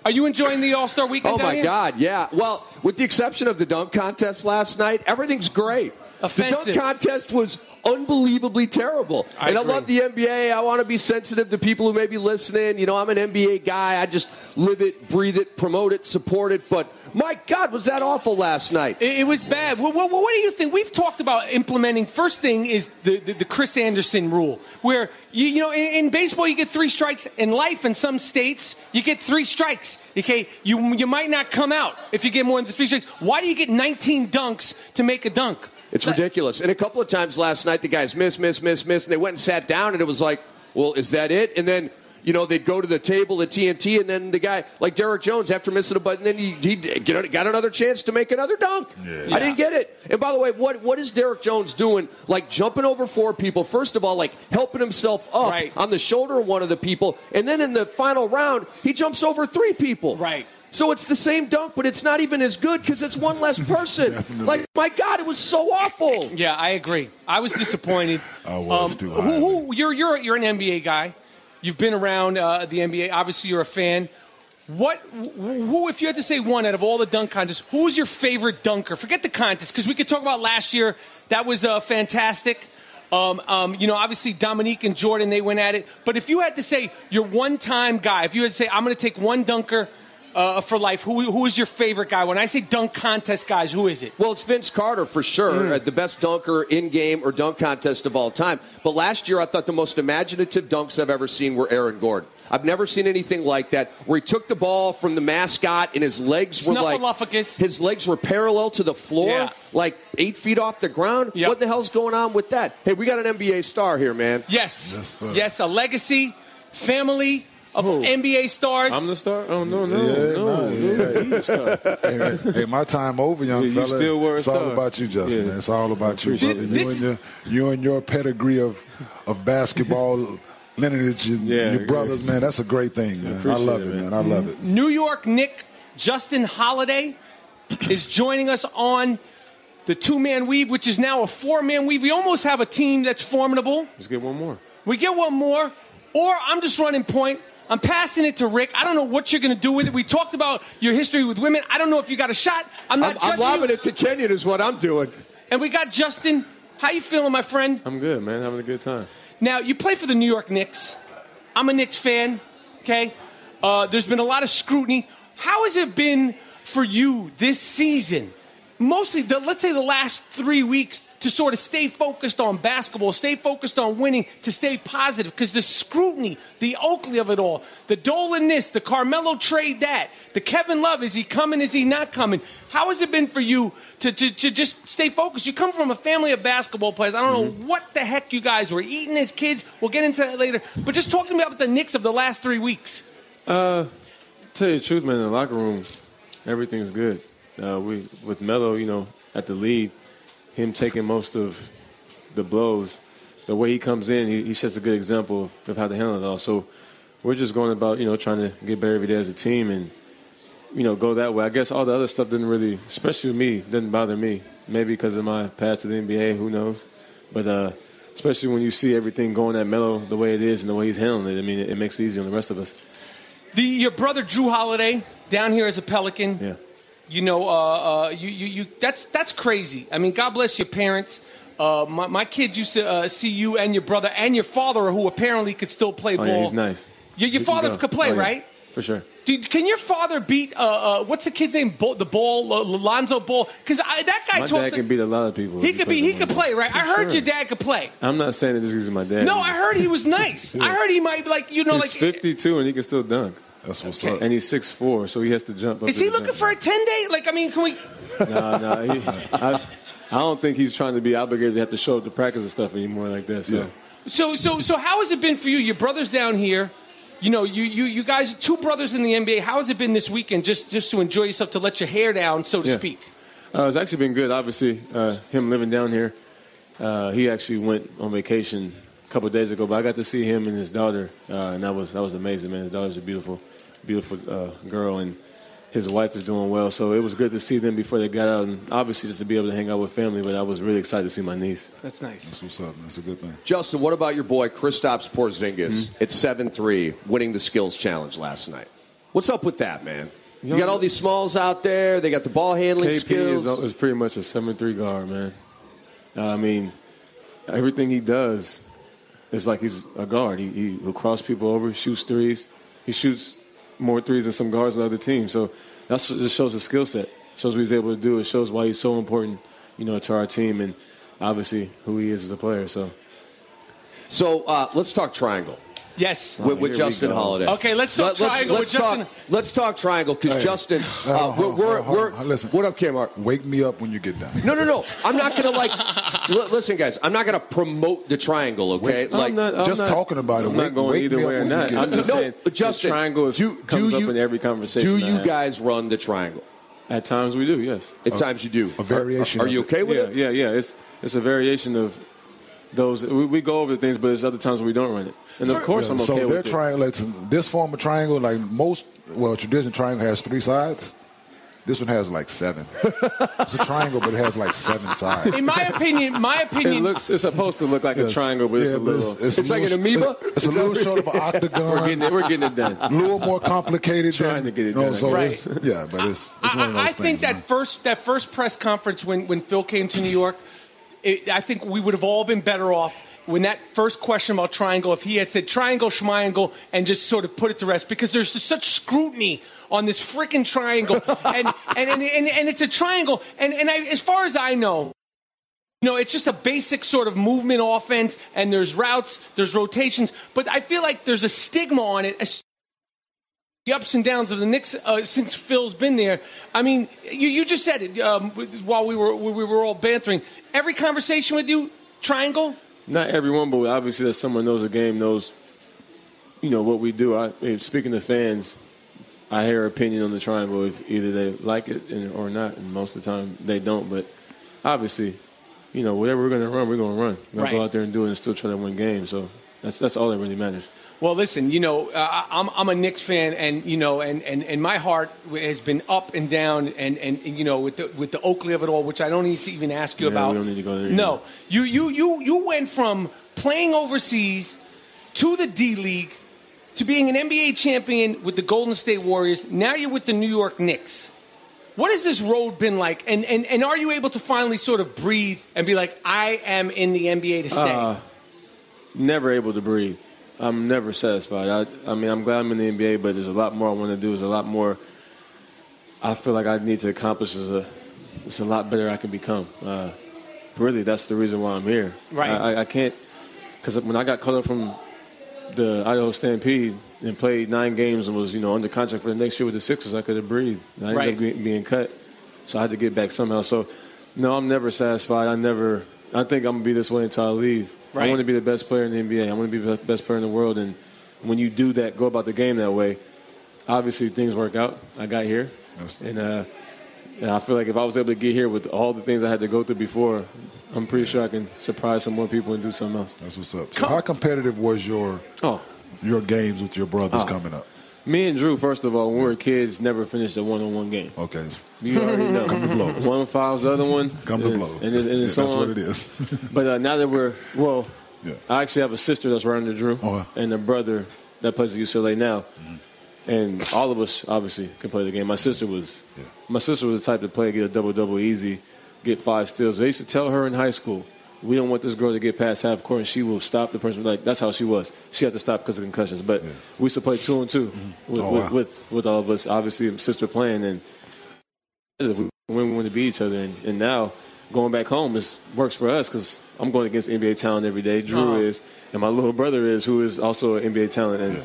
Speaker 3: are you enjoying the All Star Weekend?
Speaker 8: Oh
Speaker 3: down
Speaker 8: my
Speaker 3: here?
Speaker 8: God, yeah. Well, with the exception of the dunk contest last night, everything's great. The
Speaker 3: Offensive.
Speaker 8: dunk contest was unbelievably terrible.
Speaker 3: I
Speaker 8: and
Speaker 3: agree.
Speaker 8: I love the NBA. I want to be sensitive to people who may be listening. You know, I'm an NBA guy. I just live it, breathe it, promote it, support it. But my God, was that awful last night?
Speaker 3: It, it was bad. What, what, what do you think? We've talked about implementing. First thing is the, the, the Chris Anderson rule, where you, you know in, in baseball you get three strikes. In life, in some states, you get three strikes. Okay, you you might not come out if you get more than three strikes. Why do you get 19 dunks to make a dunk?
Speaker 8: It's ridiculous. And a couple of times last night, the guys miss, miss, miss, miss, and they went and sat down, and it was like, well, is that it? And then. You know, they'd go to the table at TNT, and then the guy, like Derek Jones, after missing a button, then he, he get, got another chance to make another dunk. I didn't get it. And by the way, what, what is Derek Jones doing? Like jumping over four people, first of all, like helping himself up
Speaker 3: Right.
Speaker 8: on the shoulder of one of the people, and then in the final round, he jumps over three people.
Speaker 3: Right.
Speaker 8: So it's the same dunk, but it's not even as good because it's one less person. like, my God, it was so awful.
Speaker 3: Yeah, I agree. I was disappointed. Um,
Speaker 4: I was too, I
Speaker 3: Who, who, you're you're you're an NBA guy. You've been around uh, the NBA. Obviously, you're a fan. What? wh- Who? If you had to say one out of all the dunk contests, who was your favorite dunker? Forget the contest because we could talk about last year. That was uh, fantastic. Um, um, you know, obviously Dominique and Jordan they went at it. But if you had to say your one-time guy, if you had to say I'm going to take one dunker uh, for life, who who is your favorite guy? When I say dunk contest guys, who is it?
Speaker 8: Well, it's Vince Carter for sure, uh, the best dunker in game or dunk contest of all time. But last year, I thought the most imaginative dunks I've ever seen were Aaron Gordon. I've never seen anything like that, where he took the ball from the mascot and his legs were like
Speaker 3: Snuffleupagus.
Speaker 8: his legs were parallel to the floor,
Speaker 3: Yeah.
Speaker 8: like eight feet off the ground.
Speaker 3: Yep.
Speaker 8: What the hell's going on with that? Hey, we got an NBA star here, man.
Speaker 3: Yes.
Speaker 4: Yes,
Speaker 3: Yes,
Speaker 4: sir.
Speaker 3: a legacy, family of NBA stars.
Speaker 7: I'm the star? Oh, no, no,
Speaker 4: Yeah,
Speaker 7: no.
Speaker 4: no, yeah.
Speaker 7: you the star.
Speaker 4: hey, man, hey, my time over, young
Speaker 7: Yeah, you
Speaker 4: fella.
Speaker 7: still were a
Speaker 4: it's all
Speaker 7: star.
Speaker 4: about you, Justin.
Speaker 7: Yeah.
Speaker 4: man. It's all about you,
Speaker 3: Appreciate
Speaker 4: brother.
Speaker 3: it.
Speaker 4: You
Speaker 3: This-
Speaker 4: and your you and your pedigree of of basketball lineage and
Speaker 7: Yeah,
Speaker 4: your brothers, man. That's a great thing, man. I love it,
Speaker 7: appreciate it,
Speaker 4: man. I love it.
Speaker 3: New York Nick Justin Holiday is joining us on the two man weave, which is now a four man weave. We almost have a team that's formidable.
Speaker 7: Let's get one more.
Speaker 3: We get one more, or I'm just running point. I'm passing it to Rick. I don't know what you're going to do with it. We talked about your history with women. I don't know if you got a shot. I'm not
Speaker 8: I'm, I'm
Speaker 3: judging you.
Speaker 8: lobbing it to Kenyon, is what I'm doing.
Speaker 3: And we got Justin. How you feeling, my friend?
Speaker 7: I'm good, man. Having a good time.
Speaker 3: Now, you play for the New York Knicks. I'm a Knicks fan, okay? Uh, there's been a lot of scrutiny. How has it been for you this season? Mostly, the, let's say the last three weeks, to sort of stay focused on basketball, stay focused on winning, to stay positive. Because the scrutiny, the Oakley of it all, the Dolan this, the Carmelo trade that, the Kevin Love, is he coming, is he not coming? How has it been for you to, to, to just stay focused? You come from a family of basketball players. I don't know what the heck you guys were eating as kids. We'll get into that later. But just talk to me about the Knicks of the last three weeks.
Speaker 9: Uh, tell you the truth, man, in the locker room, everything's good. Uh, we with Melo, you know, at the lead, him taking most of the blows, the way he comes in, he, he sets a good example of, of, how to handle it all. So we're just going about, you know, trying to get better every day as a team and, you know, go that way. I guess all the other stuff didn't really, especially with me, didn't bother me. Maybe because of my path to the NBA, who knows? But uh, especially when you see everything going at Melo the way it is and the way he's handling it, I mean, it, it makes it easy on the rest of us.
Speaker 3: The, your brother Drew Holiday down here as a Pelican.
Speaker 9: Yeah.
Speaker 3: You know, uh, uh, you, you, you, that's, that's crazy. I mean, God bless your parents. Uh, my, my kids used to uh, see you and your brother and your father, who apparently could still play
Speaker 9: oh,
Speaker 3: ball.
Speaker 9: Yeah, he's nice.
Speaker 3: Your, your
Speaker 9: He can
Speaker 3: father
Speaker 9: go.
Speaker 3: could play,
Speaker 9: Oh, yeah.
Speaker 3: right?
Speaker 9: For sure.
Speaker 3: Dude, can your father beat uh, uh, what's the kid's name? Bo- the ball, uh, Lonzo Ball, because that guy
Speaker 9: my
Speaker 3: talks.
Speaker 9: dad can beat a lot of people.
Speaker 3: he
Speaker 9: if
Speaker 3: could be.
Speaker 9: plays
Speaker 3: He
Speaker 9: the
Speaker 3: could
Speaker 9: one.
Speaker 3: play, right?
Speaker 9: For
Speaker 3: I heard your
Speaker 9: sure.
Speaker 3: dad could play.
Speaker 9: I'm not saying it just because he's my dad.
Speaker 3: No, I heard he was nice. I heard he might be like you know,
Speaker 9: he's
Speaker 3: like
Speaker 9: 52 and he can still dunk.
Speaker 4: That's what's
Speaker 3: Okay.
Speaker 4: up.
Speaker 9: And he's 6'4", so he has to jump up.
Speaker 3: is he looking for a ten day? Like I mean, can we?
Speaker 9: No, no. he- I, I don't think he's trying to be obligated to have to show up to practice and stuff anymore like that. So.
Speaker 4: Yeah.
Speaker 3: So so so how has it been for you? Your brother's down here. You know, you you you guys, two brothers in the NBA. How has it been this weekend? Just just to enjoy yourself, to let your hair down, so to
Speaker 9: Yeah.
Speaker 3: speak.
Speaker 9: Uh, it's actually been good. Obviously, uh, him living down here, uh, he actually went on vacation a couple of days ago. But I got to see him and his daughter, uh, and that was that was amazing, man. His daughter's a beautiful, beautiful uh, girl, and his wife is doing well. So it was good to see them before they got out, and obviously just to be able to hang out with family. But I was really excited to see my niece.
Speaker 3: That's nice.
Speaker 4: That's what's up. That's a good thing.
Speaker 8: Justin, what about your boy Kristaps Porzingis
Speaker 9: Hmm.
Speaker 8: at seven three, winning the skills challenge last night? What's up with that, man? You got all these smalls out there. They got the ball handling
Speaker 9: KP
Speaker 8: skills.
Speaker 9: is, is pretty much a seven three guard, man. Uh, I mean, everything he does is like he's a guard. He, he will cross people over, shoots threes. He shoots more threes than some guards on other teams. So that's what just shows his skill set. Shows what he's able to do. It shows why he's so important, you know, to our team and obviously who he is as a player. So
Speaker 8: so uh, let's talk triangle
Speaker 3: Yes.
Speaker 8: with, with
Speaker 9: Oh, here we
Speaker 8: Justin
Speaker 9: go.
Speaker 8: Holiday.
Speaker 3: Okay, let's talk triangle
Speaker 8: let's,
Speaker 3: with
Speaker 8: talk,
Speaker 3: Justin.
Speaker 8: Let's talk triangle because
Speaker 4: Hey.
Speaker 9: Oh,
Speaker 8: Justin,
Speaker 4: Hold on,
Speaker 8: uh,
Speaker 4: hold
Speaker 8: we're,
Speaker 4: on,
Speaker 8: we're,
Speaker 4: hold on, hold on.
Speaker 8: we're-
Speaker 4: Listen.
Speaker 8: What up, Kmart?
Speaker 4: Wake me up when you get down.
Speaker 8: No, no, no. I'm not gonna like. li- listen, guys, I'm not gonna promote the triangle. Okay,
Speaker 4: Wait,
Speaker 8: like
Speaker 9: I'm not, I'm
Speaker 4: just
Speaker 9: not-
Speaker 4: talking about it.
Speaker 9: I'm
Speaker 4: Wake-
Speaker 9: not going
Speaker 4: wake
Speaker 9: either
Speaker 4: me up
Speaker 9: way or
Speaker 4: when you
Speaker 9: not.
Speaker 4: get
Speaker 9: I'm
Speaker 4: it.
Speaker 9: just
Speaker 8: no,
Speaker 9: saying.
Speaker 8: Justin,
Speaker 9: the triangle is,
Speaker 8: do,
Speaker 9: comes
Speaker 8: do you,
Speaker 9: up in every conversation.
Speaker 8: Do
Speaker 9: I
Speaker 8: you
Speaker 9: have.
Speaker 8: guys run the triangle?
Speaker 9: At times we do, yes.
Speaker 8: At times you do.
Speaker 4: a variation
Speaker 8: Are, are
Speaker 4: of
Speaker 8: you
Speaker 4: it.
Speaker 8: okay with
Speaker 9: yeah,
Speaker 8: it?
Speaker 9: Yeah, yeah, It's it's a variation of those. We, we go over things, but there's other times when we don't run it. And of course, I'm okay
Speaker 4: so
Speaker 9: with
Speaker 4: they're
Speaker 9: it.
Speaker 4: trying like this form of triangle, like most well, traditional triangle has three sides. This one has like seven. it's a triangle, but it has like seven sides.
Speaker 3: In my opinion, my
Speaker 9: it
Speaker 3: opinion.
Speaker 9: looks. It's supposed to look like a triangle, but it's
Speaker 4: Yeah,
Speaker 9: a little.
Speaker 4: it's,
Speaker 8: It's like
Speaker 4: little-
Speaker 8: an amoeba?
Speaker 4: It's a little short of an octagon.
Speaker 9: we're getting it. We're getting it
Speaker 4: a
Speaker 9: done.
Speaker 4: little more complicated.
Speaker 9: Trying
Speaker 4: than,
Speaker 9: to get it
Speaker 4: you know,
Speaker 9: done, I
Speaker 4: so
Speaker 3: guess.
Speaker 4: it's- yeah, but it's, it's one of
Speaker 3: I,
Speaker 4: those
Speaker 3: I think
Speaker 4: things,
Speaker 3: that
Speaker 4: man.
Speaker 3: first that first press conference when, when Phil came to New York, it, I think we would have all been better off when that first question about triangle. If he had said triangle, schmiangle, and just sort of put it to rest, because there's just such scrutiny on this freaking triangle, and, and, and, and and it's a triangle, and and I, as far as I know, no, it's just a basic sort of movement offense, and there's routes, there's rotations, but I feel like there's a stigma on it. as- The ups and downs of the Knicks uh, since Phil's been there. I mean, you, you just said it um, with- while we were we were all bantering. Every conversation with you, triangle.
Speaker 9: Not everyone, but obviously, that someone knows the game knows. You know what we do. I, I mean, speaking to fans, I hear opinion on the triangle if either they like it and- or not, and most of the time they don't. But obviously, you know whatever we're going to run, we're going to run. We're
Speaker 3: Right.
Speaker 9: going to go out there and do it and still try to win games. So that's that's all that really matters.
Speaker 3: Well, listen, you know, uh, I- I'm, I'm a Knicks fan, and you know, and, and, and my heart has been up and down, and, and, and, you know, with the with the Oakley of it all, which I don't need to even ask you
Speaker 9: Yeah,
Speaker 3: about.
Speaker 9: we don't need to go there
Speaker 3: No,
Speaker 9: either.
Speaker 3: you you you you went from playing overseas to the D League to being an NBA champion with the Golden State Warriors. Now you're with the New York Knicks. What has this road been like? And, and and are you able to finally sort of breathe and be like, I am in the NBA to stay?
Speaker 9: Uh, never able to breathe. I'm never satisfied. I, I mean, I'm glad I'm in the NBA, but there's a lot more I want to do. There's a lot more I feel like I need to accomplish. Is a, it's a lot better I can become. Uh, really that's the reason why I'm here.
Speaker 3: Right.
Speaker 9: I, I- I can't because when I got cut up from the Idaho Stampede and played nine games and was you know under contract for the next year with the Sixers, I could have breathed. And I ended
Speaker 3: Right.
Speaker 9: up being- being cut, so I had to get back somehow. So no, I'm never satisfied. I never. I think I'm gonna be this way until I leave. I
Speaker 3: Right.
Speaker 9: want to be the best player in the NBA. I want to be the best player in the world. And when you do that, go about the game that way, obviously things work out. I got here, and uh, and I feel like if I was able to get here with all the things I had to go through before, I'm pretty sure I can surprise some more people and do something else.
Speaker 4: That's what's up. So how competitive was your
Speaker 9: Oh,
Speaker 4: your games with your brothers
Speaker 9: Oh.
Speaker 4: coming up?
Speaker 9: me and Drew, first of all, when we were kids, never finished a one-on-one game.
Speaker 4: Okay,
Speaker 9: You already know.
Speaker 4: Come to blows.
Speaker 9: One fouls the other one.
Speaker 4: come to
Speaker 9: and-
Speaker 4: blows.
Speaker 9: And, it's, and it's
Speaker 4: Yeah, that's
Speaker 9: on.
Speaker 4: what it is.
Speaker 9: But uh, now that we're well,
Speaker 4: Yeah.
Speaker 9: I actually have a sister that's right under Drew,
Speaker 4: Oh, wow.
Speaker 9: and a brother that plays at UCLA now, and all of us obviously can play the game. My sister was,
Speaker 4: Mm-hmm. Yeah.
Speaker 9: my sister was the type to play get a double double easy, get five steals. They used to tell her in high school, we don't want this girl to get past half court, and she will stop the person. Like that's how she was. She had to stop because of concussions. But we used to play two and 2 with,
Speaker 4: Oh,
Speaker 9: with,
Speaker 4: wow.
Speaker 9: with with all of us. Obviously, my sister playing and when we want to beat each other. And, and now going back home is works for us because I'm going against NBA talent every day. Drew is, and my little brother is, who is also an NBA talent, and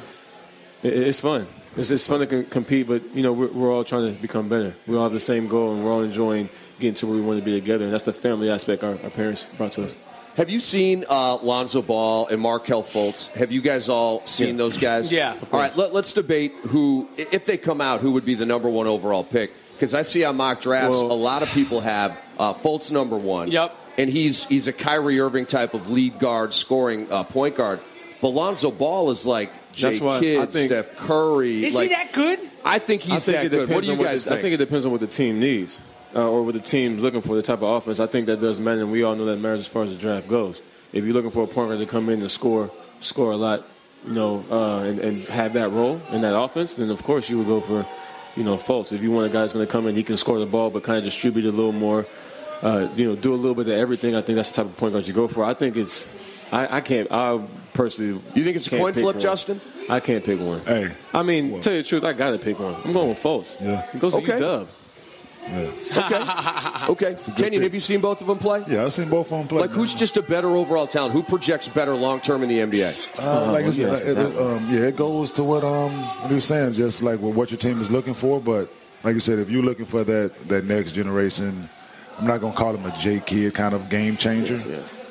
Speaker 9: it, it's fun. It's, it's fun to com- compete, but you know we're, we're all trying to become better. We all have the same goal, and we're all enjoying getting to where we want to be together. And that's the family aspect our, our parents brought to us.
Speaker 8: Have you seen uh, Lonzo Ball and Markel Fultz? Have you guys all seen
Speaker 9: Yeah.
Speaker 8: those guys?
Speaker 3: Yeah, of course.
Speaker 8: All right, let, us debate who, i- if they come out, who would be the number one overall pick. Because I see on mock drafts,
Speaker 9: Well-
Speaker 8: a lot of people have uh, Fultz number one.
Speaker 3: Yep.
Speaker 8: And he's he's a Kyrie Irving type of lead guard, scoring uh, point guard. But Lonzo Ball is like Jay
Speaker 9: That's why I
Speaker 8: Kidd,
Speaker 9: think-
Speaker 8: Steph Curry.
Speaker 3: Is
Speaker 8: like-
Speaker 3: he that good?
Speaker 8: I think he's
Speaker 9: I think
Speaker 8: that
Speaker 9: it
Speaker 8: good.
Speaker 9: depends
Speaker 8: What do you
Speaker 9: on
Speaker 8: guys
Speaker 9: the,
Speaker 8: think?
Speaker 9: I think it depends on what the team needs uh, or what the team's looking for, the type of offense. I think that does matter, and we all know that matters as far as the draft goes. If you're looking for a point guard to come in and score, score a lot, you know, uh, and, and have that role in that offense, then of course you would go for, you know, Fultz. If you want a guy that's going to come in, he can score the ball, but kind of distribute it a little more, uh, you know, do a little bit of everything. I think that's the type of point guard you go for. I think it's, I, I can't, I personally.
Speaker 8: You think it's a
Speaker 9: can't
Speaker 8: coin
Speaker 9: pick
Speaker 8: flip,
Speaker 9: one.
Speaker 8: Justin?
Speaker 9: I can't pick one.
Speaker 4: Hey.
Speaker 9: I mean,
Speaker 4: Well-
Speaker 9: tell you the truth, I gotta pick one. I'm going with Fultz.
Speaker 4: Yeah.
Speaker 9: It goes to
Speaker 8: Okay.
Speaker 9: UW.
Speaker 8: okay.
Speaker 4: good
Speaker 8: Kenyon,
Speaker 4: pick.
Speaker 8: have you seen both of them play?
Speaker 4: yeah, I seen both of them play.
Speaker 8: Like, who's just a better overall talent? Who projects better long term in the NBA?
Speaker 4: Uh, like it's,
Speaker 9: yeah, it's
Speaker 4: it,
Speaker 9: that
Speaker 4: it, um, yeah, it goes to what um what you're saying, just like with what your team is looking for. But like you said, if you're looking for that that next generation, I'm not gonna call him a J kid kind of game changer.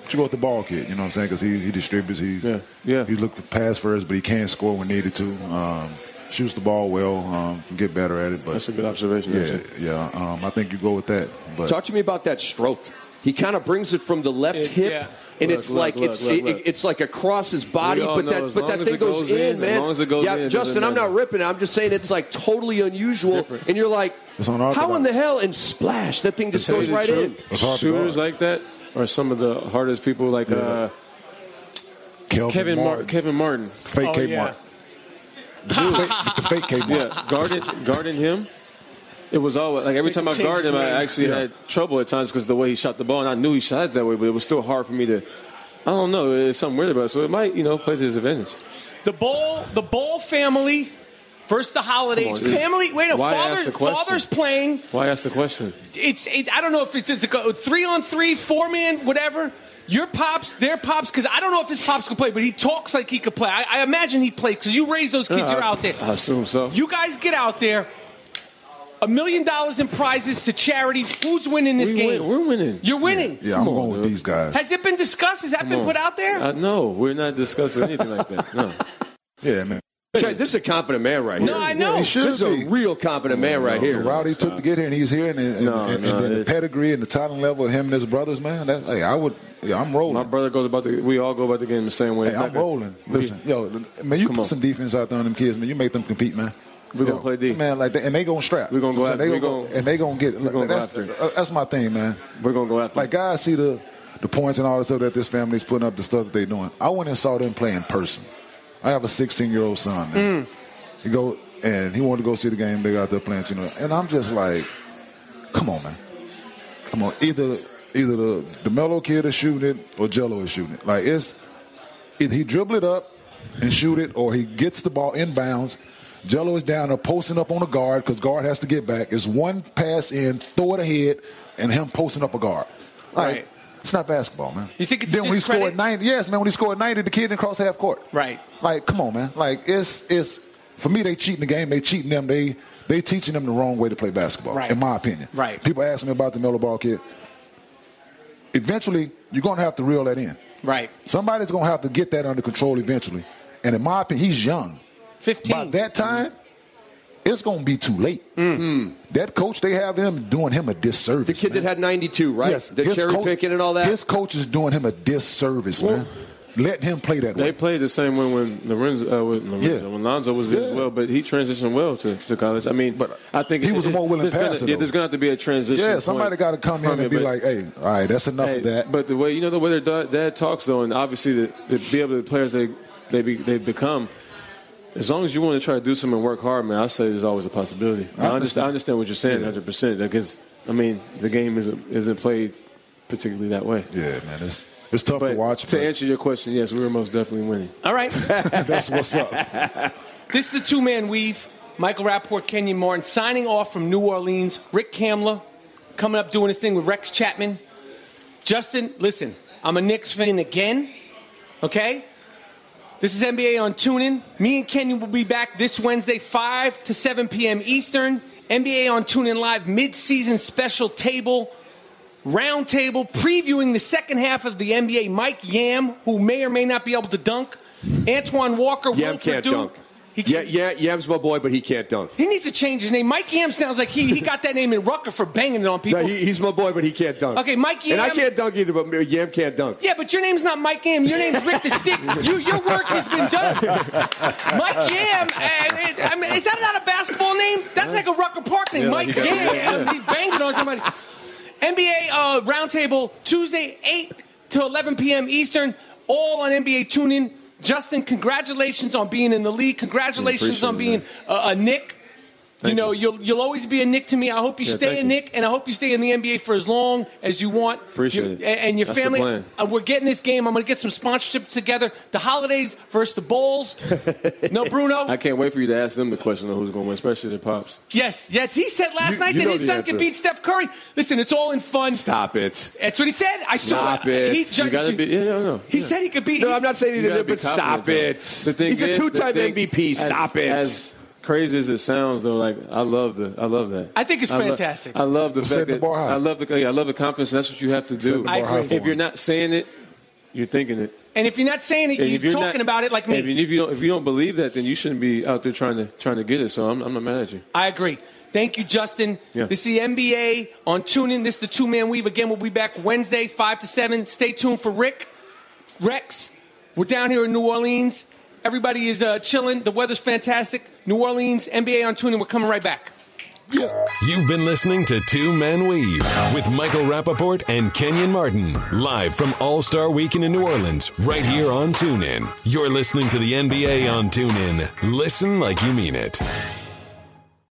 Speaker 4: But you go with the ball kid, you know what I'm saying? Because he, he distributes. He's
Speaker 9: Yeah, yeah.
Speaker 4: He's looking pass first, but he can score when needed to. Um, shoots the ball well. Um, can get better at it. But
Speaker 9: That's a good observation.
Speaker 4: yeah,
Speaker 9: actually.
Speaker 4: yeah. Um, I think you go with that. But
Speaker 8: Talk to me about that stroke. He kind of brings it from the left
Speaker 3: It-
Speaker 8: hip,
Speaker 3: yeah.
Speaker 8: and
Speaker 9: Look,
Speaker 8: it's
Speaker 9: look,
Speaker 8: like
Speaker 9: look,
Speaker 8: it's
Speaker 9: look,
Speaker 8: it-
Speaker 9: look.
Speaker 8: it's like across his body,
Speaker 9: all
Speaker 8: but
Speaker 9: know
Speaker 8: that
Speaker 9: as
Speaker 8: but
Speaker 9: long
Speaker 8: that
Speaker 9: as
Speaker 8: thing
Speaker 9: it
Speaker 8: goes,
Speaker 9: goes
Speaker 8: in,
Speaker 9: in, as
Speaker 8: man.
Speaker 9: long as it goes
Speaker 8: yeah,
Speaker 9: in, it
Speaker 8: Justin,
Speaker 9: doesn't
Speaker 8: I'm not
Speaker 9: matter.
Speaker 8: ripping. it. I'm just saying it's like totally unusual, and you're like,
Speaker 4: It's
Speaker 8: how in
Speaker 4: unorthodox.
Speaker 8: the hell? And splash, that thing just
Speaker 9: To tell
Speaker 8: goes
Speaker 9: you the
Speaker 8: right in.
Speaker 9: truth,
Speaker 4: It's hard to
Speaker 9: Shooters
Speaker 4: guard.
Speaker 9: like that are some of the hardest people. Like uh,
Speaker 4: Kelvin
Speaker 9: Kevin Mar-
Speaker 4: Martin,
Speaker 9: Kevin Martin.
Speaker 4: fake
Speaker 3: Oh,
Speaker 4: K
Speaker 3: yeah.
Speaker 4: Martin, the fake, the fake K Martin.
Speaker 9: Yeah, guarding guarding him. It was always like every
Speaker 3: It
Speaker 9: time I
Speaker 3: changed
Speaker 9: guarded him,
Speaker 3: his
Speaker 9: I
Speaker 3: name.
Speaker 9: actually
Speaker 4: Yeah.
Speaker 9: had trouble at times because the way he shot the ball, and I knew he shot it that way, but it was still hard for me to. I don't know. It's something weird about it, so it might, you know, play to his advantage.
Speaker 3: The Ball, the Ball family versus the Holidays
Speaker 9: Come on, dude.
Speaker 3: family. Wait a
Speaker 9: Why
Speaker 3: father,
Speaker 9: ask the question?
Speaker 3: father's playing.
Speaker 9: Why ask the question?
Speaker 3: It's it, I don't know if it's, it's a go, three on three, four man, whatever. Your pops, their pops, because I don't know if his pops could play, but he talks like he could play. I, I imagine he plays because you raise those kids,
Speaker 9: Yeah,
Speaker 3: you're
Speaker 9: I-
Speaker 3: out there.
Speaker 9: Ah, I assume so.
Speaker 3: You guys get out there. A million dollars in prizes to charity. Who's winning this
Speaker 9: We
Speaker 3: game?
Speaker 9: win- we're winning.
Speaker 3: You're winning.
Speaker 4: Yeah, I'm
Speaker 9: Come on,
Speaker 4: going with
Speaker 9: dude.
Speaker 4: these guys.
Speaker 3: Has it been discussed? Has that been put out there?
Speaker 9: Uh, no, we're not discussing anything like that. No.
Speaker 4: Yeah, man.
Speaker 8: Okay, this is a confident man right here.
Speaker 3: No, I know.
Speaker 4: he
Speaker 8: This
Speaker 4: should
Speaker 8: is a
Speaker 4: be.
Speaker 8: real confident man right
Speaker 4: The
Speaker 8: here.
Speaker 4: route he took to get here, and he's here, and, and,
Speaker 9: No,
Speaker 4: and,
Speaker 9: no,
Speaker 4: and then the
Speaker 9: it's-
Speaker 4: pedigree and the talent level of him and his brothers, man. That, hey, I would, yeah, I'm rolling.
Speaker 9: My brother goes about the. We all go about the game the same way.
Speaker 4: hey,
Speaker 9: It's
Speaker 4: I'm
Speaker 9: not gonna-
Speaker 4: rolling. Listen, yo, man, you
Speaker 9: Come
Speaker 4: put
Speaker 9: on.
Speaker 4: some defense out there on them kids, man. You make them compete, man.
Speaker 9: We gonna
Speaker 4: Yo,
Speaker 9: play D.
Speaker 4: man, like that, and they gonna strap.
Speaker 9: We gonna go
Speaker 4: So
Speaker 9: after-
Speaker 4: they
Speaker 9: we
Speaker 4: gonna-
Speaker 9: gonna-
Speaker 4: and they gonna get.
Speaker 9: we gonna go
Speaker 4: that's,
Speaker 9: after.
Speaker 4: uh, that's my thing, man.
Speaker 9: We're gonna go after.
Speaker 4: Like guys see the the points and all the stuff that this family's putting up, the stuff that they're doing. I went and saw them play in person. I have a 16 year old son. Man.
Speaker 9: Mm.
Speaker 4: He go and he wanted to go see the game. They got out there playing, you know. And I'm just like, come on, man, come on. Either either the the mellow kid is shooting it or Jello is shooting it. Like it's either he dribble it up and shoot it, or he gets the ball inbounds. Jello is down there posting up on a guard because guard has to get back. It's one pass in, throw it ahead, and him posting up a guard. Like,
Speaker 3: Right.
Speaker 4: It's not basketball, man.
Speaker 3: You think it's
Speaker 4: then
Speaker 3: a
Speaker 4: when he
Speaker 3: discredit?
Speaker 4: scored ninety? Yes, man. When he scored ninety, the kid didn't cross half court.
Speaker 3: Right.
Speaker 4: Like, come on, man. Like, it's it's for me. They cheating the game. They cheating them. They they teaching them the wrong way to play basketball.
Speaker 3: Right.
Speaker 4: In my opinion.
Speaker 3: Right.
Speaker 4: People ask me about the mellow ball kid. Eventually, you're gonna have to reel that in.
Speaker 3: Right.
Speaker 4: Somebody's gonna have to get that under control eventually. And in my opinion, he's young.
Speaker 3: 15.
Speaker 4: By that time, it's gonna be too late. That coach they have him doing him a disservice.
Speaker 8: The kid
Speaker 4: man.
Speaker 8: that had 92, right?
Speaker 4: Yes,
Speaker 8: The
Speaker 4: his
Speaker 8: cherry
Speaker 4: coach-
Speaker 8: picking and all that.
Speaker 4: His coach is doing him a disservice, man. Letting him play that
Speaker 9: They
Speaker 4: way.
Speaker 9: played the same way when Lorenzo, uh, when, Lorenzo
Speaker 4: Yeah.
Speaker 9: when Lonzo was there as
Speaker 4: Yeah.
Speaker 9: well, but he transitioned well to, to college. I mean,
Speaker 4: But
Speaker 9: I think
Speaker 4: he was a more willing
Speaker 9: there's gonna-
Speaker 4: passer,
Speaker 9: Yeah,
Speaker 4: though.
Speaker 9: there's gonna have to be a transition.
Speaker 4: Yeah, somebody
Speaker 9: point
Speaker 4: got to come in
Speaker 9: from
Speaker 4: and
Speaker 9: it,
Speaker 4: be
Speaker 9: but-
Speaker 4: like, "Hey, all right, that's enough
Speaker 9: Hey,
Speaker 4: of that."
Speaker 9: But the way you know the way their dad, dad talks though, and obviously the, the be able to players they they be, they become. As long as you want to try to do something and work hard, man, I say there's always a possibility. I, understand. I understand what you're saying, 100 percent. Because I mean, the game isn't isn't played particularly that way.
Speaker 4: yeah, man, it's it's tough
Speaker 9: But
Speaker 4: to watch.
Speaker 9: to
Speaker 4: but
Speaker 9: answer your question, yes, we were most definitely winning.
Speaker 3: All right.
Speaker 4: that's what's up.
Speaker 3: this is the two man weave. Michael Rapport, Kenyon Martin signing off from New Orleans. Rick Kamla coming up doing his thing with Rex Chapman. Justin, listen, I'm a Knicks fan again. Okay? This is NBA on TuneIn. Me and Kenyon will be back this Wednesday, 5 to 7 p.m. Eastern. NBA on TuneIn Live mid-season special table roundtable previewing the second half of the NBA. Mike Yam, who may or may not be able to dunk. Antoine Walker
Speaker 8: Yam
Speaker 3: will
Speaker 8: can't
Speaker 3: Perdue.
Speaker 8: dunk.
Speaker 3: He
Speaker 8: yeah,
Speaker 3: can't-
Speaker 8: yeah, Yam's my boy, but he can't dunk.
Speaker 3: He needs to change his name. Mike Yam sounds like he, he got that name in Rucker for banging it on people.
Speaker 8: No, he, he's my boy, but he can't dunk.
Speaker 3: Okay, Mike
Speaker 8: And I
Speaker 3: Yam-
Speaker 8: can't dunk either, but Yam can't dunk.
Speaker 3: yeah, but your name's not Mike Yam. Your name's Rick the Stick. You, your work has been done. Mike Yam. I, I- I mean, is that not a basketball name? That's like a Rucker Park name.
Speaker 9: Yeah,
Speaker 3: Mike
Speaker 9: you got-
Speaker 3: Yam.
Speaker 9: yeah, yeah.
Speaker 3: He's banging on somebody. NBA uh, Roundtable Tuesday, eight to eleven p.m. Eastern. All on NBA TuneIn. Justin, congratulations on being in the league. Congratulations
Speaker 9: Yeah,
Speaker 3: on
Speaker 9: appreciate
Speaker 3: being
Speaker 9: it,
Speaker 3: a, a Nick. you
Speaker 9: Thank
Speaker 3: know,
Speaker 9: you.
Speaker 3: will you'll always be a Nick to me. I hope you
Speaker 9: Yeah,
Speaker 3: stay
Speaker 9: thank
Speaker 3: a
Speaker 9: you.
Speaker 3: Nick, and I hope you stay in the NBA for as long as you want.
Speaker 9: Appreciate
Speaker 3: Your-
Speaker 9: it.
Speaker 3: And, and your
Speaker 9: That's the
Speaker 3: family.
Speaker 9: plan.
Speaker 3: Uh, we're getting this game. I'm going to get some sponsorship together. The holidays versus the Bulls. no, Bruno.
Speaker 9: I can't wait for you to ask them the question of who's going to win, especially the pops.
Speaker 3: yes, yes. He said last
Speaker 8: You-
Speaker 3: night
Speaker 8: you
Speaker 3: that
Speaker 8: know
Speaker 3: his
Speaker 8: the
Speaker 3: son
Speaker 8: answer.
Speaker 3: could beat Steph Curry. Listen, it's all in fun.
Speaker 8: Stop it.
Speaker 3: That's what he said. I saw
Speaker 8: Stop it.
Speaker 3: He,
Speaker 8: You
Speaker 3: ju-
Speaker 9: You gotta be. Yeah, no, no.
Speaker 3: he
Speaker 9: yeah.
Speaker 3: said he could beat.
Speaker 8: No,
Speaker 3: he's-
Speaker 8: I'm not saying he did
Speaker 9: You gotta
Speaker 8: it,
Speaker 9: be
Speaker 8: but stop it.
Speaker 9: confident, though. The thing
Speaker 8: He's
Speaker 9: is,
Speaker 8: a
Speaker 9: the
Speaker 8: two-time
Speaker 9: thing-
Speaker 8: MVP.
Speaker 9: as-
Speaker 8: Stop it.
Speaker 9: As crazy as it sounds, though, like I love the, I love that.
Speaker 3: I think it's
Speaker 9: lo-
Speaker 3: fantastic.
Speaker 9: I love the
Speaker 4: Setting
Speaker 9: fact
Speaker 4: the
Speaker 9: that
Speaker 4: bar high.
Speaker 9: I love the, yeah, I love the confidence. That's what you have to
Speaker 4: Setting
Speaker 9: do.
Speaker 4: the bar
Speaker 3: I
Speaker 4: high
Speaker 3: agree.
Speaker 4: for
Speaker 9: If you're
Speaker 4: him.
Speaker 9: not saying it, you're thinking it.
Speaker 3: And if you're not saying it,
Speaker 9: And
Speaker 3: you're,
Speaker 9: if you're not-
Speaker 3: talking about it like me.
Speaker 9: and If you don't, if you don't believe that, then you shouldn't be out there trying to trying to get it. So I'm, I'm not mad at you.
Speaker 3: I agree. Thank you, Justin.
Speaker 9: Yeah.
Speaker 3: This is the NBA on TuneIn. This is the Two Man Weave. Again, we'll be back Wednesday, 5 to 7. Stay tuned for Rick, Rex. We're down here in New Orleans. Everybody is uh, chilling. The weather's fantastic. New Orleans, NBA on TuneIn. We're coming right back.
Speaker 1: You've been listening to Two Men Weave with Michael Rappaport and Kenyon Martin, live from All Star Weekend in New Orleans, right here on TuneIn. You're listening to the NBA on TuneIn. Listen like you mean it.